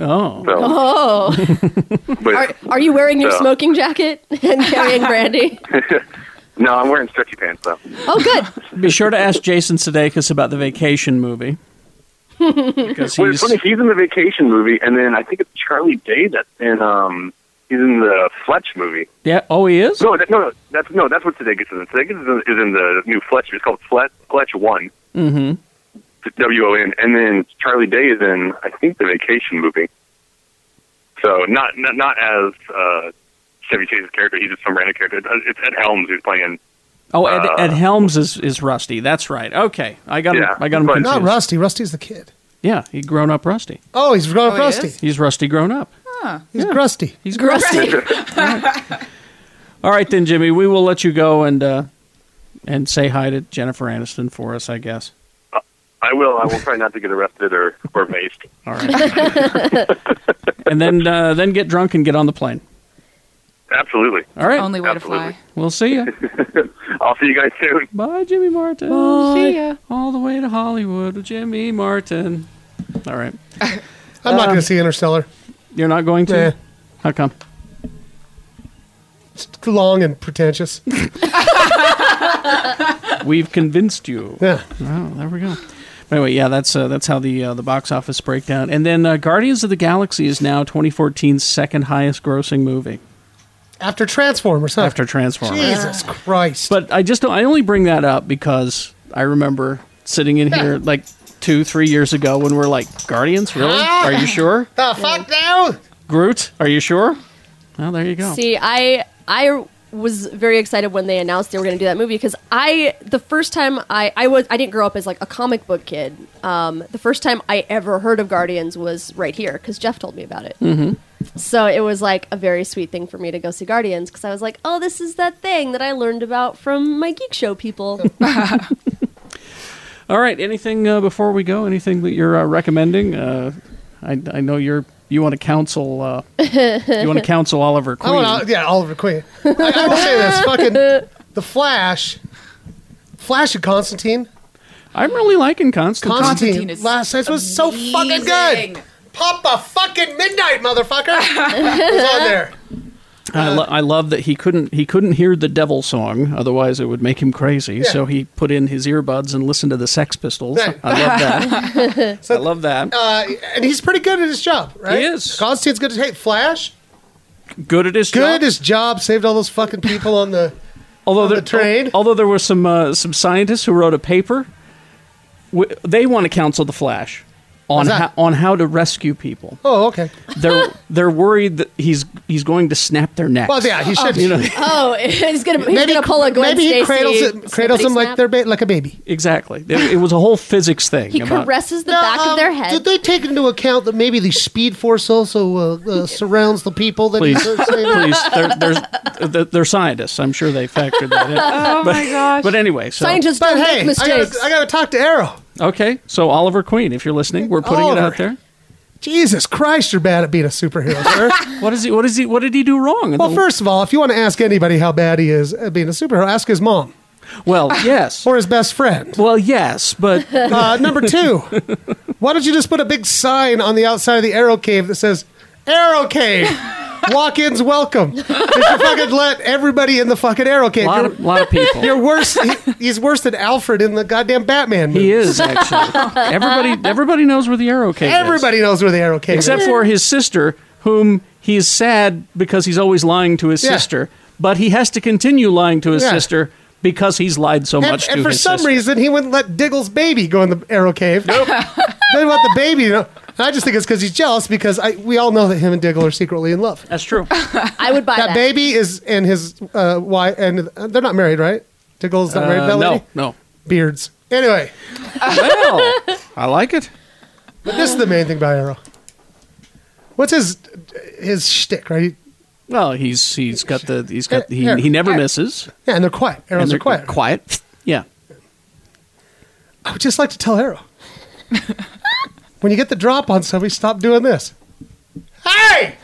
[SPEAKER 1] Oh.
[SPEAKER 10] So,
[SPEAKER 14] Oh.
[SPEAKER 10] but,
[SPEAKER 14] Are, are you wearing your
[SPEAKER 10] So-
[SPEAKER 14] smoking jacket and carrying brandy?
[SPEAKER 10] no, I'm wearing stretchy pants though.
[SPEAKER 14] Oh, good.
[SPEAKER 1] Be sure to ask Jason Sudeikis about the vacation movie. Because
[SPEAKER 10] Well, it's
[SPEAKER 1] he's-
[SPEAKER 10] funny, he's in the Vacation movie, and then I think it's Charlie Day that's in. Um, he's in the Fletch movie.
[SPEAKER 1] Yeah. Oh, he is.
[SPEAKER 10] No, that, no, no, that's no, that's what Sudeikis is in. Sudeikis is in, is in the new Fletch. It's called Fletch, Fletch One,
[SPEAKER 1] Mm-hmm.
[SPEAKER 10] W O N, and then Charlie Day is in. I think the Vacation movie. So not not, not as uh, Chevy Chase's character. He's just some random character. It's- It's Ed Helms who's playing.
[SPEAKER 1] Oh, Ed,
[SPEAKER 10] Uh,
[SPEAKER 1] Ed Helms is, is Rusty. That's right. Okay, I got
[SPEAKER 10] Yeah,
[SPEAKER 1] him. I got him
[SPEAKER 10] but-
[SPEAKER 1] confused.
[SPEAKER 4] Not Rusty. Rusty's the kid.
[SPEAKER 1] Yeah, he grown up Rusty.
[SPEAKER 4] Oh, he's grown up Rusty.
[SPEAKER 1] He's Rusty grown up.
[SPEAKER 4] Huh. He's crusty.
[SPEAKER 1] He's crusty. All right then, Jimmy. We will let you go and uh, and say hi to Jennifer Aniston for us, I guess.
[SPEAKER 10] I will. I will try not to get arrested or or maced.
[SPEAKER 1] All right. and then uh, then get drunk and get on the plane.
[SPEAKER 10] Absolutely.
[SPEAKER 1] All right.
[SPEAKER 10] Only way to fly.
[SPEAKER 1] We'll see you.
[SPEAKER 10] I'll see you guys soon.
[SPEAKER 1] Bye, Jimmy Martin.
[SPEAKER 4] See
[SPEAKER 1] ya. All the way to Hollywood with Jimmy Martin. All right.
[SPEAKER 4] I'm not
[SPEAKER 1] Uh,
[SPEAKER 4] going to see Interstellar.
[SPEAKER 1] You're not going to?
[SPEAKER 4] Nah.
[SPEAKER 1] How come?
[SPEAKER 4] It's too long and pretentious.
[SPEAKER 1] We've convinced you.
[SPEAKER 4] Yeah.
[SPEAKER 1] Oh, there we go. Anyway, yeah, that's uh, that's how the uh, the box office breakdown. And then uh, Guardians of the Galaxy is now 2014's second highest grossing movie
[SPEAKER 4] After Transformers, huh?
[SPEAKER 1] after Transformers.
[SPEAKER 4] Jesus Christ.
[SPEAKER 1] But I just don't, I only bring that up because I remember sitting in here like two, three years ago when we're like, Guardians, really?
[SPEAKER 4] Ah.
[SPEAKER 1] Are you sure?
[SPEAKER 4] The fuck now?
[SPEAKER 1] Groot, are you sure? Well, there you go.
[SPEAKER 14] See, I I was very excited when they announced they were going to do that movie because I the first time I I was I didn't grow up as like a comic book kid. Um, the first time I ever heard of Guardians was right here because Jeff told me about it.
[SPEAKER 16] Mm-hmm.
[SPEAKER 14] So it was like a very sweet thing for me to go see Guardians because I was like, oh, this is that thing that I learned about from my geek show people.
[SPEAKER 1] All right. Anything uh, before we go? Anything that you're uh, recommending? Uh, I, I know you're you want to counsel uh, you want to counsel Oliver
[SPEAKER 4] I
[SPEAKER 1] Queen.
[SPEAKER 4] wanna, yeah, Oliver Queen. I, I will say this: fucking the Flash, Flash and Constantine.
[SPEAKER 1] I'm really liking Constantine.
[SPEAKER 4] Constantine last night was so fucking good. Pop a fucking midnight, motherfucker. was on there.
[SPEAKER 1] I,
[SPEAKER 4] uh,
[SPEAKER 1] lo- I love that he couldn't he couldn't hear the devil song, otherwise it would make him crazy.
[SPEAKER 4] Yeah.
[SPEAKER 1] So he put in his earbuds and listened to the Sex Pistols. I love that.
[SPEAKER 4] that.
[SPEAKER 1] I love that.
[SPEAKER 4] Uh, and he's pretty good at his job, right?
[SPEAKER 1] He is.
[SPEAKER 4] Constantine's good at hey, Flash.
[SPEAKER 1] Good at his
[SPEAKER 4] good
[SPEAKER 1] job.
[SPEAKER 4] at his job. Saved all those fucking people on the.
[SPEAKER 1] although
[SPEAKER 4] on
[SPEAKER 1] there,
[SPEAKER 4] the train.
[SPEAKER 1] although there were some uh, some scientists who wrote a paper, w- they want to counsel the Flash on
[SPEAKER 4] What's that?
[SPEAKER 1] ho- on how to rescue people.
[SPEAKER 4] Oh, okay.
[SPEAKER 1] They're they're worried that he's he's going to snap their necks.
[SPEAKER 4] Well, yeah, he should.
[SPEAKER 1] You know,
[SPEAKER 14] oh, he's gonna he's
[SPEAKER 4] Maybe-
[SPEAKER 14] gonna pull a Gwen
[SPEAKER 4] Maybe he
[SPEAKER 14] Stacy
[SPEAKER 4] cradles him, cradles
[SPEAKER 14] snippety
[SPEAKER 4] him like
[SPEAKER 14] snap.
[SPEAKER 4] they're ba- like a baby.
[SPEAKER 1] exactly. It, it was a whole physics thing.
[SPEAKER 14] He
[SPEAKER 1] about,
[SPEAKER 14] caresses the back
[SPEAKER 4] um,
[SPEAKER 14] of their head.
[SPEAKER 4] Did they take into account that maybe the Speed Force also uh, uh, surrounds the people? That
[SPEAKER 1] please,
[SPEAKER 4] he's saying?
[SPEAKER 1] please, they're, they're, they're, they're scientists. I'm sure they factored that in.
[SPEAKER 4] Oh
[SPEAKER 1] but,
[SPEAKER 4] my gosh.
[SPEAKER 1] But anyway, so
[SPEAKER 4] but hey, I gotta, I gotta talk to Arrow.
[SPEAKER 1] okay. So Oliver Queen, if you're listening, we're putting it
[SPEAKER 4] Oliver.
[SPEAKER 1] out there.
[SPEAKER 4] Jesus Christ, you're bad at being a superhero, sir.
[SPEAKER 1] What is he? What is he? What did he do wrong?
[SPEAKER 4] well, first of all, if you want to ask anybody how bad he is at being a superhero, ask his mom.
[SPEAKER 1] Well, yes.
[SPEAKER 4] or his best friend.
[SPEAKER 1] Well, yes, but.
[SPEAKER 4] Uh, number two, why don't you just put a big sign on the outside of the Arrow Cave that says, Arrow Cave! Walk ins welcome. If you fucking let everybody in the fucking Arrow Cave.
[SPEAKER 1] Lot of-
[SPEAKER 4] You're-
[SPEAKER 1] lot of people.
[SPEAKER 4] You're worse. he- he's worse than Alfred in the goddamn Batman movie.
[SPEAKER 1] He is actually. Everybody, everybody knows where the arrow came.
[SPEAKER 4] Everybody knows where the arrow came.
[SPEAKER 1] except for his sister, whom he is sad because he's always lying to his
[SPEAKER 4] Yeah.
[SPEAKER 1] sister, but he has to continue lying to his
[SPEAKER 4] Yeah.
[SPEAKER 1] sister because he's lied so
[SPEAKER 4] and,
[SPEAKER 1] much
[SPEAKER 4] and
[SPEAKER 1] to
[SPEAKER 4] for
[SPEAKER 1] his
[SPEAKER 4] some
[SPEAKER 1] sister.
[SPEAKER 4] reason, he wouldn't let Diggle's baby go in the arrow cave. Nope. they want the baby. You know? And I just think it's because he's jealous because I, we all know that him and Diggle are secretly in love.
[SPEAKER 1] That's true.
[SPEAKER 14] I would buy
[SPEAKER 4] that,
[SPEAKER 14] that.
[SPEAKER 4] baby is and his uh, wife, and uh, they're not married, right? Diggle's not married.
[SPEAKER 1] Uh,
[SPEAKER 4] to that
[SPEAKER 1] no,
[SPEAKER 4] lady?
[SPEAKER 1] no.
[SPEAKER 4] Beards. Anyway,
[SPEAKER 1] well, I like it.
[SPEAKER 4] But this is the main thing about Arrow. What's his his shtick, right?
[SPEAKER 1] Well, he's he's got the he's got he,
[SPEAKER 4] Here,
[SPEAKER 1] he never
[SPEAKER 4] here.
[SPEAKER 1] misses.
[SPEAKER 4] Yeah, and they're quiet. Arrows
[SPEAKER 1] And
[SPEAKER 4] are
[SPEAKER 1] they're
[SPEAKER 4] quiet.
[SPEAKER 1] Quiet. Yeah.
[SPEAKER 4] I would just like to tell Arrow. when you get the drop on somebody, stop doing this. Hey!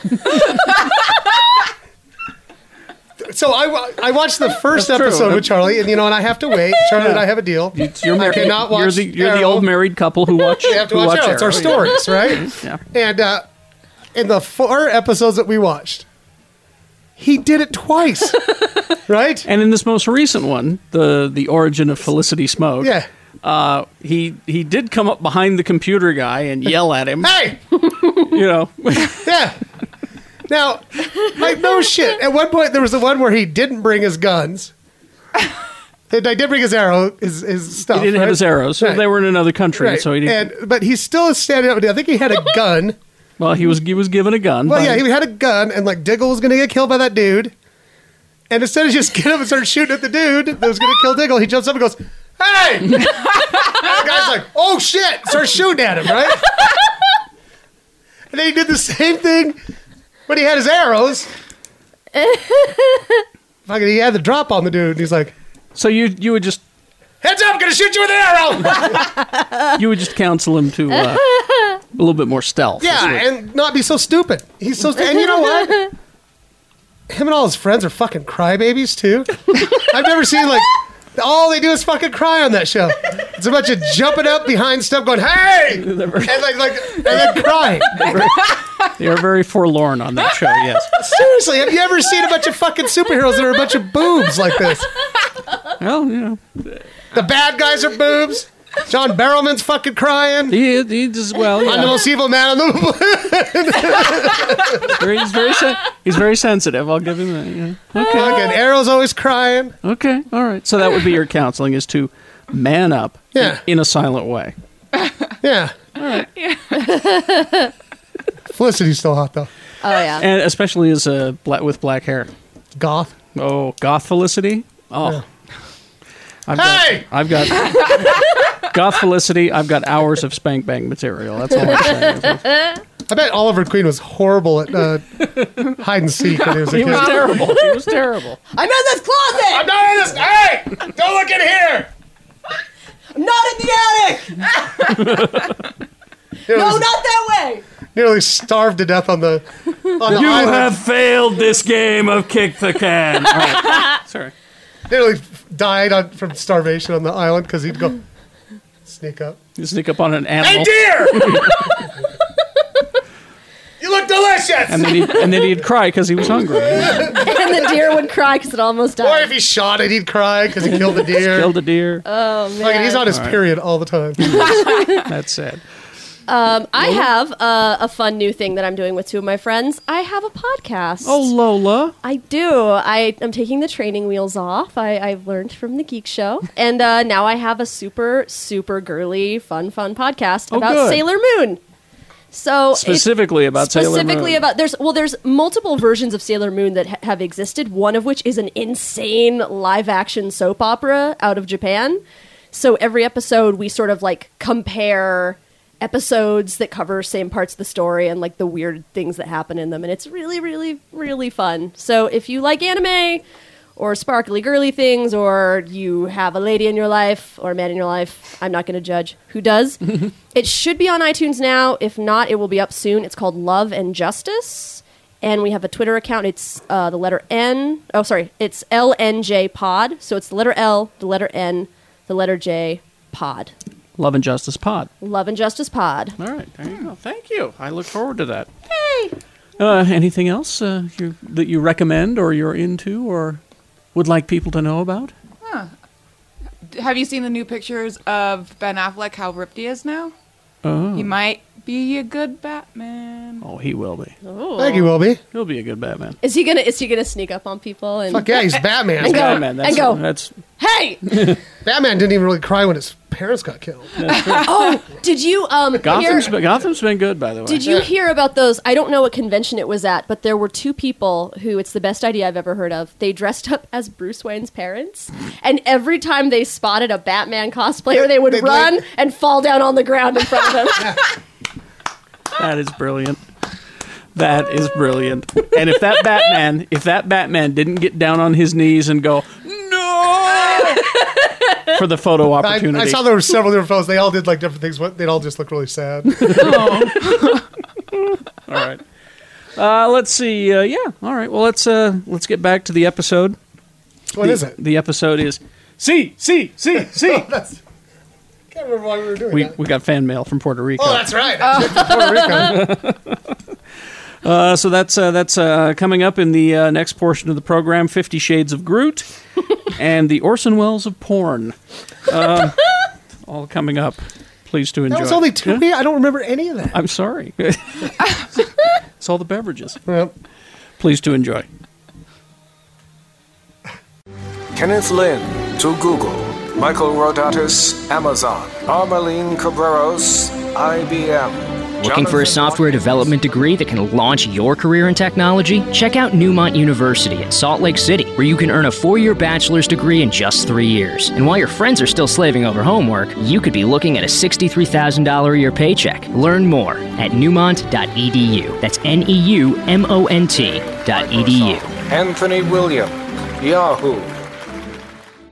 [SPEAKER 4] So I, I watched the first
[SPEAKER 1] That's true.
[SPEAKER 4] episode with Charlie, and you know, and I have to wait. Charlie and I have a deal.
[SPEAKER 1] It's your
[SPEAKER 4] I
[SPEAKER 1] married-
[SPEAKER 4] cannot watch
[SPEAKER 1] You're the, you're the
[SPEAKER 4] Arrow.
[SPEAKER 1] old married couple who watch.
[SPEAKER 4] We have to
[SPEAKER 1] who
[SPEAKER 4] watch, Arrow. It's our stories, right?
[SPEAKER 1] Yeah.
[SPEAKER 4] And uh, in the four episodes that we watched, he did it twice. right?
[SPEAKER 1] And in this most recent one, the the origin of Felicity Smoke.
[SPEAKER 4] Yeah.
[SPEAKER 1] Uh, he he did come up behind the computer guy and yell at him.
[SPEAKER 4] Hey!
[SPEAKER 1] You know.
[SPEAKER 4] yeah. Now, like no shit. At one point, there was the one where he didn't bring his guns. And I did bring his arrow, his, his stuff.
[SPEAKER 1] He didn't have
[SPEAKER 4] right?
[SPEAKER 1] his arrows. So
[SPEAKER 4] Right.
[SPEAKER 1] They were in another country,
[SPEAKER 4] Right.
[SPEAKER 1] so he didn't.
[SPEAKER 4] and, but he still is standing up. I think he had a gun.
[SPEAKER 1] well, he was he was given a gun.
[SPEAKER 4] Well,
[SPEAKER 1] by-
[SPEAKER 4] yeah, he had a gun, and like Diggle was gonna get killed by that dude. And instead of just getting up and start shooting at the dude that was gonna kill Diggle, he jumps up and goes, "Hey!" and the guy's like, "Oh shit!" Starts shooting at him, right? and then he did the same thing, but he had his arrows. Fucking, he had the drop on the dude, and he's like,
[SPEAKER 1] So you you would just
[SPEAKER 4] "Heads up! I'm gonna shoot you with an arrow."
[SPEAKER 1] you would just counsel him to uh, a little bit more stealth.
[SPEAKER 4] yeah, and not be so stupid. He's so, and you know what? him and all his friends are fucking crybabies too. I've never seen like all they do is fucking cry on that show. It's a bunch of jumping up behind stuff, going "Hey!" and like like and then crying.
[SPEAKER 1] They are very forlorn on that show. Yes.
[SPEAKER 4] Seriously, have you ever seen a bunch of fucking superheroes that are a bunch of boobs like this?
[SPEAKER 1] Well, you know,
[SPEAKER 4] the bad guys are boobs. John Barrowman's fucking crying.
[SPEAKER 1] He, he just well.
[SPEAKER 4] I'm the
[SPEAKER 1] yeah.
[SPEAKER 4] most evil man on the planet.
[SPEAKER 1] He's very sen- he's very sensitive. I'll give him that. Yeah. Okay.
[SPEAKER 4] Fucking Arrow's always crying.
[SPEAKER 1] Okay. All right. So that would be your counseling is to man up.
[SPEAKER 4] Yeah.
[SPEAKER 1] In a silent way.
[SPEAKER 4] Yeah.
[SPEAKER 14] Oh,
[SPEAKER 4] Felicity's still hot though.
[SPEAKER 14] Oh yeah.
[SPEAKER 1] And especially as a black with black hair.
[SPEAKER 4] Goth.
[SPEAKER 1] Oh, goth Felicity. Oh. I've
[SPEAKER 4] Hey!
[SPEAKER 1] Got, I've got goth Felicity. I've got hours of spank bang material. That's all I'm saying.
[SPEAKER 4] I bet Oliver Queen was horrible at uh, hide and seek when he was a
[SPEAKER 1] He
[SPEAKER 4] kid.
[SPEAKER 1] was terrible. He was terrible.
[SPEAKER 14] I'm in this closet. I'm
[SPEAKER 4] not in this. Hey, don't look in here.
[SPEAKER 14] I'm not in the attic.
[SPEAKER 4] Nearly,
[SPEAKER 14] no, not that way.
[SPEAKER 4] nearly starved to death on the. On the
[SPEAKER 11] you
[SPEAKER 4] island.
[SPEAKER 11] have failed this game of kick the can.
[SPEAKER 1] Sorry.
[SPEAKER 4] Nearly died on, from starvation on the island because he'd go sneak up.
[SPEAKER 1] You sneak up on an animal.
[SPEAKER 4] you look delicious.
[SPEAKER 1] And then, he'd, and then he'd cry because he was hungry.
[SPEAKER 14] and the deer would cry because it almost died.
[SPEAKER 4] Or if he shot it, he'd cry because he killed the deer.
[SPEAKER 1] Killed a deer.
[SPEAKER 14] Oh man.
[SPEAKER 4] Like, he's on his
[SPEAKER 1] All right.
[SPEAKER 4] period all the time.
[SPEAKER 1] That's sad.
[SPEAKER 14] Um, I have uh, a fun new thing that I'm doing with two of my friends. I have a podcast.
[SPEAKER 1] Oh, Lola.
[SPEAKER 14] I do. I am taking the training wheels off. I, I've learned from the Geek Show, and uh, now I have a super, super girly, fun, fun podcast
[SPEAKER 1] Oh,
[SPEAKER 14] about
[SPEAKER 1] good.
[SPEAKER 14] Sailor Moon. So it's-
[SPEAKER 1] Specifically about Sailor
[SPEAKER 14] specifically
[SPEAKER 1] Moon.
[SPEAKER 14] about there's well there's multiple versions of Sailor Moon that ha- have existed. One of which is an insane live action soap opera out of Japan. So every episode we sort of like compare episodes that cover same parts of the story and like the weird things that happen in them and it's really really really fun. So if you like anime or sparkly girly things or you have a lady in your life or a man in your life, I'm not going to judge who does. It should be on iTunes now. If not, it will be up soon. It's called Love and Justice. And we have a Twitter account. It's uh, the letter N. Oh, sorry. It's LNJ Pod. So it's the letter L, the letter N, the letter J Pod.
[SPEAKER 1] Love and Justice Pod.
[SPEAKER 14] Love and Justice Pod.
[SPEAKER 1] All right. There you go. Thank you. I look forward to that. Uh, anything else uh, you, that you recommend or you're into or would like people to know about?
[SPEAKER 15] Have you seen the new pictures of Ben Affleck? How ripped he is now.
[SPEAKER 1] Oh,
[SPEAKER 15] He might be a good Batman.
[SPEAKER 1] oh he will be.
[SPEAKER 14] Oh.
[SPEAKER 4] Thank you, will be.
[SPEAKER 1] He'll be a good Batman.
[SPEAKER 14] Is he gonna? Is he gonna sneak up on people and?
[SPEAKER 4] Fuck yeah, he's Batman.
[SPEAKER 14] And go,
[SPEAKER 1] Batman. That's,
[SPEAKER 14] and go.
[SPEAKER 1] That's,
[SPEAKER 14] Hey, away!
[SPEAKER 4] Batman didn't even really cry when his parents got killed.
[SPEAKER 14] oh, did you um?
[SPEAKER 1] Gotham's
[SPEAKER 14] hear-
[SPEAKER 1] been, Gotham's been good, by the way.
[SPEAKER 14] Did you hear about those? I don't know what convention it was at, but there were two people who it's the best idea I've ever heard of. They dressed up as Bruce Wayne's parents, and every time they spotted a Batman cosplayer, they would
[SPEAKER 1] They'd
[SPEAKER 14] run and fall down on the ground in front of them.
[SPEAKER 1] That is brilliant. That is brilliant. And if that Batman, if that Batman didn't get down on his knees and go for the photo
[SPEAKER 4] I,
[SPEAKER 1] opportunity,
[SPEAKER 4] I saw there were several different photos. They all did like different things. What- They'd all just look really sad.
[SPEAKER 1] All right. Uh, let's see. Uh, yeah. All right. Well, let's uh, let's get back to the episode.
[SPEAKER 4] What
[SPEAKER 1] What is
[SPEAKER 4] is it?
[SPEAKER 1] The episode is C C C C.
[SPEAKER 4] That's, can't remember why we were doing
[SPEAKER 1] We
[SPEAKER 4] that.
[SPEAKER 1] we got fan mail from Puerto Rico.
[SPEAKER 4] Oh, that's right. Puerto Rico.
[SPEAKER 1] Uh, so that's uh, that's uh, coming up in the uh, next portion of the program: Fifty Shades of Groot and the Orson Welles of porn. Um, all coming up. Please to enjoy.
[SPEAKER 4] That was only two.
[SPEAKER 1] Yeah?
[SPEAKER 4] I don't remember any of that.
[SPEAKER 1] I'm sorry. it's all the beverages. Please to enjoy.
[SPEAKER 7] Kenneth Lin to Google, Michael Rodatus, Amazon, Armeline Cabreros, IBM.
[SPEAKER 17] Looking for a software development degree that can launch your career in technology? Check out Newmont University in Salt Lake City, where you can earn a four year bachelor's degree in just three years. And while your friends are still slaving over homework, you could be looking at a $63,000 a year paycheck. Learn more at newmont.edu. That's N E U M O N T dot E edu.
[SPEAKER 7] Anthony William, Yahoo.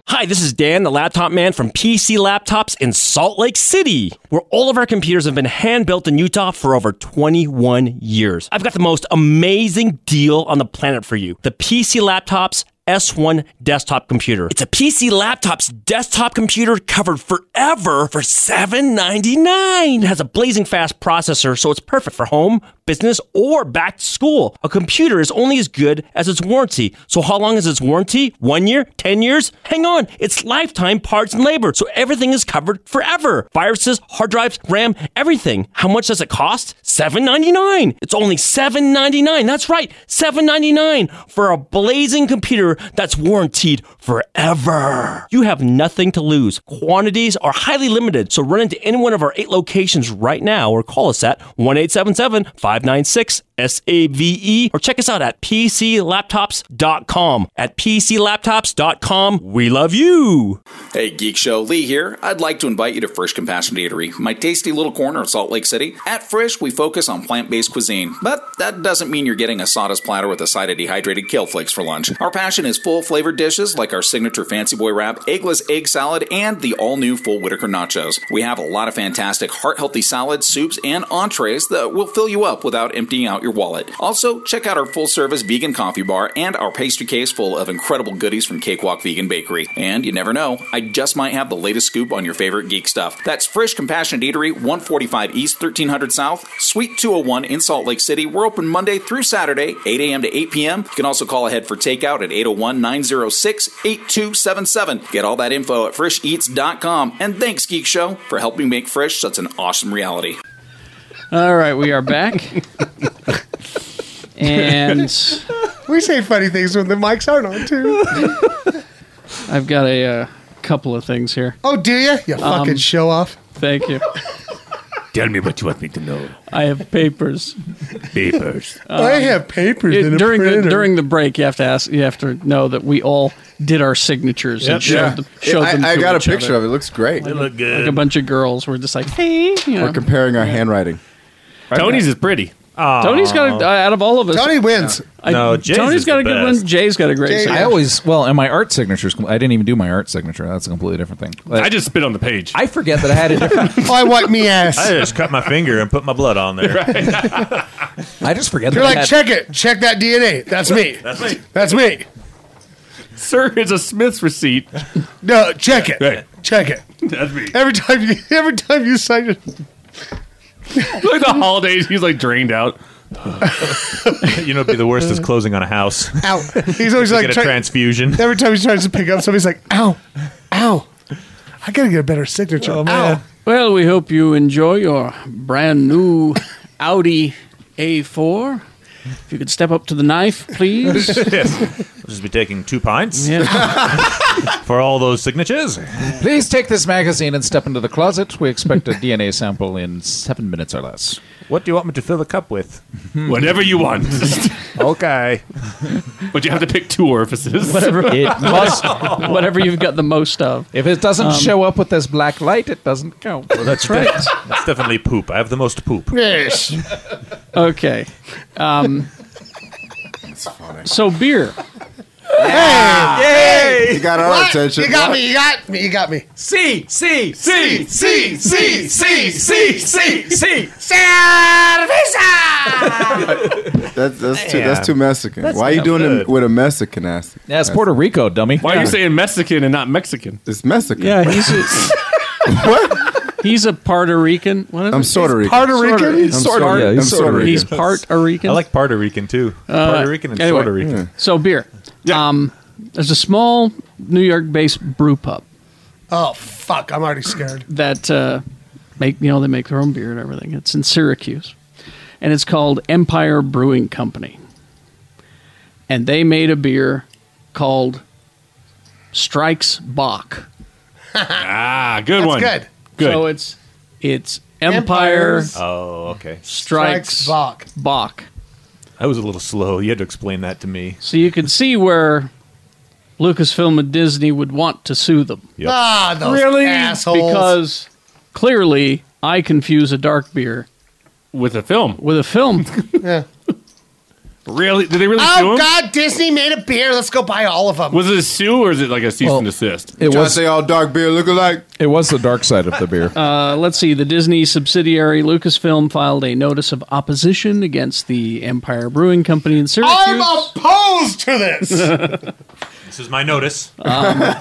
[SPEAKER 18] Hi, this is Dan, the laptop man from PC Laptops in Salt Lake City, where all of our computers have been hand built in Utah for over 21 years. I've got the most amazing deal on the planet for you the PC Laptops. S1 desktop computer. It's a PC laptop's desktop computer covered forever for $7.99. It has a blazing fast processor, so it's perfect for home, business, or back to school. A computer is only as good as its warranty. So how long is its warranty? One year? Ten years? Hang on, it's lifetime parts and labor, so everything is covered forever. Viruses, hard drives, RAM, everything. How much does it cost? $7.99. It's only $7.99. That's right, $7.99 for a blazing computer that's warranted forever. You have nothing to lose. Quantities are highly limited, so run into any one of our eight locations right now or call us at 1 877 596 SAVE E or check us out at PCLaptops.com. At PCLaptops.com, we love you.
[SPEAKER 3] Hey, Geek Show, Lee here. I'd like to invite you to Frisch Compassion Eatery, my tasty little corner of Salt Lake City. At Frisch, we focus on plant based cuisine, but that doesn't mean you're getting a sawdust platter with a side of dehydrated kale flakes for lunch. Our passion is full flavored dishes like our signature Fancy Boy wrap, eggless egg salad, and the all new Full Whitaker nachos. We have a lot of fantastic heart healthy salads, soups, and entrees that will fill you up without emptying out your wallet. Also, check out our full service vegan coffee bar and our pastry case full of incredible goodies from Cakewalk Vegan Bakery. And you never know, I just might have the latest scoop on your favorite geek stuff. That's Frisch Compassionate Eatery, 145 East, 1300 South, Suite 201 in Salt Lake City. We're open Monday through Saturday, 8 a.m. to 8 p.m. You can also call ahead for takeout at 801 906 8277. Get all that info at frisheats.com. And thanks, Geek Show, for helping make Frisch such an awesome reality.
[SPEAKER 1] All right, we are back. and
[SPEAKER 4] we say funny things when the mics aren't on too.
[SPEAKER 1] I've got a uh, couple of things here.
[SPEAKER 4] oh, do you? You fucking
[SPEAKER 1] Um,
[SPEAKER 4] show off.
[SPEAKER 1] Thank you.
[SPEAKER 19] Tell me what you want me to know.
[SPEAKER 1] I have papers.
[SPEAKER 19] Papers.
[SPEAKER 4] I have papers in a
[SPEAKER 1] during the
[SPEAKER 4] printer.
[SPEAKER 1] during the break. You have to ask. You have to know that we all did our signatures
[SPEAKER 8] Yep.
[SPEAKER 1] and showed
[SPEAKER 8] Yeah.
[SPEAKER 1] them. Showed
[SPEAKER 8] I-
[SPEAKER 1] them
[SPEAKER 8] I
[SPEAKER 1] to
[SPEAKER 8] got a
[SPEAKER 1] each other.
[SPEAKER 8] picture of it. It looks great. They look good.
[SPEAKER 1] Like a bunch of girls were just like, hey, you know.
[SPEAKER 8] We're comparing our handwriting.
[SPEAKER 1] Tony's is
[SPEAKER 5] pretty.
[SPEAKER 1] Tony's got a, uh, out of all of us.
[SPEAKER 4] Tony wins.
[SPEAKER 1] I-
[SPEAKER 20] No, Jay's
[SPEAKER 1] Tony's
[SPEAKER 20] is
[SPEAKER 1] got
[SPEAKER 20] the
[SPEAKER 1] a good
[SPEAKER 20] best.
[SPEAKER 1] one. Jay's got a great.
[SPEAKER 20] I
[SPEAKER 1] signature.
[SPEAKER 20] always well, and my art signatures. I didn't even do my art signature. That's a completely different thing.
[SPEAKER 5] I just spit on the page.
[SPEAKER 20] I forget that I had a different.
[SPEAKER 4] I wipe me ass.
[SPEAKER 2] I just cut my finger and put my blood on there.
[SPEAKER 20] I just forget.
[SPEAKER 4] You're like, check it. Check that DNA. That's me.
[SPEAKER 2] That's me.
[SPEAKER 4] That's me.
[SPEAKER 5] Sir, it's a Smith's receipt. uh,
[SPEAKER 4] No, check it. Check it.
[SPEAKER 5] That's me.
[SPEAKER 4] Every time you, every time you sign it,
[SPEAKER 5] like the holidays, he's like drained out.
[SPEAKER 2] you know, it'd be the worst is closing on a house.
[SPEAKER 4] ow. He's always
[SPEAKER 2] To
[SPEAKER 4] like
[SPEAKER 2] get a
[SPEAKER 4] try-
[SPEAKER 2] transfusion.
[SPEAKER 4] Every time he tries to pick up somebody's like, ow, ow. I gotta get a better signature. ow.
[SPEAKER 1] Well, we hope you enjoy your brand new Audi A4 If you could step up to the knife, please.
[SPEAKER 2] yes. We'll just be taking two pints for all those signatures.
[SPEAKER 3] Please take this magazine and step into the closet. We expect a DNA sample in seven minutes or less. Hmm.
[SPEAKER 2] What do you want me to fill the cup with?
[SPEAKER 5] Whatever you want.
[SPEAKER 2] okay.
[SPEAKER 5] But you have to pick two orifices.
[SPEAKER 3] Whatever it must-
[SPEAKER 1] whatever you've got the most of.
[SPEAKER 3] If it doesn't
[SPEAKER 5] Um,
[SPEAKER 3] show up with this black light, it doesn't count.
[SPEAKER 2] Well, that's de- that's definitely poop. I have the most poop.
[SPEAKER 1] Yes. okay. Um, So beer.
[SPEAKER 4] Hey!
[SPEAKER 8] You got our
[SPEAKER 4] What?
[SPEAKER 8] attention.
[SPEAKER 4] You got
[SPEAKER 8] What?
[SPEAKER 4] me. You got me. You got me.
[SPEAKER 7] C C
[SPEAKER 4] C
[SPEAKER 7] C C C C C C
[SPEAKER 8] That's that's too
[SPEAKER 5] Yeah.
[SPEAKER 8] that's too Mexican.
[SPEAKER 5] That's
[SPEAKER 8] Why are you
[SPEAKER 5] not
[SPEAKER 8] doing
[SPEAKER 5] good.
[SPEAKER 8] it with a Mexican accent?
[SPEAKER 3] Yeah, it's Puerto Rico, dummy.
[SPEAKER 5] Why are you saying Mexican and not Mexican?
[SPEAKER 8] It's Mexican.
[SPEAKER 1] Yeah, he's a, what? He's a Puerto Rican. What is
[SPEAKER 8] I'm
[SPEAKER 1] it?
[SPEAKER 8] Puerto Rican.
[SPEAKER 1] He's Puerto
[SPEAKER 8] I'm
[SPEAKER 1] Rican.
[SPEAKER 8] Puerto-
[SPEAKER 1] Puerto-
[SPEAKER 8] yeah, he's
[SPEAKER 1] he's
[SPEAKER 8] Puerto
[SPEAKER 1] He's
[SPEAKER 8] Rican.
[SPEAKER 1] Puerto Rican.
[SPEAKER 2] I like Puerto Rican too.
[SPEAKER 1] Uh,
[SPEAKER 2] Puerto Rican and
[SPEAKER 1] anyway,
[SPEAKER 2] Puerto Rican.
[SPEAKER 1] So beer. Um, there's a small New York-based brew pub
[SPEAKER 4] Oh fuck! I'm already scared.
[SPEAKER 1] that uh, make you know they make their own beer and everything. It's in Syracuse, and it's called Empire Brewing Company, and they made a beer called Strikes Bach.
[SPEAKER 5] ah, good
[SPEAKER 1] That's
[SPEAKER 5] one.
[SPEAKER 1] good.
[SPEAKER 5] Good.
[SPEAKER 1] So it's it's Empire.
[SPEAKER 2] Oh, okay.
[SPEAKER 1] Strikes, Bach. Bach.
[SPEAKER 2] I was a little slow. You had to explain that to me.
[SPEAKER 1] So you can see where Lucasfilm and Disney would want to sue them.
[SPEAKER 2] Yep.
[SPEAKER 4] Ah, those
[SPEAKER 1] really?
[SPEAKER 4] assholes.
[SPEAKER 1] Because clearly, I confuse a dark beer
[SPEAKER 5] with a film.
[SPEAKER 1] With a film.
[SPEAKER 4] yeah.
[SPEAKER 5] Really? Did they really sue
[SPEAKER 4] Oh
[SPEAKER 5] him?
[SPEAKER 4] God! Disney made a beer. Let's go buy all of them.
[SPEAKER 5] Was it a sue or is it like a cease and desist?
[SPEAKER 3] It was
[SPEAKER 8] They all dark beer look alike.
[SPEAKER 3] It was the dark side of the beer.
[SPEAKER 1] Uh, let's see. The Disney subsidiary Lucasfilm filed a notice of opposition against the Empire Brewing Company in
[SPEAKER 4] I'm
[SPEAKER 1] Syracuse.
[SPEAKER 4] opposed to this.
[SPEAKER 2] This is my notice.
[SPEAKER 8] Um,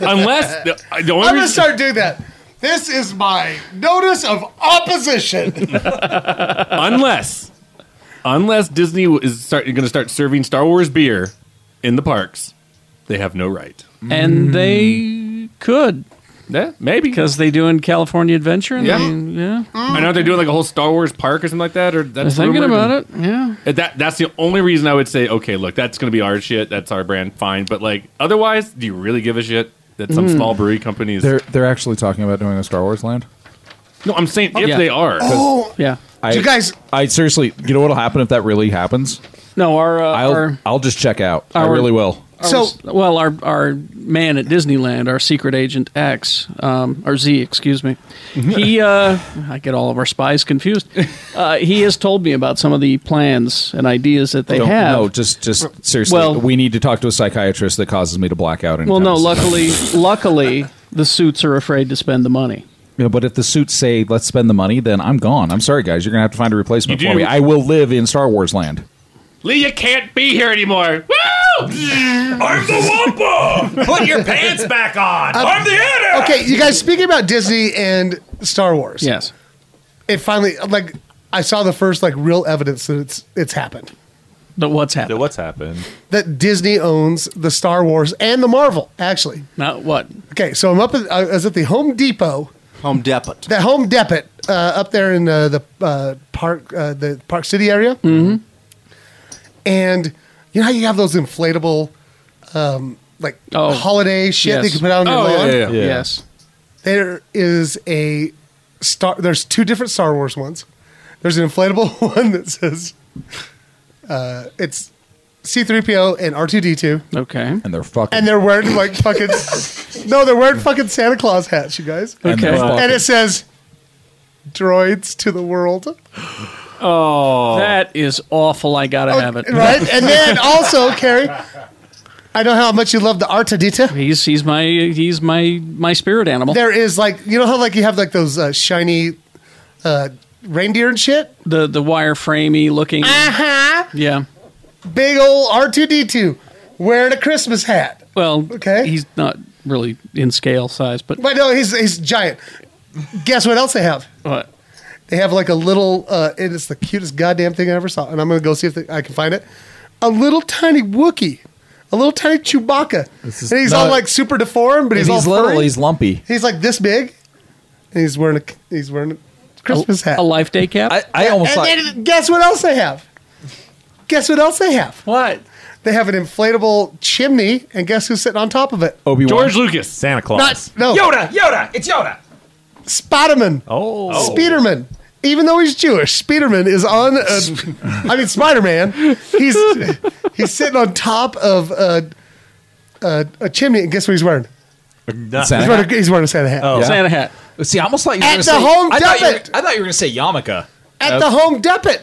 [SPEAKER 5] unless the, the
[SPEAKER 4] I'm gonna start doing that. This is my notice of opposition.
[SPEAKER 5] unless unless Disney is start, going to start serving Star Wars beer in the parks, they have no right.
[SPEAKER 1] and they could.
[SPEAKER 5] Yeah, maybe
[SPEAKER 1] because they do in California Adventure. And
[SPEAKER 5] Yeah.
[SPEAKER 1] they- yeah.
[SPEAKER 5] I know they're doing like a whole Star Wars park or something like that. Or that's
[SPEAKER 1] They're thinking
[SPEAKER 5] rumored.
[SPEAKER 1] about it. Yeah.
[SPEAKER 5] Uh, That that's the only reason I would say okay, look, that's going to be our shit. That's our brand, fine. But like otherwise, do you really give a shit that some
[SPEAKER 3] Mm.
[SPEAKER 5] small brewery company is?
[SPEAKER 3] They're they're actually talking about doing a Star Wars land.
[SPEAKER 5] No, I'm saying if
[SPEAKER 3] Yeah.
[SPEAKER 5] they are.
[SPEAKER 3] Oh.
[SPEAKER 1] Yeah.
[SPEAKER 3] I,
[SPEAKER 1] You guys-
[SPEAKER 3] I seriously, you know what'll happen if that really happens?
[SPEAKER 1] No, our uh,
[SPEAKER 3] I'll
[SPEAKER 1] our,
[SPEAKER 3] I'll just check out. I
[SPEAKER 1] our-
[SPEAKER 3] really will.
[SPEAKER 1] our- well, our our man at Disneyland, our secret agent X, um, or Z, excuse me. He, uh, I get all of our spies confused. Uh, he has told me about some of the plans and ideas that they
[SPEAKER 3] Don't-
[SPEAKER 1] have.
[SPEAKER 3] No, just just seriously.
[SPEAKER 1] Well-
[SPEAKER 3] we need to talk to a psychiatrist that causes me to black out.
[SPEAKER 1] well,
[SPEAKER 3] anytime
[SPEAKER 1] no,
[SPEAKER 3] soon.
[SPEAKER 1] luckily, luckily, the suits are afraid to spend the money.
[SPEAKER 3] You know, but if the suits say let's spend the money, then I'm gone. I'm sorry, guys. You're gonna have to find a replacement
[SPEAKER 5] You
[SPEAKER 3] for
[SPEAKER 5] do-
[SPEAKER 3] me. I will live in Star Wars land.
[SPEAKER 5] Lee, you can't be here anymore. Woo! I'm the Wampa.
[SPEAKER 4] Put your pants
[SPEAKER 5] back on.
[SPEAKER 4] I'm the editor. Okay, you guys speaking about Disney and Star Wars.
[SPEAKER 1] Yes.
[SPEAKER 4] It finally like I saw the first like real evidence that it's it's happened.
[SPEAKER 1] That what's happened?
[SPEAKER 2] what's happened?
[SPEAKER 4] That Disney owns the Star Wars and the Marvel, actually.
[SPEAKER 1] Not what?
[SPEAKER 4] Okay, so I'm up at I was at the Home Depot.
[SPEAKER 12] Home Depot.
[SPEAKER 4] The Home Depot uh, up there in uh, the uh, park, uh, the Park City area. Mm-hmm. And you know how you have those inflatable, um, like
[SPEAKER 1] Oh,
[SPEAKER 4] holiday shit
[SPEAKER 1] yes.
[SPEAKER 4] they can put out on your
[SPEAKER 1] Oh, yeah,
[SPEAKER 4] lawn.
[SPEAKER 1] yeah, yeah. Yeah. Yes.
[SPEAKER 4] There is a star. There's two different Star Wars ones. There's an inflatable one that says, uh, "It's C-3PO and R2D2."
[SPEAKER 1] Okay.
[SPEAKER 3] And they're fucking.
[SPEAKER 4] And they're wearing like fucking. no, they're wearing fucking Santa Claus hats, you guys.
[SPEAKER 1] And they're Okay.
[SPEAKER 4] And
[SPEAKER 1] fucking-
[SPEAKER 4] it says, droids to the world.
[SPEAKER 1] Oh, that is awful. I gotta have it.
[SPEAKER 4] Right? and then also, Carrie, I know how much you love the Artadita.
[SPEAKER 1] He's he's my he's my my spirit animal.
[SPEAKER 4] There is like, you know how like you have like those uh, shiny uh, reindeer and shit?
[SPEAKER 1] The the wireframey looking.
[SPEAKER 4] Uh huh.
[SPEAKER 1] Yeah.
[SPEAKER 4] Big old R2D2 wearing a Christmas hat.
[SPEAKER 1] Well, okay. He's not really in scale size, but
[SPEAKER 4] But no, he's, he's giant. Guess what else they have?
[SPEAKER 1] what?
[SPEAKER 4] They have like a little, uh, and it's the cutest goddamn thing I ever saw. And I'm going to go see if they, I can find it. A little tiny Wookie, a little tiny Chewbacca.
[SPEAKER 3] is
[SPEAKER 4] And he's all
[SPEAKER 3] not-
[SPEAKER 4] like super deformed, but he's,
[SPEAKER 3] And he's
[SPEAKER 4] all
[SPEAKER 3] little.
[SPEAKER 4] furry.
[SPEAKER 3] He's lumpy.
[SPEAKER 4] He's like this big, and he's wearing a he's wearing a Christmas hat,
[SPEAKER 1] a life day cap.
[SPEAKER 3] I, I almost
[SPEAKER 4] and
[SPEAKER 3] thought
[SPEAKER 4] then guess what else they have? Guess what else they have?
[SPEAKER 3] What?
[SPEAKER 4] They have an inflatable chimney, and guess who's sitting on top of it?
[SPEAKER 3] Obi-Wan.
[SPEAKER 5] George Lucas. Santa
[SPEAKER 4] Not, no.
[SPEAKER 7] Yoda, Yoda, it's Yoda.
[SPEAKER 4] Spiderman.
[SPEAKER 3] Oh.
[SPEAKER 4] Spiderman. Even though he's Jewish, Spiderman is on. A, I mean, Spider Man. He's he's sitting on top of a, a, a chimney, and guess what he's wearing? He's
[SPEAKER 3] Santa
[SPEAKER 4] wearing,
[SPEAKER 3] hat?
[SPEAKER 4] a, he's wearing a Santa
[SPEAKER 3] Oh.
[SPEAKER 5] Oh.
[SPEAKER 4] hat.
[SPEAKER 3] hat. See, I almost thought you were
[SPEAKER 4] At
[SPEAKER 3] gonna
[SPEAKER 4] the
[SPEAKER 3] say,
[SPEAKER 4] home
[SPEAKER 3] I thought you were-
[SPEAKER 4] depot.
[SPEAKER 3] I thought you were going to say yarmulke.
[SPEAKER 4] At the home depot.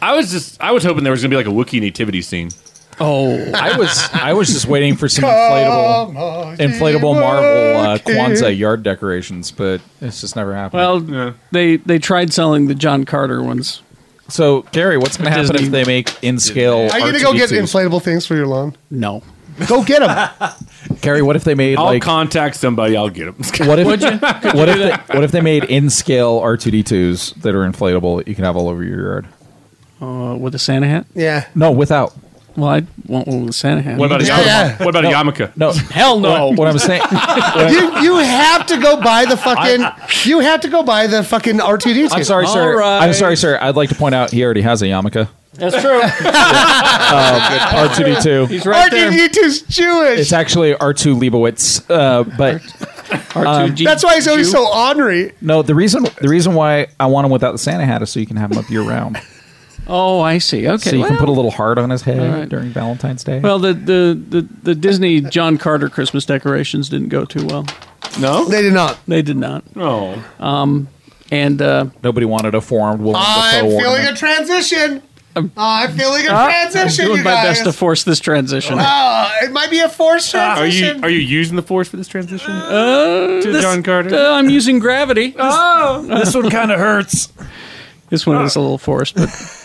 [SPEAKER 5] I was just I was hoping there was gonna be like a Wookiee nativity scene.
[SPEAKER 3] Oh, I was I was just waiting for some inflatable inflatable marble uh, Kwanzaa yard decorations, but it's just never happened.
[SPEAKER 1] Well, they they tried selling the John Carter ones.
[SPEAKER 3] So, Gary, what's going to happen if they make in scale?
[SPEAKER 4] Are you gonna go get
[SPEAKER 3] inflatable?
[SPEAKER 4] inflatable things for your lawn?
[SPEAKER 1] No.
[SPEAKER 4] Go get them.
[SPEAKER 3] Gary, what if they made
[SPEAKER 5] I'll
[SPEAKER 3] like
[SPEAKER 5] contact somebody. I'll get him.
[SPEAKER 3] what if
[SPEAKER 5] Would you? Could
[SPEAKER 3] what
[SPEAKER 5] you
[SPEAKER 3] if
[SPEAKER 5] do that?
[SPEAKER 3] they, what if they made in scale R two D twos that are inflatable that you can have all over your yard?
[SPEAKER 1] Uh, with a Santa hat?
[SPEAKER 4] Yeah.
[SPEAKER 3] No, without.
[SPEAKER 1] Well, I want one with a Santa hat.
[SPEAKER 5] What about a yarmulke? What about a yarmulke?
[SPEAKER 3] No,
[SPEAKER 1] hell no.
[SPEAKER 3] What, I'm saying,
[SPEAKER 4] you you have to go buy the fucking. you have to go buy the fucking R two D two.
[SPEAKER 3] I'm sorry, sir. I'm sorry, sir. I'd like to point out he already has a yarmulke. Uh,
[SPEAKER 1] That's true.
[SPEAKER 3] Oh, R two D two.
[SPEAKER 4] R2D2 is Jewish.
[SPEAKER 3] It's actually R two Leibowitz, uh, but um,
[SPEAKER 4] That's why he's always so ornery.
[SPEAKER 3] No, the reason the reason why I want him without the Santa hat is so you can have him up year round.
[SPEAKER 1] Oh, I see. Okay.
[SPEAKER 3] so you can
[SPEAKER 1] well-
[SPEAKER 3] put a little heart on his head
[SPEAKER 1] All right.
[SPEAKER 3] during Valentine's Day.
[SPEAKER 1] Well, the, the, the, the Disney John Carter Christmas decorations didn't go too well.
[SPEAKER 5] No,
[SPEAKER 4] they did not.
[SPEAKER 1] They did not.
[SPEAKER 5] Oh,
[SPEAKER 1] um, and uh,
[SPEAKER 3] nobody wanted a formed woman.
[SPEAKER 4] I'm feeling a transition. I'm feeling a transition.
[SPEAKER 1] Ah, I'm doing
[SPEAKER 4] you
[SPEAKER 1] my
[SPEAKER 4] guys.
[SPEAKER 1] best to force this transition.
[SPEAKER 4] Oh, it might be a forced
[SPEAKER 3] Ah,
[SPEAKER 5] Are you
[SPEAKER 4] transition.
[SPEAKER 5] are you using the force for this transition?
[SPEAKER 1] Uh,
[SPEAKER 5] to
[SPEAKER 1] this-
[SPEAKER 5] John Carter.
[SPEAKER 1] uh, I'm using gravity.
[SPEAKER 5] oh,
[SPEAKER 1] this one
[SPEAKER 5] kind of hurts.
[SPEAKER 1] This one is a little forced, but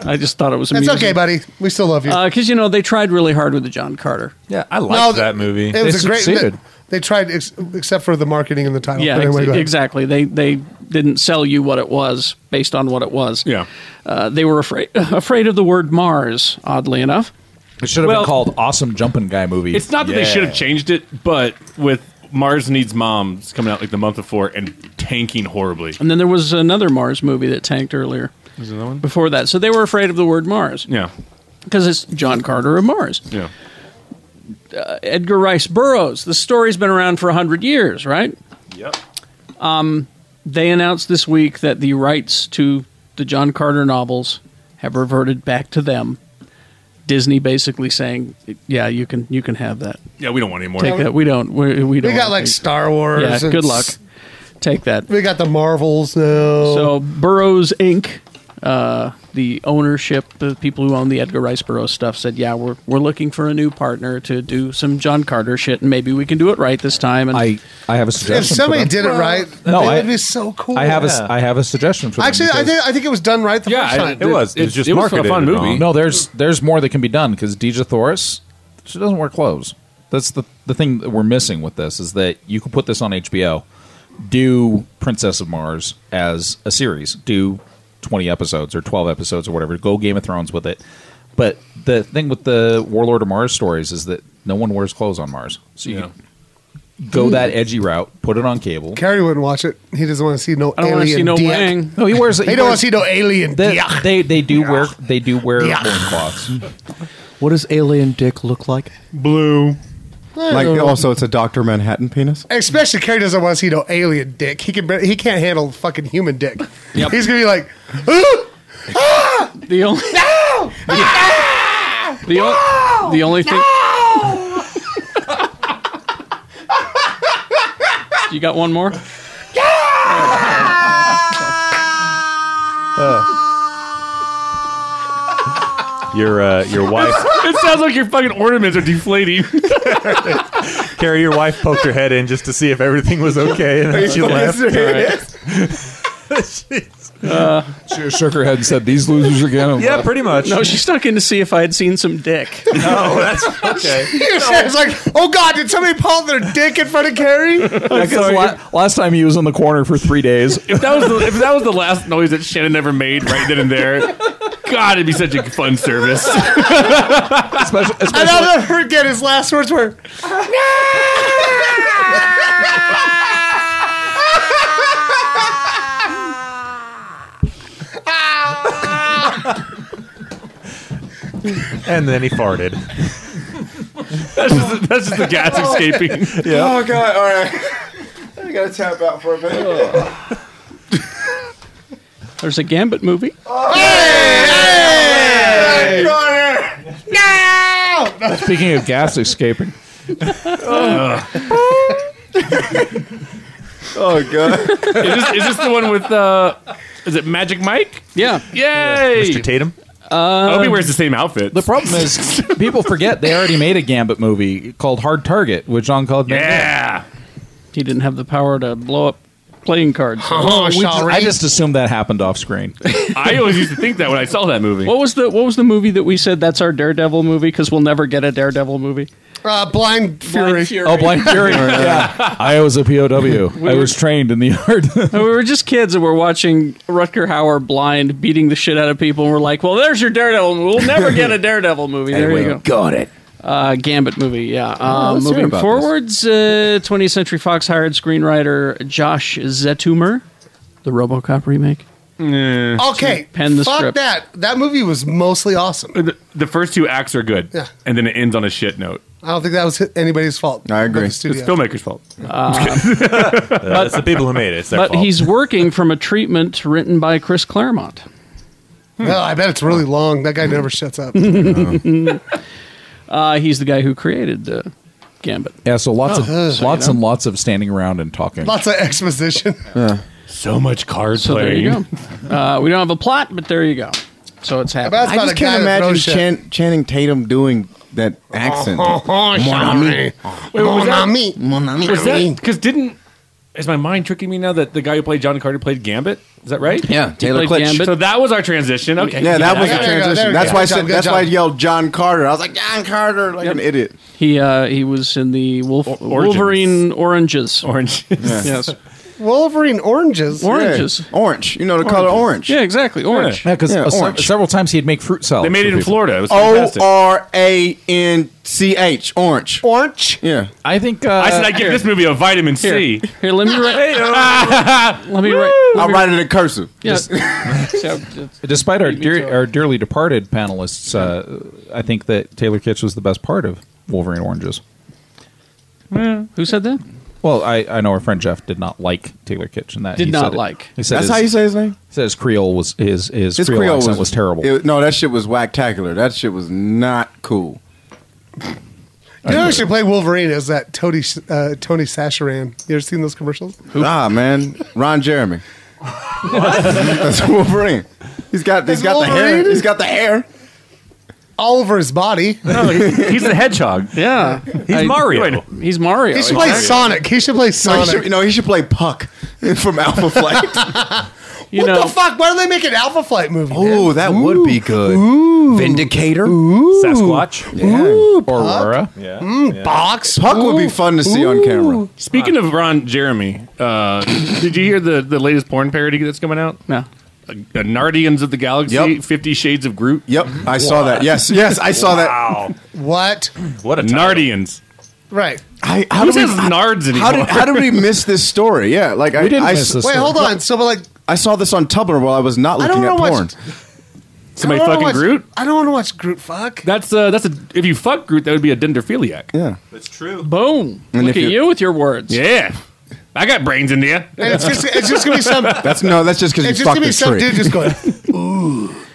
[SPEAKER 1] I just thought it was.
[SPEAKER 4] That's
[SPEAKER 1] Amusing.
[SPEAKER 4] okay, buddy. We still love you.
[SPEAKER 1] Because you know they tried really hard with the John Carter.
[SPEAKER 3] Yeah, I
[SPEAKER 4] liked No, that
[SPEAKER 3] movie.
[SPEAKER 4] it was a great. They, they tried, ex- except for the marketing and the title.
[SPEAKER 1] Yeah,
[SPEAKER 4] But
[SPEAKER 1] ex-
[SPEAKER 4] anyway, go ahead.
[SPEAKER 1] exactly. They they didn't sell you what it was based on what it was.
[SPEAKER 5] Yeah,
[SPEAKER 1] uh, they were afraid afraid of the word Mars. Oddly enough,
[SPEAKER 3] It should have
[SPEAKER 1] Well-
[SPEAKER 3] been called Awesome Jumping Guy Movie.
[SPEAKER 5] It's not that they should have changed it, but with Mars Needs Moms coming out like the month before and tanking horribly.
[SPEAKER 1] and then there was another Mars movie that tanked earlier.
[SPEAKER 5] Is another one?
[SPEAKER 1] Before that, so they were afraid of the word Mars.
[SPEAKER 5] Yeah,
[SPEAKER 1] because it's John Carter of Mars.
[SPEAKER 5] yeah.
[SPEAKER 1] uh, Edgar Rice Burroughs. The story's been around for 100 years, right?
[SPEAKER 5] Yep.
[SPEAKER 1] Um, they announced this week that the rights to the John Carter novels have reverted back to them. Disney basically saying, "Yeah, you can you can have that.
[SPEAKER 5] Yeah, we don't want any more.
[SPEAKER 1] Take that. We don't. We, we
[SPEAKER 4] We
[SPEAKER 1] don't.
[SPEAKER 4] got
[SPEAKER 1] want
[SPEAKER 4] like
[SPEAKER 1] these."
[SPEAKER 4] Star Wars.
[SPEAKER 1] Yeah,
[SPEAKER 4] and
[SPEAKER 1] good luck.
[SPEAKER 4] s-
[SPEAKER 1] Take that.
[SPEAKER 4] We got the Marvels now.
[SPEAKER 1] So Burroughs Inc., uh, the ownership, the people who own the Edgar Rice Burroughs stuff, said, "Yeah, we're we're looking for a new partner to do some John Carter shit, and maybe we can do it right this time." And
[SPEAKER 3] I I have a
[SPEAKER 4] if
[SPEAKER 3] suggestion. for
[SPEAKER 4] somebody
[SPEAKER 3] them.
[SPEAKER 4] did it right,
[SPEAKER 3] no,
[SPEAKER 4] it
[SPEAKER 3] I,
[SPEAKER 4] would be so cool.
[SPEAKER 3] I have a I have a suggestion for them
[SPEAKER 4] Actually, I
[SPEAKER 3] because-
[SPEAKER 4] think I think it was done right the first time.
[SPEAKER 3] It, was. It, was just marketed wrong. No, there's there's more that can be done because Deja Thoris, she doesn't wear clothes. That's the the thing that we're missing with this is that you can put this on HBO, do Princess of Mars as a series, do twenty episodes or twelve episodes or whatever. Go Game of Thrones with it. But the thing with the Warlord of Mars stories is that no one wears clothes on Mars, so you can go that edgy route, put it on cable.
[SPEAKER 4] Carrie wouldn't watch it. He doesn't want to see no
[SPEAKER 3] I don't wanna
[SPEAKER 4] alien.
[SPEAKER 3] see no
[SPEAKER 4] dick.
[SPEAKER 3] wang. No, he wears-
[SPEAKER 4] He,
[SPEAKER 3] he
[SPEAKER 4] don't want
[SPEAKER 3] wears-
[SPEAKER 4] to see no alien.
[SPEAKER 3] They,
[SPEAKER 4] dick.
[SPEAKER 3] they they do wear they do wear
[SPEAKER 4] Yeah.
[SPEAKER 3] loincloths.
[SPEAKER 21] What does alien dick look like?
[SPEAKER 4] Blue.
[SPEAKER 8] Like also, it's a Doctor Manhattan penis.
[SPEAKER 4] Especially Carrie doesn't want to see no alien dick. He can bar- he can't handle fucking human dick. He's gonna be like, "Ooh, ah,
[SPEAKER 1] the only
[SPEAKER 4] no,
[SPEAKER 1] the, o- the only thing you got one more.
[SPEAKER 3] Uh,
[SPEAKER 2] Your uh, your wife,
[SPEAKER 5] it sounds like your fucking ornaments are deflating.
[SPEAKER 2] Carrie, your wife poked her head in just to see if everything was okay, and then she left.
[SPEAKER 1] Uh,
[SPEAKER 3] she shook her head and said, "These losers again."
[SPEAKER 2] Yeah, pretty much.
[SPEAKER 1] No, she snuck in to see if I had seen some dick.
[SPEAKER 2] No, that's okay.
[SPEAKER 4] it's like, oh god, did somebody pull their dick in front of Carrie?
[SPEAKER 3] last time he was in the corner for three days.
[SPEAKER 5] If that was the, if that was the last noise that Shannon ever made right then and there, God, it'd be such a fun service.
[SPEAKER 4] And I'll never forget his last words were,
[SPEAKER 1] Ah!
[SPEAKER 2] and then he farted.
[SPEAKER 5] that's, just the, that's just the gas escaping.
[SPEAKER 12] Oh god! All right, I gotta tap out for a bit.
[SPEAKER 1] There's a Gambit movie.
[SPEAKER 12] Hey!
[SPEAKER 4] No!
[SPEAKER 3] Speaking of gas escaping.
[SPEAKER 12] Oh god!
[SPEAKER 5] is, this, is this the one with uh, is it Magic Mike?
[SPEAKER 1] Yeah.
[SPEAKER 5] Yay,
[SPEAKER 2] Mr. Tatum.
[SPEAKER 5] Uh, I hope he wears the same outfit.
[SPEAKER 3] The problem is, people forget they already made a Gambit movie called Hard Target with John Claude Van Damme.
[SPEAKER 5] Yeah.
[SPEAKER 1] He didn't have the power to blow up playing cards.
[SPEAKER 3] Oh, We ju- I just assumed that happened off screen.
[SPEAKER 5] Oh, I always used to think that when I saw that movie.
[SPEAKER 1] What was the What was the movie that we said that's our Daredevil movie because we'll never get a Daredevil movie?
[SPEAKER 4] Uh, Blind Fury.
[SPEAKER 3] Oh, Blind Fury. yeah. I was a POW. I was trained in the art.
[SPEAKER 1] we were just kids and we're watching Rutger Hauer blind beating the shit out of people. And we're like, well, there's your Daredevil. movie. We'll never get a Daredevil movie.
[SPEAKER 21] And
[SPEAKER 1] There
[SPEAKER 21] we
[SPEAKER 1] you go.
[SPEAKER 21] got it.
[SPEAKER 1] Uh, Gambit movie, yeah.
[SPEAKER 21] Oh,
[SPEAKER 1] Uh,
[SPEAKER 21] let's hear
[SPEAKER 1] moving
[SPEAKER 21] about
[SPEAKER 1] forwards, uh, 20th Century Fox hired screenwriter Josh Zetumer, the RoboCop remake.
[SPEAKER 4] Okay.
[SPEAKER 1] Pen the
[SPEAKER 4] fuck
[SPEAKER 1] script.
[SPEAKER 4] that. That movie was mostly awesome.
[SPEAKER 5] The, the first two acts are good,
[SPEAKER 4] Yeah.
[SPEAKER 5] and then it ends on a shit note.
[SPEAKER 4] I don't think that was anybody's fault. I agree.
[SPEAKER 5] It's filmmaker's fault.
[SPEAKER 2] Uh, it's the people who made it. It's their
[SPEAKER 1] But
[SPEAKER 2] fault.
[SPEAKER 1] he's working from a treatment written by Chris Claremont.
[SPEAKER 4] Hmm. Well, I bet it's really long. That guy never shuts up.
[SPEAKER 1] uh, he's the guy who created uh, Gambit.
[SPEAKER 3] Yeah, so lots of
[SPEAKER 4] Oh. So, you
[SPEAKER 3] lots
[SPEAKER 4] know.
[SPEAKER 3] and lots of standing around and talking.
[SPEAKER 4] Lots of exposition.
[SPEAKER 3] So much card
[SPEAKER 1] So there you go. Uh, we don't have a plot, but there you go. So it's happening.
[SPEAKER 4] That's
[SPEAKER 8] I just can't imagine Chan- Channing Tatum doing that accent.
[SPEAKER 1] oh, oh,
[SPEAKER 8] Mon ami.
[SPEAKER 5] Wait, was
[SPEAKER 8] Mon
[SPEAKER 5] that-
[SPEAKER 8] ami. Mon ami.
[SPEAKER 5] Was that because didn't? Is my mind tricking me now that the guy who played John Carter played Gambit? Is that right?
[SPEAKER 8] Yeah, He Taylor played Klitsch. Gambit.
[SPEAKER 5] So that was our transition. Okay.
[SPEAKER 8] Yeah, that was the
[SPEAKER 5] I got it.
[SPEAKER 8] transition. That's why I said, that's why I yelled John Carter. I was like,
[SPEAKER 12] John Carter, like
[SPEAKER 8] an idiot.
[SPEAKER 1] He uh, he was in the Wolf
[SPEAKER 8] Origins.
[SPEAKER 1] Wolverine Oranges. Oranges.
[SPEAKER 8] Yeah.
[SPEAKER 1] yes.
[SPEAKER 4] Wolverine oranges.
[SPEAKER 1] Oranges.
[SPEAKER 8] Orange. You know the
[SPEAKER 1] color
[SPEAKER 8] orange.
[SPEAKER 1] Yeah, exactly. Orange.
[SPEAKER 3] Yeah, because
[SPEAKER 8] Yeah, orange.
[SPEAKER 3] several times he'd make fruit salad. for people.
[SPEAKER 8] O R A N C H. Orange.
[SPEAKER 4] Orange.
[SPEAKER 8] Yeah.
[SPEAKER 3] I think uh,
[SPEAKER 5] I said I give this movie a vitamin C.
[SPEAKER 1] Here, let me write. let me write.
[SPEAKER 8] I'll write it in cursive.
[SPEAKER 1] Yeah.
[SPEAKER 3] Just-
[SPEAKER 1] So, uh, it's-
[SPEAKER 3] Despite our dear, our dearly departed panelists, uh, I think that Taylor Kitsch was the best part of Wolverine Oranges.
[SPEAKER 1] Who said that?
[SPEAKER 3] Well, I, I know our friend Jeff did not like Taylor Kitsch, and that
[SPEAKER 1] Did
[SPEAKER 3] he
[SPEAKER 1] not
[SPEAKER 3] said it-
[SPEAKER 1] like.
[SPEAKER 3] He said
[SPEAKER 8] That's
[SPEAKER 3] his,
[SPEAKER 8] how you say his name?
[SPEAKER 3] He said his Creole was his his, Creole, accent was, terrible.
[SPEAKER 8] it- no, that shit was whacktacular. That shit was not cool.
[SPEAKER 4] You know who should play Wolverine is that Tony uh, Tony Sacharan. You ever seen those commercials?
[SPEAKER 8] Ah, man, Ron Jeremy. That's Wolverine. He's got he's got the hair. He's got the hair.
[SPEAKER 4] All over his body.
[SPEAKER 5] he's a hedgehog.
[SPEAKER 1] Yeah.
[SPEAKER 4] He's Mario.
[SPEAKER 1] He's Mario.
[SPEAKER 4] He should play
[SPEAKER 1] exactly.
[SPEAKER 4] Sonic. He should play
[SPEAKER 8] No, he
[SPEAKER 4] Sonic.
[SPEAKER 8] should, no, he should play Puck from Alpha Flight.
[SPEAKER 1] You
[SPEAKER 4] what
[SPEAKER 1] know-
[SPEAKER 4] the fuck? Why do they make an Alpha Flight movie?
[SPEAKER 8] Ooh, that would be good. Vindicator.
[SPEAKER 2] Sasquatch.
[SPEAKER 8] Yeah.
[SPEAKER 3] Aurora.
[SPEAKER 2] Yeah. yeah.
[SPEAKER 4] Hmm, Box.
[SPEAKER 8] Puck would be fun to see on camera.
[SPEAKER 5] Speaking of Ron Jeremy, uh, did you hear the, the latest porn parody that's coming out?
[SPEAKER 1] No.
[SPEAKER 5] Uh, Nardians of the Galaxy, Fifty Shades of Groot.
[SPEAKER 8] Yep, I saw that. Yes, yes, I saw that.
[SPEAKER 5] Wow.
[SPEAKER 4] What?
[SPEAKER 5] What a Nardians.
[SPEAKER 4] Right.
[SPEAKER 8] I,
[SPEAKER 5] Who says nards
[SPEAKER 8] How did,
[SPEAKER 5] anymore?
[SPEAKER 8] how did we miss this story? Yeah, like I
[SPEAKER 4] We didn't
[SPEAKER 8] I,
[SPEAKER 4] miss this Wait, story. hold on. So, like,
[SPEAKER 8] I saw this on Tumblr while I was not
[SPEAKER 4] I
[SPEAKER 8] looking
[SPEAKER 4] don't
[SPEAKER 8] at
[SPEAKER 4] know what-
[SPEAKER 8] porn.
[SPEAKER 5] Somebody
[SPEAKER 4] I don't wanna
[SPEAKER 5] fucking
[SPEAKER 4] watch-
[SPEAKER 5] Groot.
[SPEAKER 4] I don't want to watch Groot fuck.
[SPEAKER 5] That's uh, that's a if you fuck Groot, that would be a dendrophiliac.
[SPEAKER 8] Yeah,
[SPEAKER 2] that's true.
[SPEAKER 1] Boom.
[SPEAKER 8] And if
[SPEAKER 1] Look at
[SPEAKER 8] you-
[SPEAKER 1] you with your words.
[SPEAKER 5] Yeah. I got brains in there.
[SPEAKER 4] And it's just it's just gonna be some.
[SPEAKER 8] That's no. That's just because
[SPEAKER 4] it's
[SPEAKER 8] you
[SPEAKER 4] just gonna
[SPEAKER 8] fucked
[SPEAKER 4] be
[SPEAKER 8] the
[SPEAKER 4] some
[SPEAKER 8] tree.
[SPEAKER 4] dude just going.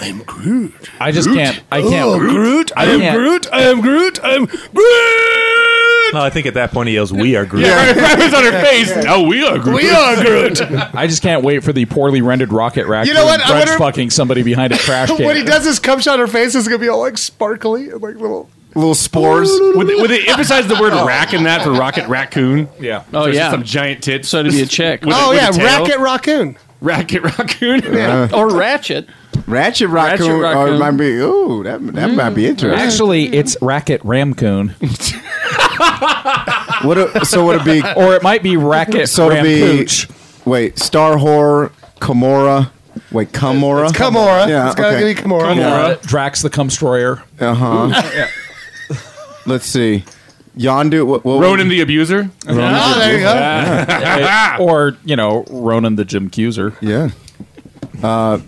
[SPEAKER 3] I just can't. I
[SPEAKER 2] Groot.
[SPEAKER 3] can't.
[SPEAKER 2] Oh, Groot.
[SPEAKER 3] I
[SPEAKER 2] I am
[SPEAKER 3] can't-
[SPEAKER 2] Groot.
[SPEAKER 5] I am Groot. I am Groot. No,
[SPEAKER 2] I think at that point he yells, "We are Groot."
[SPEAKER 5] Yeah, right, right on her face. Oh, we are Groot.
[SPEAKER 4] We are Groot.
[SPEAKER 3] I just can't wait for the poorly rendered rocket rack.
[SPEAKER 4] You know what? I
[SPEAKER 3] Brent's
[SPEAKER 4] wonder-
[SPEAKER 3] fucking somebody behind a trash can.
[SPEAKER 4] when he does his cum shot, her face is gonna be all like sparkly and like little.
[SPEAKER 8] little spores.
[SPEAKER 5] Would they, would they emphasize the word
[SPEAKER 4] Oh.
[SPEAKER 5] rack in that for Rocket Raccoon?
[SPEAKER 3] Yeah.
[SPEAKER 1] Oh, yeah.
[SPEAKER 5] Some giant tits. So
[SPEAKER 1] to be a chick.
[SPEAKER 4] oh yeah, Racket Raccoon.
[SPEAKER 5] Racket Raccoon.
[SPEAKER 8] Yeah.
[SPEAKER 1] or Ratchet.
[SPEAKER 8] Ratchet Raccoon. Ratchet
[SPEAKER 1] Raccoon.
[SPEAKER 8] might be. Ooh, that that might
[SPEAKER 4] Mm.
[SPEAKER 8] be interesting.
[SPEAKER 3] Actually, it's Racket Ramcoon.
[SPEAKER 8] what? A, so would it be?
[SPEAKER 3] or it might be Racket
[SPEAKER 8] So it'd be.
[SPEAKER 3] Rampooch.
[SPEAKER 8] Wait, Star Horror, Kimora. Wait, Kimora.
[SPEAKER 4] It's Kimora.
[SPEAKER 8] Yeah,
[SPEAKER 4] It's gotta
[SPEAKER 8] okay.
[SPEAKER 4] be Kimora.
[SPEAKER 3] Uh, Drax the Cumstroyer.
[SPEAKER 8] Uh huh. Let's see. Yondu. What? what
[SPEAKER 5] Ronan the Abuser.
[SPEAKER 8] Ronan
[SPEAKER 4] Ah,
[SPEAKER 8] the
[SPEAKER 4] there you go.
[SPEAKER 3] Yeah. or you know Ronan the Jim Cuser.
[SPEAKER 8] Yeah. Uh,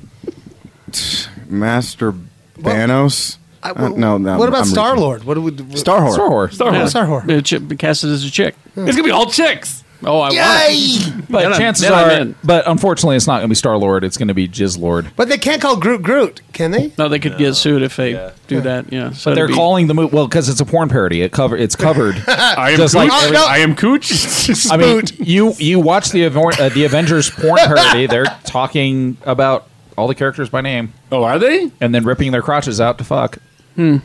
[SPEAKER 8] t- Master Banos.
[SPEAKER 4] I,
[SPEAKER 8] Uh, no, no,
[SPEAKER 4] What about
[SPEAKER 8] I'm
[SPEAKER 4] Star
[SPEAKER 8] reaching.
[SPEAKER 4] Lord? What would
[SPEAKER 8] Star Whore.
[SPEAKER 4] Star Whore.
[SPEAKER 8] Star Whore.
[SPEAKER 4] Yeah, Star Whore.
[SPEAKER 1] Uh, ch- cast it as a chick.
[SPEAKER 5] It's gonna be all chicks.
[SPEAKER 1] Oh, I
[SPEAKER 4] Yay!
[SPEAKER 1] want.
[SPEAKER 3] But
[SPEAKER 1] Then I'm-
[SPEAKER 3] chances
[SPEAKER 1] then I'm
[SPEAKER 3] are,
[SPEAKER 1] in.
[SPEAKER 3] but unfortunately, it's not going to be Star Lord. It's going to be Jizz Lord.
[SPEAKER 4] But they can't call Groot Groot, can they?
[SPEAKER 1] No, they could get sued if they do that. Yeah, so
[SPEAKER 3] But they're
[SPEAKER 1] it'd be-
[SPEAKER 3] calling the movie well because it's a porn parody. It cover it's covered.
[SPEAKER 5] I am
[SPEAKER 3] just
[SPEAKER 5] cooch.
[SPEAKER 3] like every-
[SPEAKER 5] I am cooch.
[SPEAKER 3] I mean, you you watch the Aven- uh, the Avengers porn parody. They're talking about all the characters by name.
[SPEAKER 5] Oh, are they?
[SPEAKER 3] And then ripping their crotches out to fuck.
[SPEAKER 1] Hmm.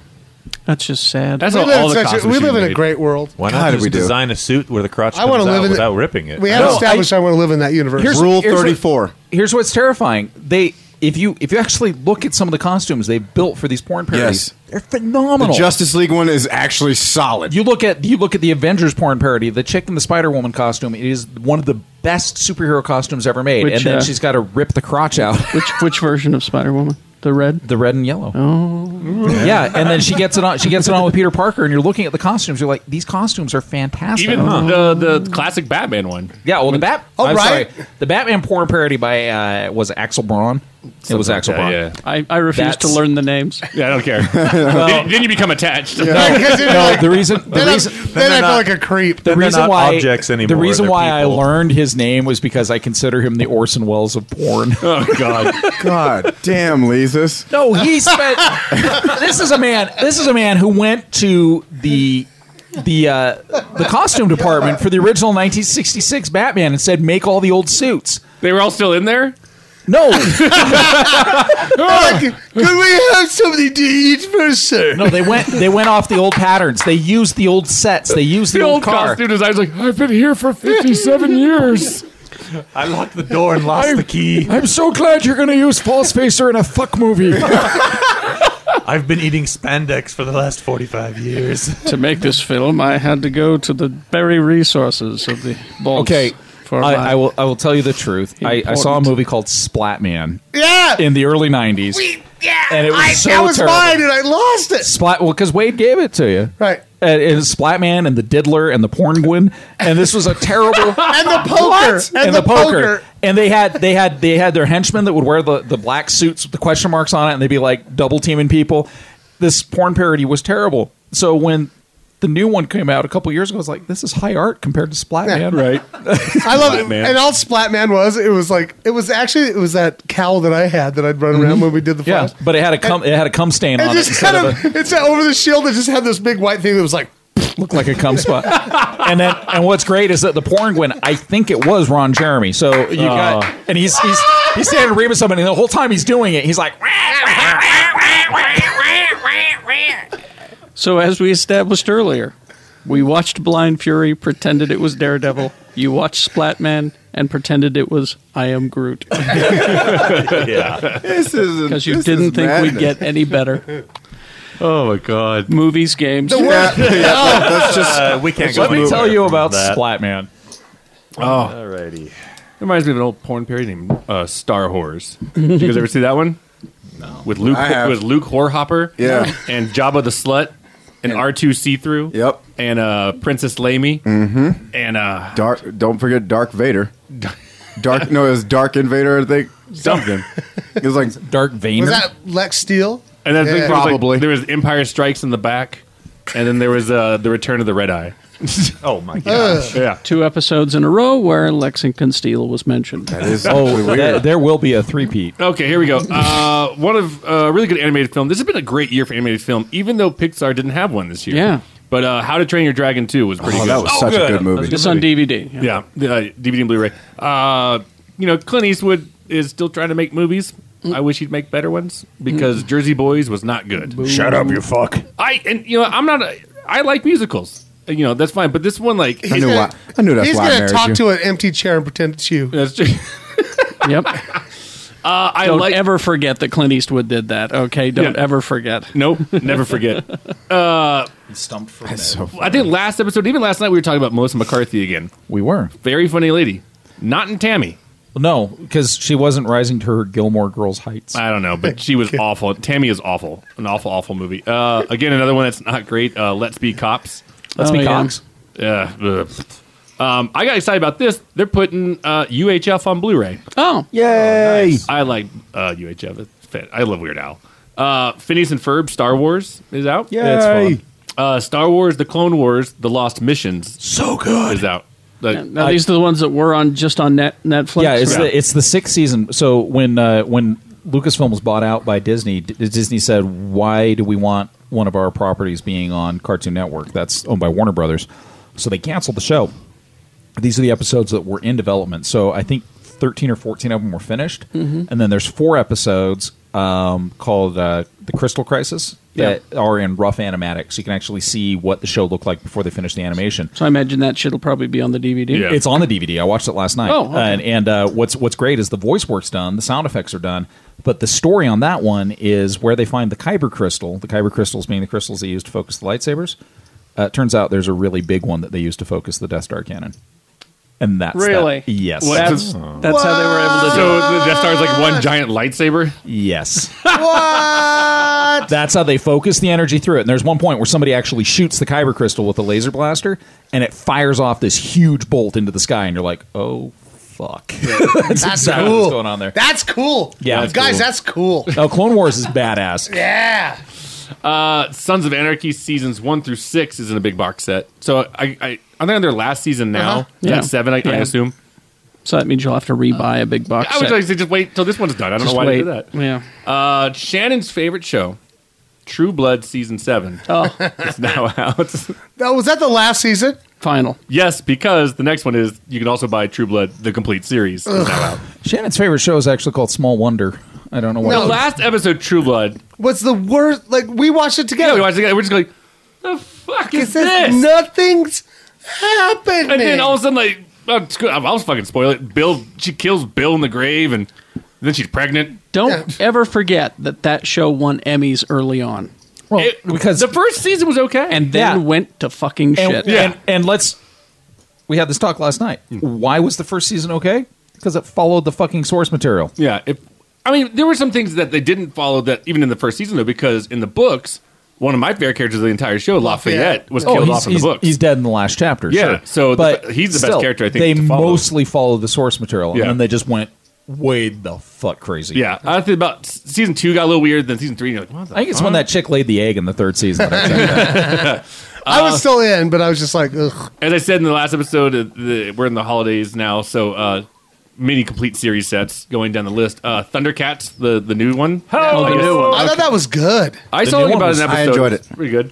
[SPEAKER 1] That's just sad.
[SPEAKER 3] That's
[SPEAKER 4] we
[SPEAKER 3] all-
[SPEAKER 4] live,
[SPEAKER 3] all
[SPEAKER 4] in
[SPEAKER 3] the
[SPEAKER 4] such
[SPEAKER 3] costumes
[SPEAKER 4] a, we
[SPEAKER 3] you
[SPEAKER 4] live in a
[SPEAKER 3] made.
[SPEAKER 4] great world.
[SPEAKER 2] Why not just design a suit where the crotch
[SPEAKER 4] I
[SPEAKER 2] comes
[SPEAKER 4] wanna
[SPEAKER 2] out
[SPEAKER 4] live in the-
[SPEAKER 2] without ripping it?
[SPEAKER 4] We have established I, want to live in that universe.
[SPEAKER 3] What, here's what's terrifying. They if you if you actually look at some of the costumes they built for these porn parodies,
[SPEAKER 8] Yes.
[SPEAKER 3] they're phenomenal.
[SPEAKER 8] The Justice League one is actually solid.
[SPEAKER 3] You look at you look at the Avengers porn parody. The chick in the Spider Woman costume is one of the best superhero costumes ever made,
[SPEAKER 1] Which,
[SPEAKER 3] and then
[SPEAKER 1] uh,
[SPEAKER 3] she's got to rip the crotch out.
[SPEAKER 1] Which which version of Spider Woman? The red,
[SPEAKER 3] the red and yellow.
[SPEAKER 1] Oh,
[SPEAKER 3] yeah, and then she gets it on. She gets it on with Peter Parker, and you're looking at the costumes. You're like, these costumes are fantastic.
[SPEAKER 5] Even the the classic Batman one.
[SPEAKER 3] Yeah, well, the Bat.
[SPEAKER 5] Oh,
[SPEAKER 3] I'm
[SPEAKER 5] right.
[SPEAKER 3] sorry, the Batman porn parody by uh, was Axel Braun. it
[SPEAKER 5] Something
[SPEAKER 3] was
[SPEAKER 5] like
[SPEAKER 3] Axel
[SPEAKER 5] that,
[SPEAKER 3] Braun.
[SPEAKER 5] yeah.
[SPEAKER 1] I, I refuse to
[SPEAKER 3] That's-
[SPEAKER 1] learn the names.
[SPEAKER 5] Yeah, I don't care.
[SPEAKER 3] Well-
[SPEAKER 5] then, then you become attached.
[SPEAKER 3] No, the reason the
[SPEAKER 4] Then I-
[SPEAKER 3] reason
[SPEAKER 4] then Then I they're feel not- like a creep.
[SPEAKER 3] The
[SPEAKER 4] then they're
[SPEAKER 3] reason
[SPEAKER 4] not
[SPEAKER 3] why
[SPEAKER 4] objects
[SPEAKER 3] The
[SPEAKER 4] anymore,
[SPEAKER 3] reason
[SPEAKER 4] they're
[SPEAKER 3] why I
[SPEAKER 4] people.
[SPEAKER 3] learned his name was because I consider him the Orson Welles of porn.
[SPEAKER 5] Oh God,
[SPEAKER 8] God damn, Lesus.
[SPEAKER 3] No, he spent. this is a man. This is a man who went to the the uh, the costume department for the original 1966 Batman and said, "Make all the old suits."
[SPEAKER 5] They were all still in there.
[SPEAKER 3] No.
[SPEAKER 4] Could we have something to eat first, sir?
[SPEAKER 3] No, they went. They went off the old patterns. They used the old sets. They used the,
[SPEAKER 22] The
[SPEAKER 3] old,
[SPEAKER 22] old
[SPEAKER 3] car.
[SPEAKER 22] costume designers like, I've been here for 57 years.
[SPEAKER 2] I locked the door and lost the key.
[SPEAKER 22] I'm so glad you're going to use False Facer in a fuck movie.
[SPEAKER 2] I've been eating spandex for the last 45 years.
[SPEAKER 1] to make this film, I had to go to the very resources of the balls.
[SPEAKER 3] Okay,
[SPEAKER 1] for
[SPEAKER 3] I,
[SPEAKER 1] my-
[SPEAKER 3] I will. I will tell you the truth. I, I saw a
[SPEAKER 1] Important.
[SPEAKER 3] movie called Splatman.
[SPEAKER 4] Yeah!
[SPEAKER 3] in the early '90s.
[SPEAKER 4] yeah,
[SPEAKER 3] and it was
[SPEAKER 4] I,
[SPEAKER 3] so
[SPEAKER 4] that was
[SPEAKER 3] terrible.
[SPEAKER 4] mine, and I lost it.
[SPEAKER 3] Splat. Well, because Wade gave it to you,
[SPEAKER 4] right?
[SPEAKER 3] And, and it's Splatman and the Diddler and the Porngwin, and this was a terrible
[SPEAKER 4] And the poker.
[SPEAKER 3] What?
[SPEAKER 4] And the poker.
[SPEAKER 3] And they had they had they had their henchmen that would wear the the black suits with the question marks on it, and they'd be like double teaming people. This porn parody was terrible. So when the new one came out a couple years ago, I was like, this is high art compared to Splatman,
[SPEAKER 5] right?
[SPEAKER 4] I love it.
[SPEAKER 3] Splatman.
[SPEAKER 4] And all Splatman was, it was like, it was actually, it was that cowl that I had that I'd run around when we did the
[SPEAKER 3] Yeah,
[SPEAKER 4] flash.
[SPEAKER 3] but it had a cum it had a cum stain
[SPEAKER 4] And
[SPEAKER 3] on it
[SPEAKER 4] just
[SPEAKER 3] instead
[SPEAKER 4] kind
[SPEAKER 3] of,
[SPEAKER 4] of, it's over the shield. It just had this big white thing that was like,
[SPEAKER 3] a, looked like a cum spot. and then and what's great is that the Porngwin, I think it was Ron Jeremy. So you
[SPEAKER 22] Oh.
[SPEAKER 3] got and he's he's he's standing reading somebody, and the whole time he's doing it, he's like.
[SPEAKER 1] So, as we established earlier, we watched Blind Fury, pretended it was Daredevil. You watched Splatman and pretended it was I Am Groot.
[SPEAKER 2] yeah.
[SPEAKER 8] This is
[SPEAKER 1] Because you
[SPEAKER 8] this is
[SPEAKER 1] didn't think we'd
[SPEAKER 8] madness.
[SPEAKER 1] get any better.
[SPEAKER 5] Oh my God!
[SPEAKER 1] Movies, games.
[SPEAKER 8] The worst- Yeah, yeah, that- that's just-
[SPEAKER 2] Uh, we can't go
[SPEAKER 3] Let me
[SPEAKER 2] anywhere
[SPEAKER 3] tell you
[SPEAKER 2] from
[SPEAKER 3] about
[SPEAKER 2] that.
[SPEAKER 3] Splatman.
[SPEAKER 5] Oh,
[SPEAKER 2] Alrighty.
[SPEAKER 5] reminds me of an old porn parody named uh, Star Whores. Did you guys ever see that one? No. With Luke,
[SPEAKER 8] I have.
[SPEAKER 5] with Luke Horhopper,
[SPEAKER 8] Yeah.
[SPEAKER 5] and Jabba the Slut, and R two C through, yep, and uh, Princess Lamy.
[SPEAKER 8] Mm-hmm.
[SPEAKER 5] And uh,
[SPEAKER 8] Dark. Don't forget Dark Vader. Dark. no, it was Dark Invader. I think
[SPEAKER 5] something.
[SPEAKER 8] It was like
[SPEAKER 3] Dark Vader.
[SPEAKER 4] was that Lex Steele?
[SPEAKER 5] And then I think
[SPEAKER 4] Yeah.
[SPEAKER 5] there was, like, there was Empire Strikes in the back, and then there was uh, the Return of the Red Eye.
[SPEAKER 2] oh my
[SPEAKER 8] Uh.
[SPEAKER 5] gosh. Yeah.
[SPEAKER 1] Two episodes in a row where Lexington Steel was mentioned. That
[SPEAKER 8] is
[SPEAKER 3] Oh, that, there will be a three-peat.
[SPEAKER 5] Okay, here we go. Uh, one of a really good animated film. This has been a great year for animated film, even though Pixar didn't have one this year.
[SPEAKER 1] Yeah.
[SPEAKER 5] But uh, How to Train Your Dragon 2 was pretty
[SPEAKER 8] Oh,
[SPEAKER 5] good.
[SPEAKER 8] that was such a good movie.
[SPEAKER 1] It's on DVD.
[SPEAKER 5] Yeah, the, uh, DVD and Blu-ray. Uh, you know, Clint Eastwood is still trying to make movies. I wish he'd make better ones because Jersey Boys was not good.
[SPEAKER 23] Shut up, you fuck.
[SPEAKER 5] I and you know I'm not. A, I like musicals. Uh, You know that's fine, but this one like
[SPEAKER 4] He's gonna- He's
[SPEAKER 5] I
[SPEAKER 4] gonna
[SPEAKER 5] married
[SPEAKER 4] talk
[SPEAKER 5] you.
[SPEAKER 4] to an empty chair and pretend it's you.
[SPEAKER 5] That's
[SPEAKER 1] Yep.
[SPEAKER 5] Uh, I
[SPEAKER 1] Don't
[SPEAKER 5] like-
[SPEAKER 1] ever forget that Clint Eastwood did that. Okay, don't
[SPEAKER 5] Yeah.
[SPEAKER 1] ever forget.
[SPEAKER 5] Nope, never forget. Uh,
[SPEAKER 3] stumped for
[SPEAKER 5] I think last episode, even last night, we were talking about Melissa McCarthy again.
[SPEAKER 3] We were
[SPEAKER 5] very funny lady, not in Tammy.
[SPEAKER 3] No, because she wasn't rising to her Gilmore Girls heights.
[SPEAKER 5] I don't know, but she was awful. Tammy is awful. An awful, awful movie. Uh, again, another one that's not great. Uh, Let's Be Cops.
[SPEAKER 3] Let's Oh, Be yeah. Cops.
[SPEAKER 5] Yeah. ugh. Um, I got excited about this. They're putting uh, UHF on Blu-ray.
[SPEAKER 1] Oh,
[SPEAKER 5] yay! I like uh, UHF. It's fan- I love Weird Al. Uh, Phineas and Ferb Star Wars is out.
[SPEAKER 22] Yeah, it's fun.
[SPEAKER 5] Uh, Star Wars: The Clone Wars: The Lost Missions. So good is out. Like,
[SPEAKER 1] Now these are the ones that were on just on net, Netflix.
[SPEAKER 3] Yeah, it's the it's the sixth season. So when uh, when Lucasfilm was bought out by Disney, D- Disney said, "Why do we want one of our properties being on Cartoon Network that's owned by Warner Brothers?" So they canceled the show. These are the episodes that were in development. So I think thirteen or fourteen of them were finished,
[SPEAKER 1] Mm-hmm.
[SPEAKER 22] Mhm.
[SPEAKER 3] and then there's four episodes um, called uh, "The Crystal Crisis" that are in rough animatics. You can actually see what the show looked like before they finished the animation.
[SPEAKER 1] So I imagine that shit'll probably be on the DVD.
[SPEAKER 3] It's on the DVD. I watched it last night.
[SPEAKER 1] Oh, okay.
[SPEAKER 3] and, and uh, what's what's great is the voice work's done, the sound effects are done, but the story on that one is where they find the kyber crystal. The kyber crystals being the crystals they use to focus the lightsabers. Uh, it turns out there's a really big one that they use to focus the Death Star cannon, and that's that-
[SPEAKER 1] Really?
[SPEAKER 3] yes,
[SPEAKER 1] What? That's- that's how they were able to do
[SPEAKER 5] So
[SPEAKER 1] it.
[SPEAKER 5] the Death Star is like one giant lightsaber.
[SPEAKER 3] Yes.
[SPEAKER 4] what?
[SPEAKER 3] That's how they focus the energy through it. And there's one point where somebody actually shoots the kyber crystal with a laser blaster, and it fires off this huge bolt into the sky, and you're like, oh fuck, that's, exactly
[SPEAKER 4] cool.
[SPEAKER 3] what's going on there.
[SPEAKER 4] That's cool.
[SPEAKER 3] Yeah, that's
[SPEAKER 4] guys,
[SPEAKER 3] cool.
[SPEAKER 4] that's cool.
[SPEAKER 3] Oh, Clone Wars is badass.
[SPEAKER 4] Yeah.
[SPEAKER 5] Uh, Sons of Anarchy seasons one through six is in a big box set. So I, I I'm on their last season now.
[SPEAKER 1] Uh-huh.
[SPEAKER 5] Is that
[SPEAKER 1] Yeah.
[SPEAKER 5] seven, I, I
[SPEAKER 1] Yeah.
[SPEAKER 5] assume.
[SPEAKER 1] So that means you'll have to rebuy a big box.
[SPEAKER 5] I would
[SPEAKER 1] set.
[SPEAKER 5] like to just wait till this one's done. I don't
[SPEAKER 1] Just
[SPEAKER 5] know why
[SPEAKER 1] wait.
[SPEAKER 5] they did
[SPEAKER 1] that.
[SPEAKER 5] Yeah. Uh, Shannon's favorite show, True Blood season seven.
[SPEAKER 1] Oh,
[SPEAKER 5] it's now out.
[SPEAKER 4] Now, Oh, was that the last season?
[SPEAKER 1] Final.
[SPEAKER 5] Yes, because the next one is you can also buy True Blood the complete series. Is now out.
[SPEAKER 3] Shannon's favorite show is actually called Small Wonder. I don't know why.
[SPEAKER 5] The last episode, True Blood.
[SPEAKER 4] What's the worst? Like we watched it together.
[SPEAKER 5] Yeah, we watched it together. We're just like, the fuck is this?
[SPEAKER 4] Nothing's happening.
[SPEAKER 5] and then all of a sudden, like, oh, screw- I'll, I'll fucking spoil it. Bill, she kills Bill in the grave, and then she's pregnant.
[SPEAKER 1] Don't ever forget that that show won Emmys early on.
[SPEAKER 3] Well, because
[SPEAKER 5] the first season was okay,
[SPEAKER 1] and then
[SPEAKER 3] Yeah.
[SPEAKER 1] went to fucking
[SPEAKER 3] and,
[SPEAKER 1] shit.
[SPEAKER 3] And, and let's. We had this talk last night. Why was the first season okay? Because it followed the fucking source material.
[SPEAKER 5] Yeah. If, I mean, there were some things that they didn't follow that even in the first season, though, because in the books, one of my favorite characters of the entire show, Lafayette, was
[SPEAKER 3] Oh,
[SPEAKER 5] killed
[SPEAKER 3] he's-
[SPEAKER 5] off in the
[SPEAKER 3] he's-
[SPEAKER 5] books.
[SPEAKER 3] He's dead in the last chapter.
[SPEAKER 5] Yeah,
[SPEAKER 3] sure.
[SPEAKER 5] so the
[SPEAKER 3] but
[SPEAKER 5] fa- he's the best
[SPEAKER 3] still,
[SPEAKER 5] character, I think,
[SPEAKER 3] They
[SPEAKER 5] to follow.
[SPEAKER 3] mostly followed the source material,
[SPEAKER 5] Yeah.
[SPEAKER 3] and then they just went way the fuck crazy.
[SPEAKER 5] Yeah, I think about s- season two got a little weird. Then season three, you're like, what the
[SPEAKER 3] I think it's
[SPEAKER 5] fuck?
[SPEAKER 3] when that chick laid the egg in the third season. that I was like,
[SPEAKER 4] I
[SPEAKER 5] Uh,
[SPEAKER 4] was still in, but I was just like, ugh.
[SPEAKER 5] As I said in the last episode, uh, the, we're in the holidays now, so uh, mini complete series sets going down the list. Uh, Thundercats, the the new one.
[SPEAKER 4] Oh,
[SPEAKER 5] I
[SPEAKER 4] the
[SPEAKER 5] guess-
[SPEAKER 4] new one. I thought that was good.
[SPEAKER 5] I
[SPEAKER 4] The
[SPEAKER 5] saw
[SPEAKER 4] new
[SPEAKER 5] it
[SPEAKER 4] one
[SPEAKER 5] about
[SPEAKER 4] was-
[SPEAKER 5] an
[SPEAKER 4] I
[SPEAKER 5] episode.
[SPEAKER 4] enjoyed it.
[SPEAKER 5] It's pretty good.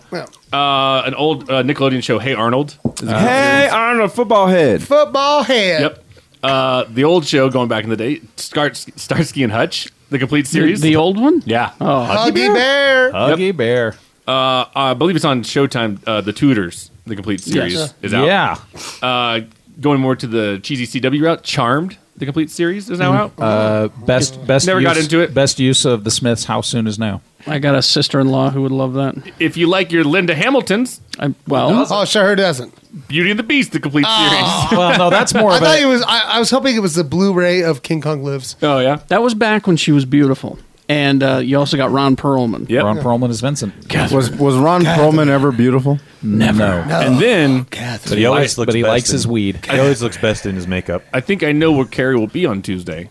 [SPEAKER 5] Uh, an old uh, Nickelodeon show, Hey Arnold. is a-
[SPEAKER 8] hey, Arnold, football head.
[SPEAKER 4] Football head.
[SPEAKER 5] Yep. Uh, the old show going back in the day, Star- Starsky and Hutch, the complete series.
[SPEAKER 1] The, old one?
[SPEAKER 5] Yeah.
[SPEAKER 1] Oh.
[SPEAKER 4] Huggy Bear.
[SPEAKER 3] Huggy Bear.
[SPEAKER 5] Uh, I believe it's on Showtime. Uh, the Tudors, the complete series,
[SPEAKER 3] Yes.
[SPEAKER 5] is out.
[SPEAKER 3] Yeah.
[SPEAKER 5] Uh, going more to the cheesy CW route, Charmed, the complete series, is now out.
[SPEAKER 3] uh, best best
[SPEAKER 5] Never got
[SPEAKER 3] use-
[SPEAKER 5] into it.
[SPEAKER 3] Best use of the Smiths. How soon is now?
[SPEAKER 1] I got a sister-in-law who would love that.
[SPEAKER 5] If you like your Linda Hamilton's,
[SPEAKER 1] I,
[SPEAKER 4] oh, sure doesn't. Ah.
[SPEAKER 5] Beauty and the Beast, the complete series.
[SPEAKER 4] I thought it was. I, I was hoping it was the Blu-ray of King Kong Lives.
[SPEAKER 5] Oh yeah,
[SPEAKER 1] that was back when she was beautiful, and uh, you also got Ron Perlman.
[SPEAKER 5] Yep.
[SPEAKER 3] Ron Perlman is Vincent.
[SPEAKER 8] Was was Ron Perlman ever beautiful?
[SPEAKER 1] Never.
[SPEAKER 8] No.
[SPEAKER 5] And then,
[SPEAKER 8] But he always looks But he best likes in- his
[SPEAKER 3] weed.
[SPEAKER 2] He always looks best in his makeup.
[SPEAKER 5] I think I know where Carrie will be on Tuesday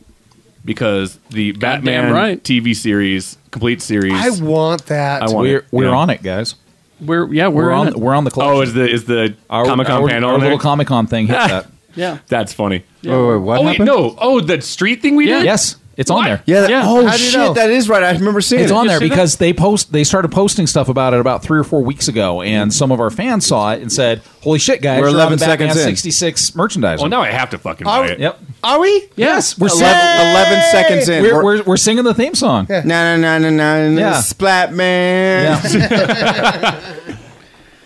[SPEAKER 5] because the Batman
[SPEAKER 1] right.
[SPEAKER 5] TV series, complete series.
[SPEAKER 4] I want that.
[SPEAKER 5] I want
[SPEAKER 3] we're
[SPEAKER 5] it.
[SPEAKER 3] we're
[SPEAKER 5] Yeah.
[SPEAKER 3] on it, guys.
[SPEAKER 1] We're yeah, we're,
[SPEAKER 3] We're
[SPEAKER 1] in
[SPEAKER 3] on-
[SPEAKER 1] it.
[SPEAKER 3] we're on the collection.
[SPEAKER 5] Oh, is the is the
[SPEAKER 3] Our-
[SPEAKER 5] Comic Con
[SPEAKER 3] our-
[SPEAKER 5] panel?
[SPEAKER 3] our
[SPEAKER 5] on there?
[SPEAKER 3] little Comic-Con thing hit that.
[SPEAKER 1] Yeah,
[SPEAKER 5] that's funny.
[SPEAKER 8] Wait, wait, what
[SPEAKER 5] oh,
[SPEAKER 8] happened?
[SPEAKER 5] no! Oh, the street thing we did.
[SPEAKER 3] Yes, it's on there.
[SPEAKER 8] Yeah. that- Oh shit, that is right. I remember seeing
[SPEAKER 3] It's
[SPEAKER 8] it.
[SPEAKER 3] on there because they post they started posting stuff about it about three or four weeks ago, and some of our fans saw it and said, "Holy shit, guys!
[SPEAKER 8] We're
[SPEAKER 3] you're on
[SPEAKER 8] 11
[SPEAKER 3] the Batman
[SPEAKER 8] seconds in.
[SPEAKER 3] 66 merchandise."
[SPEAKER 8] Well, now
[SPEAKER 5] I have to fucking
[SPEAKER 8] buy
[SPEAKER 3] it. Yep.
[SPEAKER 4] Are we?
[SPEAKER 3] Yes, we're
[SPEAKER 8] 11,
[SPEAKER 3] singing-
[SPEAKER 8] 11 seconds in.
[SPEAKER 3] We're, we're, we're, singing the theme song.
[SPEAKER 8] Na na na na na na.
[SPEAKER 3] Yeah.
[SPEAKER 8] Splat man.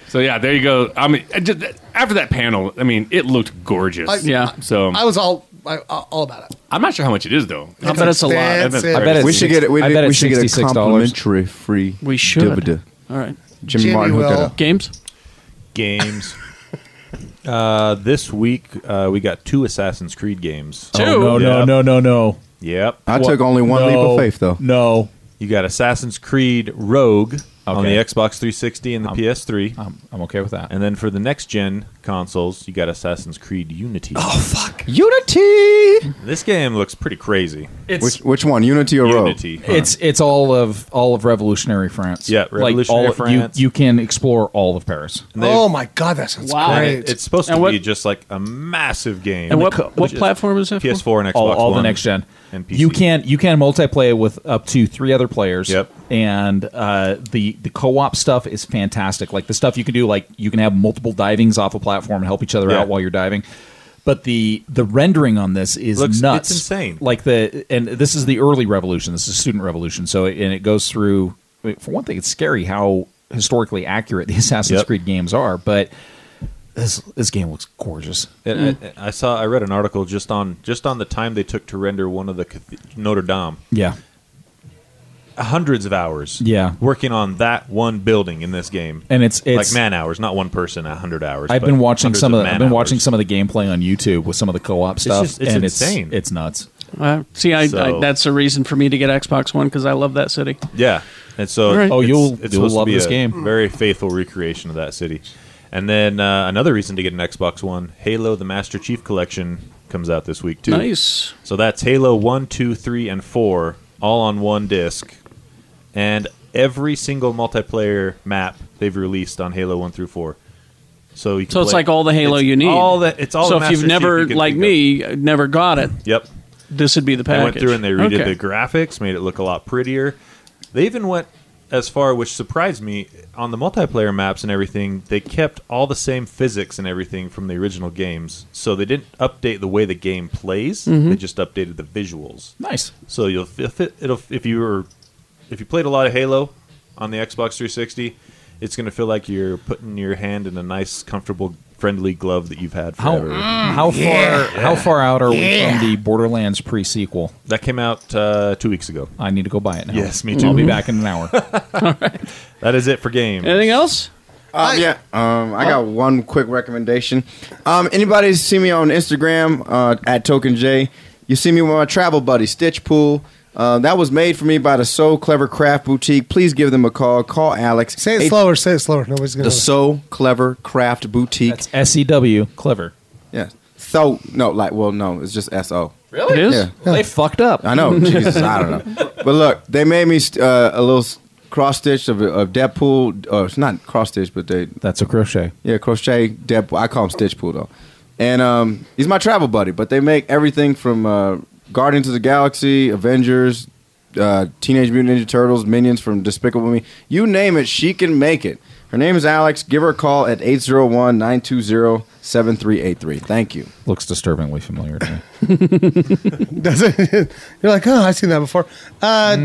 [SPEAKER 5] So yeah, there you go. I mean, I just- after that panel, I mean, it looked gorgeous.
[SPEAKER 4] I- Yeah.
[SPEAKER 5] So
[SPEAKER 4] I was all I, all about it.
[SPEAKER 5] I'm not sure how much it is though.
[SPEAKER 4] I bet it's a lot. Expensive. I
[SPEAKER 8] bet we should get it. We,
[SPEAKER 3] I bet
[SPEAKER 8] we
[SPEAKER 3] it's
[SPEAKER 8] should get a
[SPEAKER 3] $66.
[SPEAKER 8] complimentary free. We
[SPEAKER 1] should. All right.
[SPEAKER 8] Jimmy, Martin hooked it up.
[SPEAKER 1] Games?
[SPEAKER 2] Games. uh, this week, uh, we got two Assassin's Creed games.
[SPEAKER 3] Two? Oh, no, no, no, no, no.
[SPEAKER 2] Yep.
[SPEAKER 8] I took only one leap of faith, though.
[SPEAKER 3] No.
[SPEAKER 2] You got Assassin's Creed Rogue, on
[SPEAKER 3] Okay.
[SPEAKER 2] the Xbox 360 and the PS3.
[SPEAKER 3] I'm, I'm okay with that.
[SPEAKER 2] And then for the next gen consoles, you got Assassin's Creed Unity. Oh fuck!
[SPEAKER 8] Unity.
[SPEAKER 2] This game looks pretty crazy.
[SPEAKER 8] which which one? Unity or Rogue?
[SPEAKER 2] Unity.
[SPEAKER 3] It's it's all of all of revolutionary France.
[SPEAKER 2] Yeah, revolutionary
[SPEAKER 3] like all, you-
[SPEAKER 2] France.
[SPEAKER 3] You, can explore all of Paris.
[SPEAKER 2] And they-
[SPEAKER 4] oh my god, that sounds
[SPEAKER 2] And
[SPEAKER 4] great.
[SPEAKER 2] it- It's supposed to
[SPEAKER 4] And what-
[SPEAKER 2] be just like a massive game.
[SPEAKER 3] And what-
[SPEAKER 2] Which
[SPEAKER 3] what
[SPEAKER 2] is
[SPEAKER 3] platform is that for?
[SPEAKER 2] PS4 and Xbox
[SPEAKER 3] all, all the
[SPEAKER 2] One
[SPEAKER 3] next gen.
[SPEAKER 2] and PC.
[SPEAKER 3] You can you can multiplayer with up to three other players. Yep. And uh, the the co op stuff is fantastic. Like the stuff you can do, like you can have multiple divings off a platform and help each other
[SPEAKER 2] Yeah.
[SPEAKER 3] out while you're diving. But the the rendering on this is
[SPEAKER 2] Looks- it's
[SPEAKER 3] nuts.
[SPEAKER 2] insane.
[SPEAKER 3] Like the and this is the early revolution. This is student revolution. So it, and it goes through. For one thing, it's scary how historically accurate the Assassin's
[SPEAKER 2] Yep.
[SPEAKER 3] Creed games are. But this this game looks gorgeous.
[SPEAKER 2] And
[SPEAKER 3] Hmm.
[SPEAKER 2] I, I saw I read an article just on just on the time they took to render one of the cathe- Notre Dame.
[SPEAKER 3] Yeah.
[SPEAKER 2] Hundreds of hours.
[SPEAKER 3] Yeah.
[SPEAKER 2] Working on that one building in this game,
[SPEAKER 3] And it's-
[SPEAKER 2] like
[SPEAKER 3] it's-
[SPEAKER 2] man hours, not one person, a hundred hours.
[SPEAKER 3] I've
[SPEAKER 2] but
[SPEAKER 3] been watching
[SPEAKER 2] hundreds
[SPEAKER 3] some of the,
[SPEAKER 2] man
[SPEAKER 3] I've been
[SPEAKER 2] hours.
[SPEAKER 3] watching some of the gameplay on YouTube with some of the co-op stuff,
[SPEAKER 2] just- it's
[SPEAKER 3] and
[SPEAKER 2] insane.
[SPEAKER 3] it's it's nuts.
[SPEAKER 1] Uh, see, I, I
[SPEAKER 2] So-
[SPEAKER 1] that's a reason for me to get Xbox One because I love that city.
[SPEAKER 2] Yeah, and so
[SPEAKER 1] All right. Oh,
[SPEAKER 2] it's-
[SPEAKER 1] you'll-
[SPEAKER 2] it's
[SPEAKER 1] you'll
[SPEAKER 2] supposed to
[SPEAKER 1] love
[SPEAKER 2] be
[SPEAKER 1] this
[SPEAKER 2] a
[SPEAKER 1] game.
[SPEAKER 2] Very faithful recreation of that city. And then uh, another reason to get an Xbox One, Halo: The Master Chief Collection comes out this week too.
[SPEAKER 1] Nice.
[SPEAKER 2] So that's Halo one, two, three, and 4 all on one disc, and every single multiplayer map they've released on Halo 1 through 4. So you can
[SPEAKER 1] So it's
[SPEAKER 2] play-
[SPEAKER 1] like all the Halo
[SPEAKER 2] it's
[SPEAKER 1] you need.
[SPEAKER 2] All that it's all
[SPEAKER 1] So
[SPEAKER 2] the
[SPEAKER 1] if you've
[SPEAKER 2] Master Chief
[SPEAKER 1] never,
[SPEAKER 2] you can
[SPEAKER 1] like
[SPEAKER 2] think
[SPEAKER 1] me, never got it,
[SPEAKER 2] of. Yep.
[SPEAKER 1] this would be the package.
[SPEAKER 2] They went through and they redid
[SPEAKER 1] Okay.
[SPEAKER 2] the graphics, made it look a lot prettier. They even went as far, which surprised me, on the multiplayer maps and everything. They kept all the same physics and everything from the original games, so they didn't update the way the game plays.
[SPEAKER 3] Mhm.
[SPEAKER 2] They just updated the visuals.
[SPEAKER 3] Nice.
[SPEAKER 2] So you'll if it, it'll if you were if you played a lot of Halo on the Xbox 360, it's going to feel like you're putting your hand in a nice, comfortable, friendly glove that you've had
[SPEAKER 3] How
[SPEAKER 2] forever.
[SPEAKER 3] how far how far out are
[SPEAKER 2] Yeah.
[SPEAKER 3] we from the Borderlands pre-sequel?
[SPEAKER 2] That came out uh, two weeks ago.
[SPEAKER 3] I need to go buy it now.
[SPEAKER 2] Yes, me too.
[SPEAKER 3] I'll be back in an hour.
[SPEAKER 2] That is it for game.
[SPEAKER 1] Anything else?
[SPEAKER 8] Um, yeah, um, I got
[SPEAKER 4] Oh.
[SPEAKER 8] one quick recommendation. Um, anybody see me on Instagram uh, at Token J? You see me with my travel buddy Stitch Pool. Uh, that was made for me by the So Clever Craft Boutique. Please give them a call. Call Alex.
[SPEAKER 4] say it
[SPEAKER 8] Eight-
[SPEAKER 4] slower. Say it slower. Nobody's gonna.
[SPEAKER 8] The So Clever Craft Boutique. That's
[SPEAKER 3] S E W Clever.
[SPEAKER 8] Yeah. So no, like well, no, it's just S O.
[SPEAKER 3] Really? It is? They fucked up.
[SPEAKER 8] I know. Jesus, I don't know. But look, they made me st- uh, a little s- cross stitch of, of Deadpool. Uh, it's not cross stitch, but they
[SPEAKER 3] That's a crochet.
[SPEAKER 8] yeah, crochet Deadpool. I call him Stitchpool though, and um, he's my travel buddy. But they make everything from uh, Guardians of the Galaxy, Avengers, uh, Teenage Mutant Ninja Turtles, Minions from Despicable Me. You name it, she can make it. Her name is Alex. Give her a call at 801-920-7383. Thank you.
[SPEAKER 3] Looks disturbingly familiar to me.
[SPEAKER 4] Does it? You're like, oh, I've seen that before. Uh,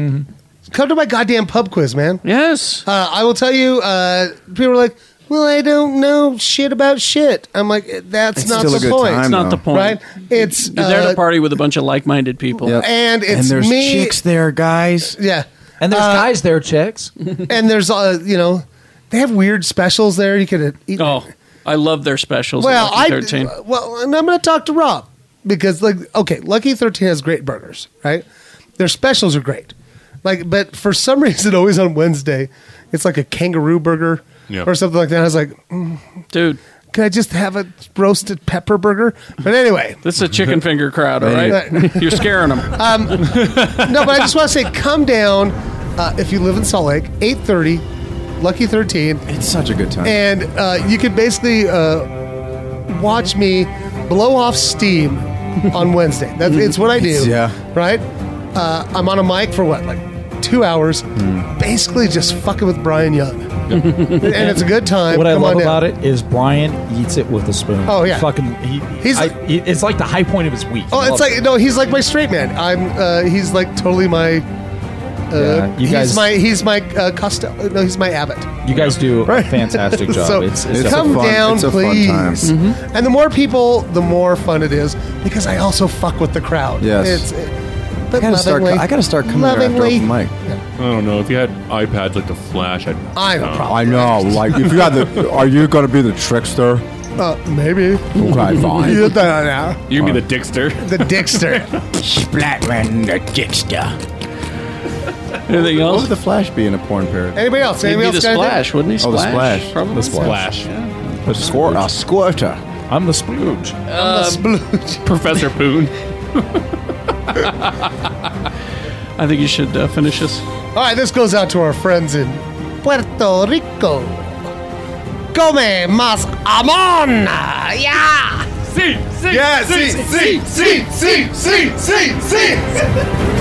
[SPEAKER 4] Come to my goddamn pub quiz, man.
[SPEAKER 1] Yes.
[SPEAKER 4] Uh, I will tell you. Uh, people are like, well, I don't know shit about shit. I'm like, that's
[SPEAKER 1] It's
[SPEAKER 4] not
[SPEAKER 1] still
[SPEAKER 4] the
[SPEAKER 1] a good
[SPEAKER 4] point.
[SPEAKER 1] time, It's not the though. point.
[SPEAKER 4] right? It's
[SPEAKER 1] You're there
[SPEAKER 4] uh,
[SPEAKER 1] to party with a bunch of like-minded people,
[SPEAKER 4] and it's me.
[SPEAKER 8] there, guys.
[SPEAKER 4] Yeah,
[SPEAKER 3] and
[SPEAKER 4] there's
[SPEAKER 3] guys there, chicks.
[SPEAKER 4] and there's uh, you know, they have weird specials there. You could uh, eat.
[SPEAKER 1] Oh, I love their specials. at
[SPEAKER 4] Well,
[SPEAKER 1] Lucky
[SPEAKER 4] I
[SPEAKER 1] 13.
[SPEAKER 4] well, and I'm going to talk to Rob because like okay, Lucky 13 has great burgers, right? Their specials are great. Like but for some reason always on Wednesday, it's like a kangaroo burger
[SPEAKER 1] Yeah.
[SPEAKER 4] or something like that. I was like, mm,
[SPEAKER 1] dude,
[SPEAKER 4] can I just have a roasted pepper burger? But anyway,
[SPEAKER 1] This is a chicken finger crowd, all
[SPEAKER 4] Right.
[SPEAKER 1] right? You're scaring them.
[SPEAKER 4] Um, no, but I just want to say, come down uh, if you live in Salt Lake. Eight thirty, Lucky Thirteen.
[SPEAKER 8] It's such a good time.
[SPEAKER 4] And uh, you can basically uh, watch me blow off steam on Wednesday. That's
[SPEAKER 3] Mm-hmm.
[SPEAKER 4] it's what I do.
[SPEAKER 8] It's- yeah.
[SPEAKER 4] Right. Uh, I'm on a mic for what, like two hours,
[SPEAKER 3] Hmm.
[SPEAKER 4] basically just fucking with Brian Young, and it's a good time.
[SPEAKER 3] What I
[SPEAKER 4] Come on
[SPEAKER 3] love
[SPEAKER 4] down.
[SPEAKER 3] about it is Brian eats it with a spoon.
[SPEAKER 4] Oh, yeah.
[SPEAKER 3] fucking. He,
[SPEAKER 4] He's
[SPEAKER 3] I-
[SPEAKER 4] like-
[SPEAKER 3] he- it's like the high point of his week.
[SPEAKER 4] Oh,
[SPEAKER 3] Love
[SPEAKER 4] it's
[SPEAKER 3] it.
[SPEAKER 4] like no, he's like my straight man. I'm. Uh, he's like totally my. Uh,
[SPEAKER 3] Yeah, you
[SPEAKER 4] he's
[SPEAKER 3] guys-
[SPEAKER 4] my he's my uh, Costello. No, he's my Abbott.
[SPEAKER 3] You guys do a fantastic job.
[SPEAKER 4] so
[SPEAKER 3] it's, it's
[SPEAKER 4] come down, please. Mm-hmm.
[SPEAKER 3] Mhm.
[SPEAKER 4] And the more people, the more fun it is because I also fuck with the crowd.
[SPEAKER 5] Yes.
[SPEAKER 4] It's, it- but
[SPEAKER 5] I gotta start co-
[SPEAKER 4] lovingly-
[SPEAKER 5] I gotta start coming there after
[SPEAKER 4] lovingly.
[SPEAKER 5] open
[SPEAKER 8] mic.
[SPEAKER 5] I don't know. If you had iPads like the Flash, I'd.
[SPEAKER 4] I have a problem.
[SPEAKER 8] I know. Like, if you got the, are you gonna be the trickster?
[SPEAKER 4] Uh, maybe.
[SPEAKER 8] Okay, fine.
[SPEAKER 4] you don't know.
[SPEAKER 5] You can be the Dickster.
[SPEAKER 4] The Dickster.
[SPEAKER 11] Splatman the Dickster.
[SPEAKER 1] Anything
[SPEAKER 8] else? What would the Flash be in a porn parody?
[SPEAKER 4] Anybody else?
[SPEAKER 8] He'd
[SPEAKER 4] Anybody
[SPEAKER 8] be
[SPEAKER 4] else?
[SPEAKER 8] the
[SPEAKER 4] got anything?
[SPEAKER 8] Splash, wouldn't he?
[SPEAKER 4] Oh,
[SPEAKER 8] Oh,
[SPEAKER 4] the
[SPEAKER 8] the
[SPEAKER 4] Splash.
[SPEAKER 8] Splash.
[SPEAKER 4] Probably.
[SPEAKER 8] The Splash. A, squir- a squirter. I'm the splooge.
[SPEAKER 1] Um, Professor Boone. I think you should uh, finish us.
[SPEAKER 4] All right, this goes out to our friends in Puerto Rico. Come eh, mas amon. Yeah.
[SPEAKER 22] See, see,
[SPEAKER 4] yeah,
[SPEAKER 22] see,
[SPEAKER 4] see, see, see, see, see, see, see.